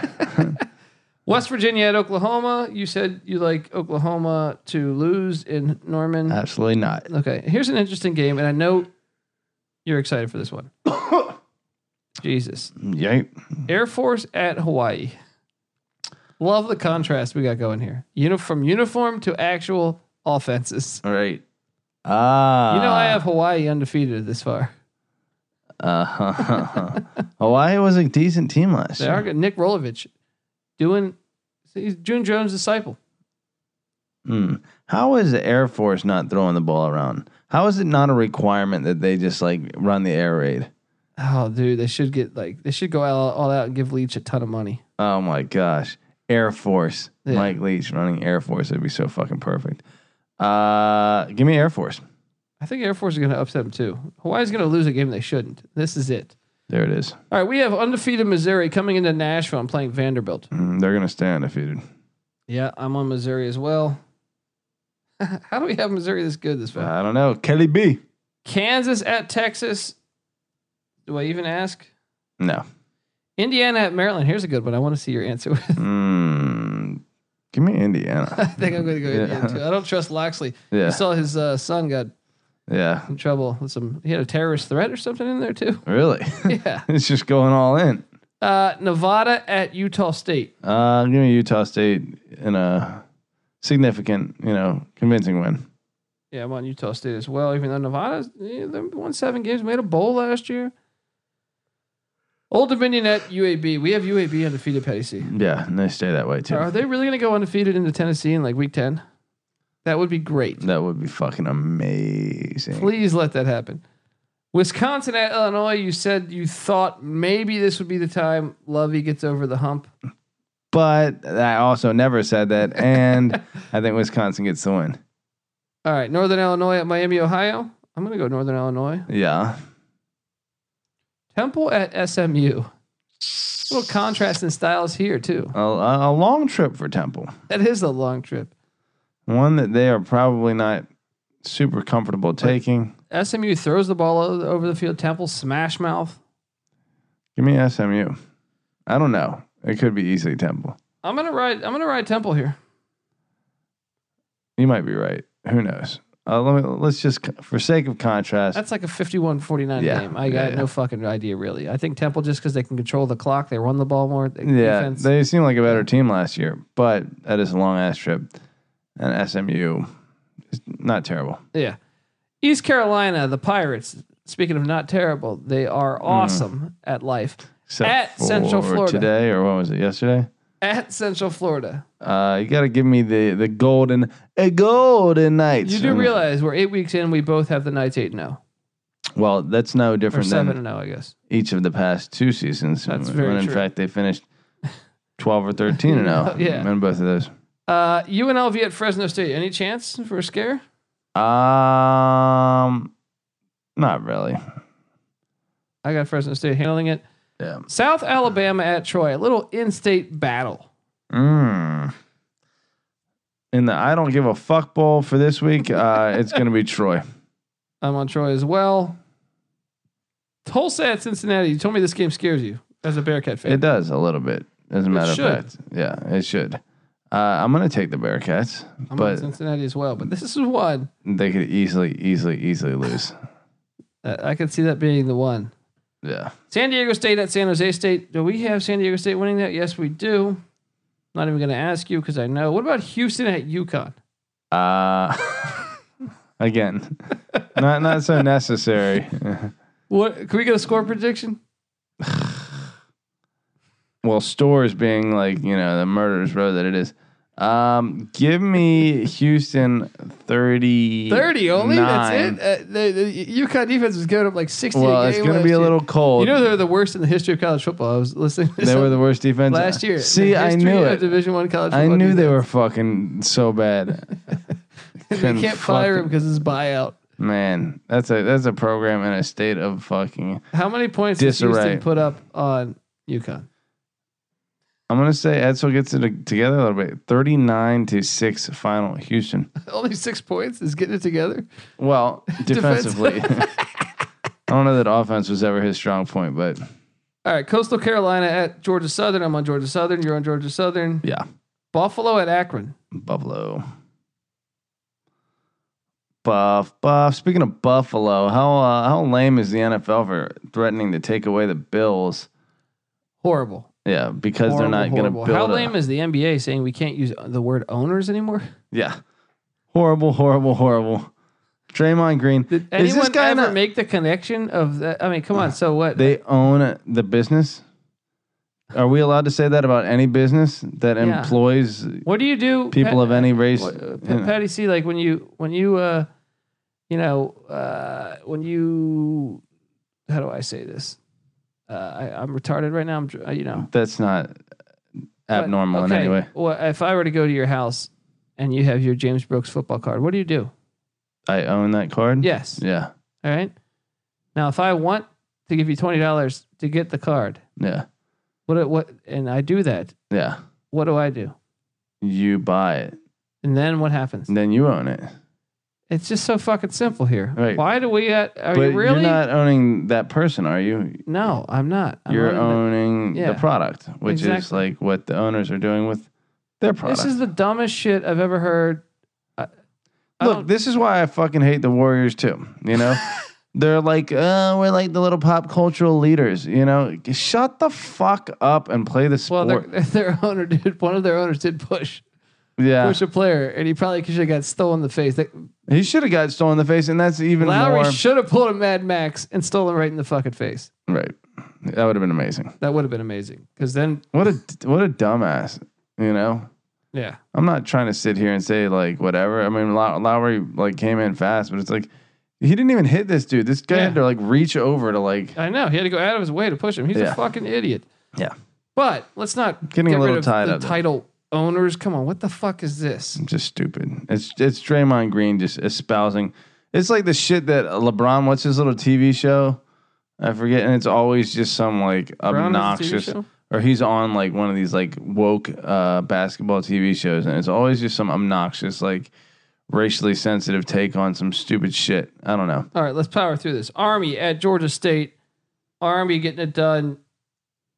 West Virginia at Oklahoma. You said you like Oklahoma to lose in Norman.
Absolutely not.
okay, here's an interesting game, and I know you're excited for this one. Jesus.
Yep.
Air Force at Hawaii. Love the contrast we got going here. Uni- from uniform to actual offenses.
All right. Ah.
You know, I have Hawaii undefeated this far.
Uh, Hawaii was a decent team last
They
year.
are good. Nick Rolovich doing, he's June Jones' disciple.
Mm. How is the Air Force not throwing the ball around? How is it not a requirement that they just like run the air raid?
Oh, dude, they should get like, they should go all, all out and give Leach a ton of money.
Oh my gosh. Air Force.
Yeah.
Mike Leach running Air Force. It'd be so fucking perfect. Uh, give me Air Force.
I think Air Force is going to upset them too. Hawaii's going to lose a game they shouldn't. This is it.
There it is.
All right, we have undefeated Missouri coming into Nashville and playing Vanderbilt.
Mm, they're gonna stay undefeated.
Yeah, I'm on Missouri as well. How do we have Missouri this good this far?
I don't know. Kelly B.
Kansas at Texas. Do I even ask?
No.
Indiana at Maryland. Here's a good one. I want to see your answer. with.
Mm, give me Indiana.
I think I'm going to go
Yeah.
Indiana too. I don't trust Loxley. I
Yeah.
saw his uh, son got
Yeah.
in trouble with some. He had a terrorist threat or something in there too.
Really?
Yeah.
it's just going all in.
Uh, Nevada at Utah State.
Uh, give me Utah State in a significant, you know, convincing win.
Yeah, I'm on Utah State as well. Even though Nevada's eh, they won seven games, made a bowl last year. Old Dominion at UAB. We have UAB undefeated Petty C.
Yeah, and they stay that way too.
Are they really going to go undefeated into Tennessee in like week 10? That would be great.
That would be fucking amazing.
Please let that happen. Wisconsin at Illinois, you said you thought maybe this would be the time Lovey gets over the hump.
But I also never said that, and I think Wisconsin gets the win.
All right, Northern Illinois at Miami, Ohio. I'm going to go Northern Illinois.
Yeah,
Temple at SMU. little contrast in styles here, too.
a, a a long trip for Temple,
That is a long trip.
one that they are probably not super comfortable taking.
SMU throws the ball o- over the field. Temple smash mouth.
Give me SMU. I don't know. It could be easily Temple.
I'm gonna ride. I'm gonna ride Temple here.
You might be right. Who knows? Uh, let me, let's just, for sake of contrast,
That's like a 51-49
Yeah,
game. I
yeah,
got
yeah.
no fucking idea, really. I think Temple just because they can control the clock, they run the ball more. they-
yeah,
defense.
they seem like a better team last year, but that is a long ass trip, and SMU is not terrible.
yeah. East Carolina, the Pirates. Speaking of not terrible, they
Mm.
are awesome at life.
Except
At Central
for
Florida.
today, or what was it yesterday?
At Central Florida,
Uh, you got to give me the the golden a golden Knights.
you do
And-
realize we're eight weeks in. We both have the Knights eight and zero
Well, that's no
or
different
seven and
than
zero, I guess.
each of the past two seasons.
That's
when
very
in
true.
fact they finished twelve or thirteen and zero.
Yeah.
in both of those.
Uh, UNLV at Fresno State. Any chance for a scare?
Um, not really.
I got Fresno State handling it.
Yeah.
South Alabama at Troy. A little in-state battle.
Mm. In the I don't give a fuck bowl for this week, uh, it's going to be Troy.
I'm on Troy as well. Tulsa at Cincinnati. You told me this game scares you as a Bearcat fan.
It does a little bit, as a matter of
should.
fact. Yeah, it should. Uh, I'm going to take the Bearcats,
I'm on
but
Cincinnati as well. But this is one
they could easily, easily, easily lose.
that I could see that being the one.
Yeah.
San Diego State at San Jose State. Do we have San Diego State winning that? Yes, we do. Not even going to ask you because I know. What about Houston at UConn?
Uh, again, not not so necessary.
What? Can we get a score prediction?
well, stores being like you know the murderers row that it is. Um, give me Houston thirty.
Thirty only.
nine.
That's it. Uh, the, the UConn defense was going up like sixty.
Well,
a
it's
game
going to
last
be a
year.
little cold.
You know they're the worst in the history of college football. I was listening. To
they
some-
were the worst defense
last year.
See,
The
I
history
knew
of
it.
Division One college.
I
football
knew they
defense.
were fucking so bad.
They can't fire him because his buyout.
Man, that's a that's a program in a state of fucking.
How many points does Houston
Disarray.
put up on UConn?
I'm gonna say Edsel gets it together a little bit. 39 to six final Houston.
Only six points is getting it together.
Well, defensively, I don't know that offense was ever his strong point, but
All right, Coastal Carolina at Georgia Southern. I'm on Georgia Southern. You're on Georgia Southern.
yeah,
Buffalo at Akron.
Buffalo. Buff, buff. Speaking of Buffalo, how uh, how lame is the NFL for threatening to take away the Bills?
Horrible.
Yeah, because
Horrible,
they're not going to
horrible.
build.
How
a-
lame is the NBA saying we can't use the word owners anymore?
yeah, horrible, horrible, horrible. Draymond Green.
Did
Is
anyone
this guy
ever
not-
make the connection of that? I mean, come on. So what?
They own the business. Are we allowed to say that about any business that
Yeah.
employs
what do you do?
people of any race?
What, uh,
You know,
Patty C, like when you when you uh you know uh when you how do I say this? Uh, I, I'm retarded right now. I'm dr- uh, you know
that's not
but-
abnormal in any
okay,
way.
Well, if I were to go to your house and you have your James Brooks football card, what do you do?
Mm-hmm. I own that card.
Yes.
yeah,
All right. Now, if I want to give you twenty dollars to get the card,
yeah,
what what and I do that,
yeah.
what do I do?
You buy it,
And then what happens?
and then you own it.
It's just so fucking simple here.
Right.
Why do we? At, are
but
you really?
are not owning that person, are you?
no, I'm not. I'm
You're
not even-
owning
Yeah.
the product, which is
Exactly.
like what the owners are doing with their product.
This is the dumbest shit I've ever heard. I, I
Look,
don't-
this is why I fucking hate the Warriors too. You know, they're like, uh, we're like the little pop cultural leaders. You know, shut the fuck up and play the
well,
sport.
their, their owner did. One of their owners did push
yeah,
push a player, and he probably should have got stolen the face. That,
he should have got stolen in the face, and that's even
Lowry
more
should have pulled a Mad Max and stolen right in the fucking face.
right. That would have been amazing.
That would have been amazing. Because then,
What a what a dumbass. You know,
yeah,
I'm not trying to sit here and say like whatever. I mean, Low- Lowry like came in fast, but it's like he didn't even hit this dude. This guy
Yeah.
had to like reach over to like
I know he had to go out of his way to push him. He's
Yeah.
a fucking idiot.
Yeah.
But let's not
Getting a
get
little
rid of
tied
the
up there.
title owners. Come on, what the fuck is this?
just stupid. It's it's Draymond Green just espousing. It's like the shit that LeBron. What's his little TV show? I forget. And it's always just some like
Brown is a TV
obnoxious,
show?
or he's on like one of these like woke uh, basketball TV shows, and it's always just some obnoxious like racially sensitive take on some stupid shit. I don't know.
All right, let's power through this. Army at Georgia State. Army getting it done.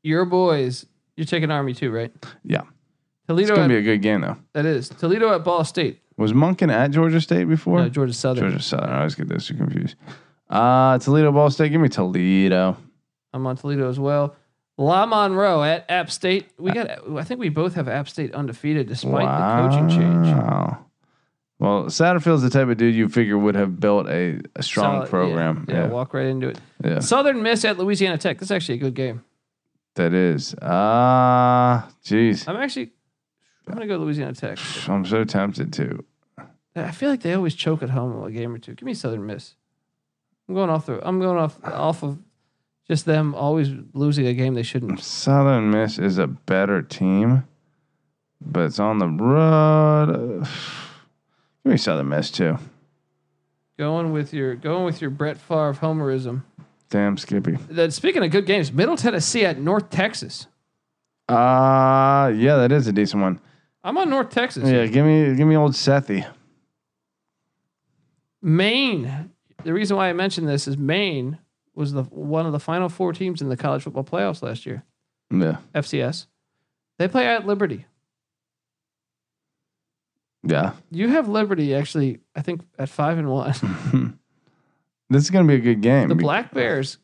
Your boys. You're taking Army too, right?
Yeah, it's
Toledo.
gonna
At,
be a good game though.
that is Toledo at Ball State.
Was Munkin at Georgia State before?
No, Georgia Southern.
Georgia Southern. I always get those two confused. Uh Toledo Ball State. Give me Toledo.
I'm on Toledo as well. La Monroe at App State. We got. I think we both have App State undefeated despite the coaching change.
Wow. Well, Satterfield's the type of dude you figure would have built a, a strong
Solid- yeah,
program.
Yeah,
Yeah,
walk right into it.
yeah,
Southern Miss at Louisiana Tech. That's actually a good game.
that is. Ah, jeez,
I'm actually. I'm gonna go Louisiana Tech.
I'm so tempted to.
I feel like they always choke at home a game or two. Give me Southern Miss. I'm going off the. I'm going off off of just them always losing a game they shouldn't.
Southern Miss is a better team, but it's on the road. Give me Southern Miss too.
Going with your going with your Brett Favre homerism.
Damn, Skippy.
That speaking of good games, Middle Tennessee at North Texas.
Ah, yeah, that is a decent one.
I'm on North Texas.
Yeah, give me give me old Sethy.
Maine. The reason why I mentioned this is Maine was the one of the final four teams in the college football playoffs last year.
Yeah,
FCS. They play at Liberty.
yeah.
You have Liberty actually, I think at five and one.
this is gonna be a good game.
The
be-
Black Bears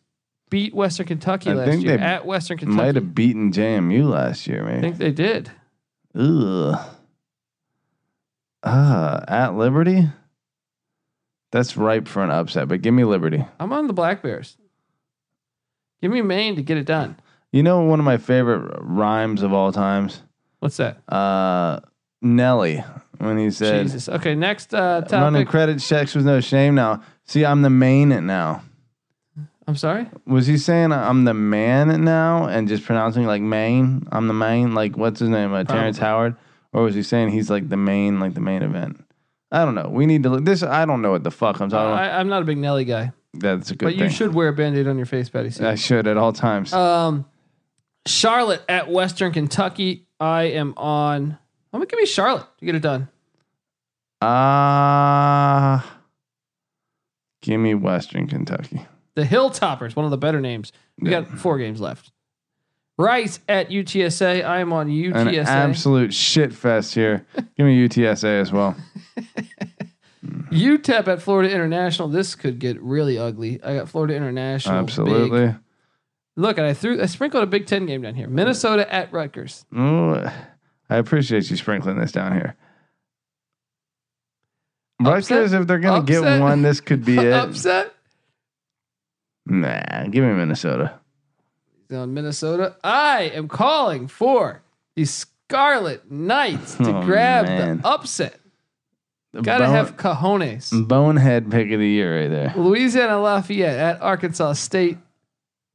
beat Western Kentucky
I
last
think
year
they
at Western
Might
Kentucky.
have beaten JMU last year,
I
maybe.
think they did.
Ugh. Uh, at Liberty? That's ripe for an upset, but give me Liberty.
I'm on the Black Bears. Give me Maine to get it done.
You know one of my favorite rhymes of all times?
What's that?
Uh Nelly when he said
Jesus. Okay, next uh,
running
topic.
credit checks with no shame now. See, I'm the man it now.
I'm sorry.
Was he saying I'm the man it now and just pronouncing like Maine? I'm the main, like what's his name? Uh, Terrence Howard? Or was he saying he's like the main, like the main event? I don't know. We need to look this I don't know what the fuck I'm talking about.
I, I'm not a big Nelly guy,
That's a Uh,
Uh,
good
but
thing.
you should wear a band-aid on your face, Patty. C.
I should at all times.
Um, Charlotte at Western Kentucky. I am on. I'm gonna give me Charlotte to get it done.
Ah, give me Western Kentucky.
The Hilltoppers, one of the better names. We got four games left. Rice at UTSA. I am on
An
UTSA.
absolute shit fest here. give me UTSA as well.
UTEP E at Florida International. This could get really ugly. I got Florida International. big.
Absolutely.
Look, and I threw I sprinkled a Big Ten game down here. Minnesota at Rutgers.
Ooh, I appreciate you sprinkling this down here.
Upset?
Rutgers, if they're gonna get
Upset?
one, this could be it.
Upset
Nah, give me Minnesota.
on Minnesota. I am calling for the Scarlet Knights to
Oh,
grab
man.
the upset. Gotta
Bone-
have cojones.
bonehead pick of the year right there.
Louisiana Lafayette at Arkansas State.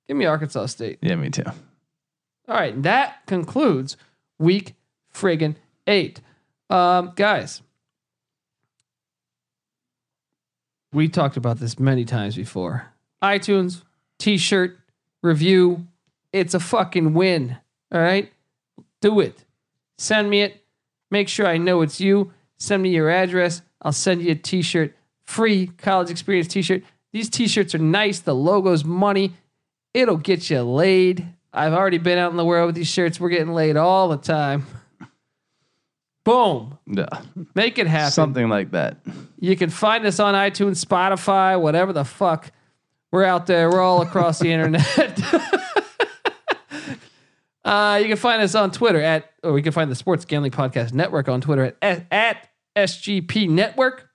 Give me Arkansas State.
Yeah, me too.
All right, that concludes week friggin' eight. Um, guys, we talked about this many times before. iTunes, t shirt, review. It's a fucking win. All right, do it. Send me it. Make sure I know it's you. Send me your address. I'll send you a t shirt, free college experience t shirt. These t shirts are nice. The logo's money it'll get you laid. I've already been out in the world with these shirts. We're getting laid all the time. Boom.
Yeah.
Make it happen.
Something like that.
You can find us on iTunes, Spotify, whatever the fuck. We're out there. We're all across the internet. uh, you can find us on Twitter at, or you can find the Sports Gambling Podcast Network on Twitter at, at SGP Network.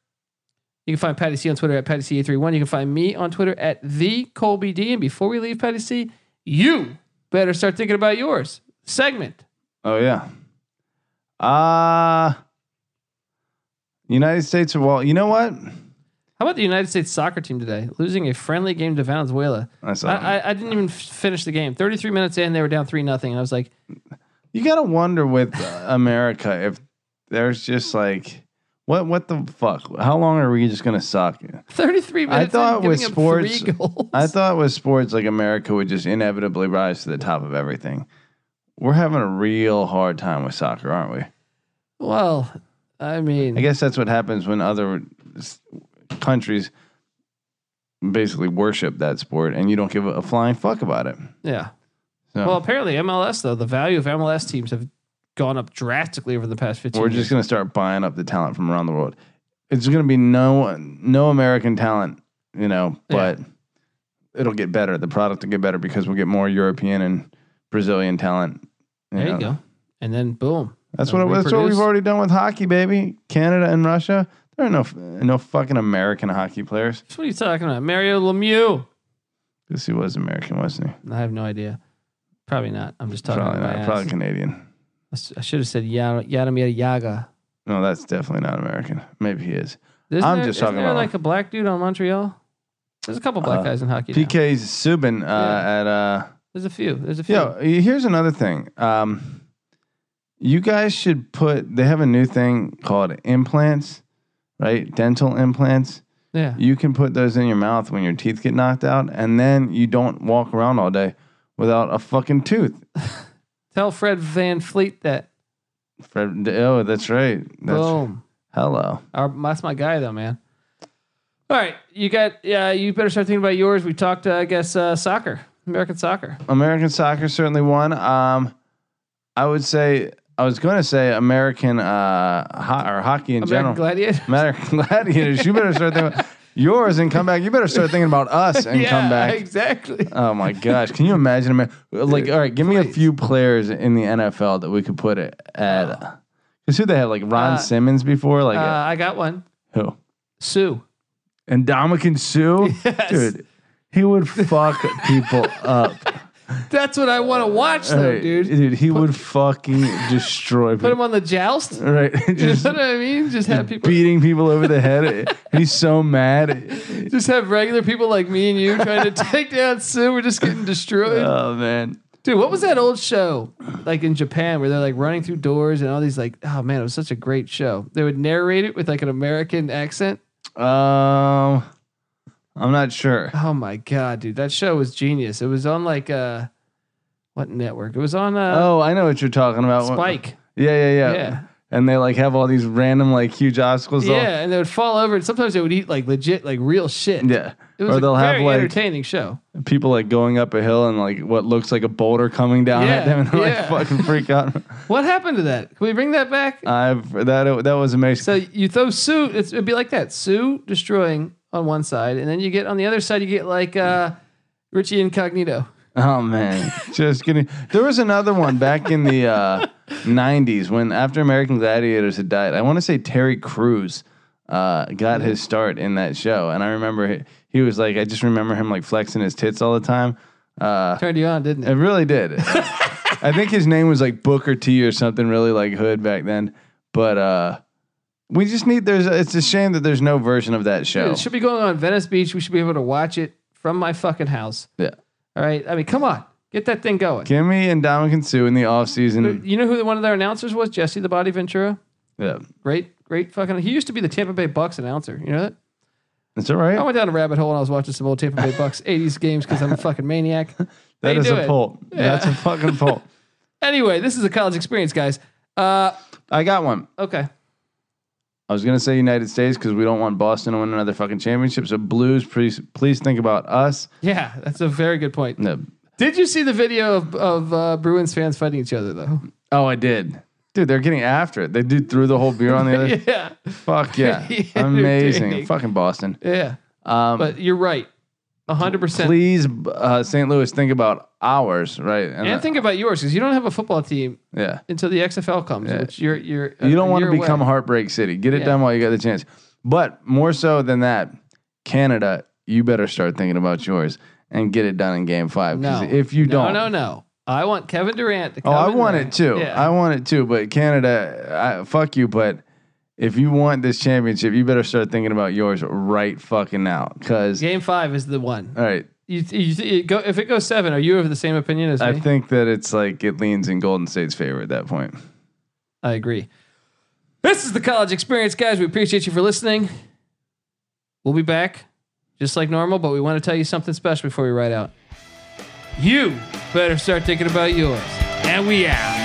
You can find Patty C on Twitter at Patty C831. You can find me on Twitter at the Colby D. And before we leave, Patty C, you better start thinking about yours. Segment.
Oh yeah. Uh United States of Wall. You know what?
How about the United States soccer team today losing a friendly game to Venezuela?
That's
I, I, I didn't even f- finish the game. Thirty three minutes in, they were down three nothing, and I was like,
you gotta wonder with uh, America if there's just like what what the fuck? How long are we just gonna suck?
thirty three
I
minutes.
thought
in, giving
with
up
sports-
three goals.
I thought with sports like America would just inevitably rise to the top of everything. We're having a real hard time with soccer, aren't we?
well, I mean,
I guess that's what happens when other s- countries basically worship that sport and you don't give a flying fuck about it.
yeah.
So
Well, apparently MLS though the value of MLS teams have gone up drastically over the past fifteen.
we're
years.
just going to start buying up the talent from around the world. It's going to be no no American talent, you know,
Yeah.
but it'll get better. The product will get better because we'll get more European and Brazilian talent.
there you
know.
go, and then boom.
That's
Uh,
what, that's what we've
reproduce.
already done with hockey, baby. Canada and Russia. There are no no fucking American hockey players.
What are you talking about, Mario Lemieux?
Because he was American, wasn't he?
I have no idea. Probably not. I'm just talking
Probably
about my
not.
ass.
Probably Canadian.
I s- I should have said Yada Yadamir Yaga.
No, that's definitely not American. Maybe he is.
Isn't
I'm
there-
just
isn't
talking
there
about-
like a black dude on Montreal. There's a couple black
Uh,
guys in hockey. now.
PK Subban uh,
Yeah.
at uh,
There's a few. There's a few.
Yo, here's another thing. Um, you guys should put. They have a new thing called implants, right? Dental implants.
yeah.
You can put those in your mouth when your teeth get knocked out, and then you don't walk around all day without a fucking tooth.
Tell Fred Van Fleet that.
Fred, oh, that's right. That's,
Boom.
Hello.
Our, that's my guy though, man. All right, you got. Yeah, you better start thinking about yours. We talked, uh, I guess, uh, soccer, American soccer.
American soccer certainly won. Um, I would say I was going to say American uh, ho- or hockey in
American
general.
Gladiator.
Matter gladiators, you better start thinking about yours and come back. You better start thinking about us and
yeah,
come back.
exactly.
Oh my gosh! Can you imagine? Amer- Like, all right, give me a few players in the NFL that we could put it at. Because who they had like Ron
Oh. Uh,
Simmons before, like
Uh, I got one.
who?
Sue.
And Dominican Sue,
Yes.
dude, he would fuck people up,
That's what I want to watch though,
Hey,
dude.
He would fucking destroy
Put him
people.
on the joust.
Right,
You know
just
what I mean? Just have people.
beating people over the head. He's so mad.
Just have regular people like me and you trying to take down Sue. We're just getting destroyed.
Oh man.
Dude, what was that old show like in Japan where they're like running through doors and all these like, oh man, it was such a great show. They would narrate it with like an American accent.
Um, I'm not sure.
Oh my god, dude, that show was genius. It was on like uh what network? It was on uh,
Oh, uh, I know what you're talking about.
Spike.
Yeah, yeah, yeah.
Yeah.
And they like have all these random like huge obstacles. They'll-
Yeah, and they would fall over and sometimes they would eat like legit like real shit.
yeah.
It was
or they'll
a
have
very
like
entertaining show.
people like going up a hill and like what looks like a boulder coming down
Yeah,
at them and they
yeah.
like fucking freak out.
What happened to that? Can we bring that back?
I've that that was amazing.
So you throw Sue, it's, it'd be like that Sue destroying on one side, and then you get on the other side, you get like uh, Richie Incognito.
oh man, just kidding. There was another one back in the uh, '90s when after American Gladiators had died. I want to say Terry Crews uh, got his start in that show, and I remember he, he was like, I just remember him like flexing his tits all the time. Uh,
Turned you on, didn't
It
it?
really did. I think his name was like Booker T or something really like Hood back then. But uh we just need there's it's a shame that there's no version of that show.
It should be going on Venice Beach. We should be able to watch it from my fucking house.
Yeah.
All right. I mean, come on, get that thing going.
Kimmy and Dominican Sue in the off season.
you know who one of their announcers was? Jesse the Body Ventura.
Yeah.
Great, great fucking. He used to be the Tampa Bay Bucks announcer. You know that?
That's all right.
I went down a rabbit hole and I was watching some old Tampa Bay Bucks 80s games because I'm a fucking maniac.
that
they
is
do
a
it.
poll. That's a fucking poll.
Anyway, this is a college experience, guys. Uh,
I got one.
okay.
I was gonna say United States because we don't want Boston to win another fucking championship. So Blues, please please think about us.
Yeah, that's a very good point.
No.
Did you see the video of, of uh, Bruins fans fighting each other though?
Oh, I did. Dude, they're getting after it. They dude threw the whole beer on the other.
yeah,
Fuck yeah.
Pretty
Amazing.
entertaining.
Fucking Boston.
yeah.
Um,
But you're right, hundred percent.
please, uh, St. Louis, think about ours, right? And,
And think about yours because you don't have a football team
yeah,
until the XFL comes,
Yeah.
which you're you're
you don't want to become
away.
heartbreak city. Get it
Yeah.
done while you got the chance. But more so than that, Canada, you better start thinking about yours. and get it done in game five. 'Cause
No.
if you
no,
don't,
no, no. I want Kevin Durant to
oh,
come.
I
in
want
there.
it too.
Yeah.
I want it too. But Canada, I, fuck you. But if you want this championship, you better start thinking about yours right fucking now. Because
Game five is the one.
all right,
You, you, you go, if it goes seven, are you of the same opinion as me?
I think that it's like it leans in Golden State's favor at that point.
I agree. This is the college experience, guys. We appreciate you for listening. We'll be back just like normal, but we want to tell you something special before we ride out. You better start thinking about yours. And we out.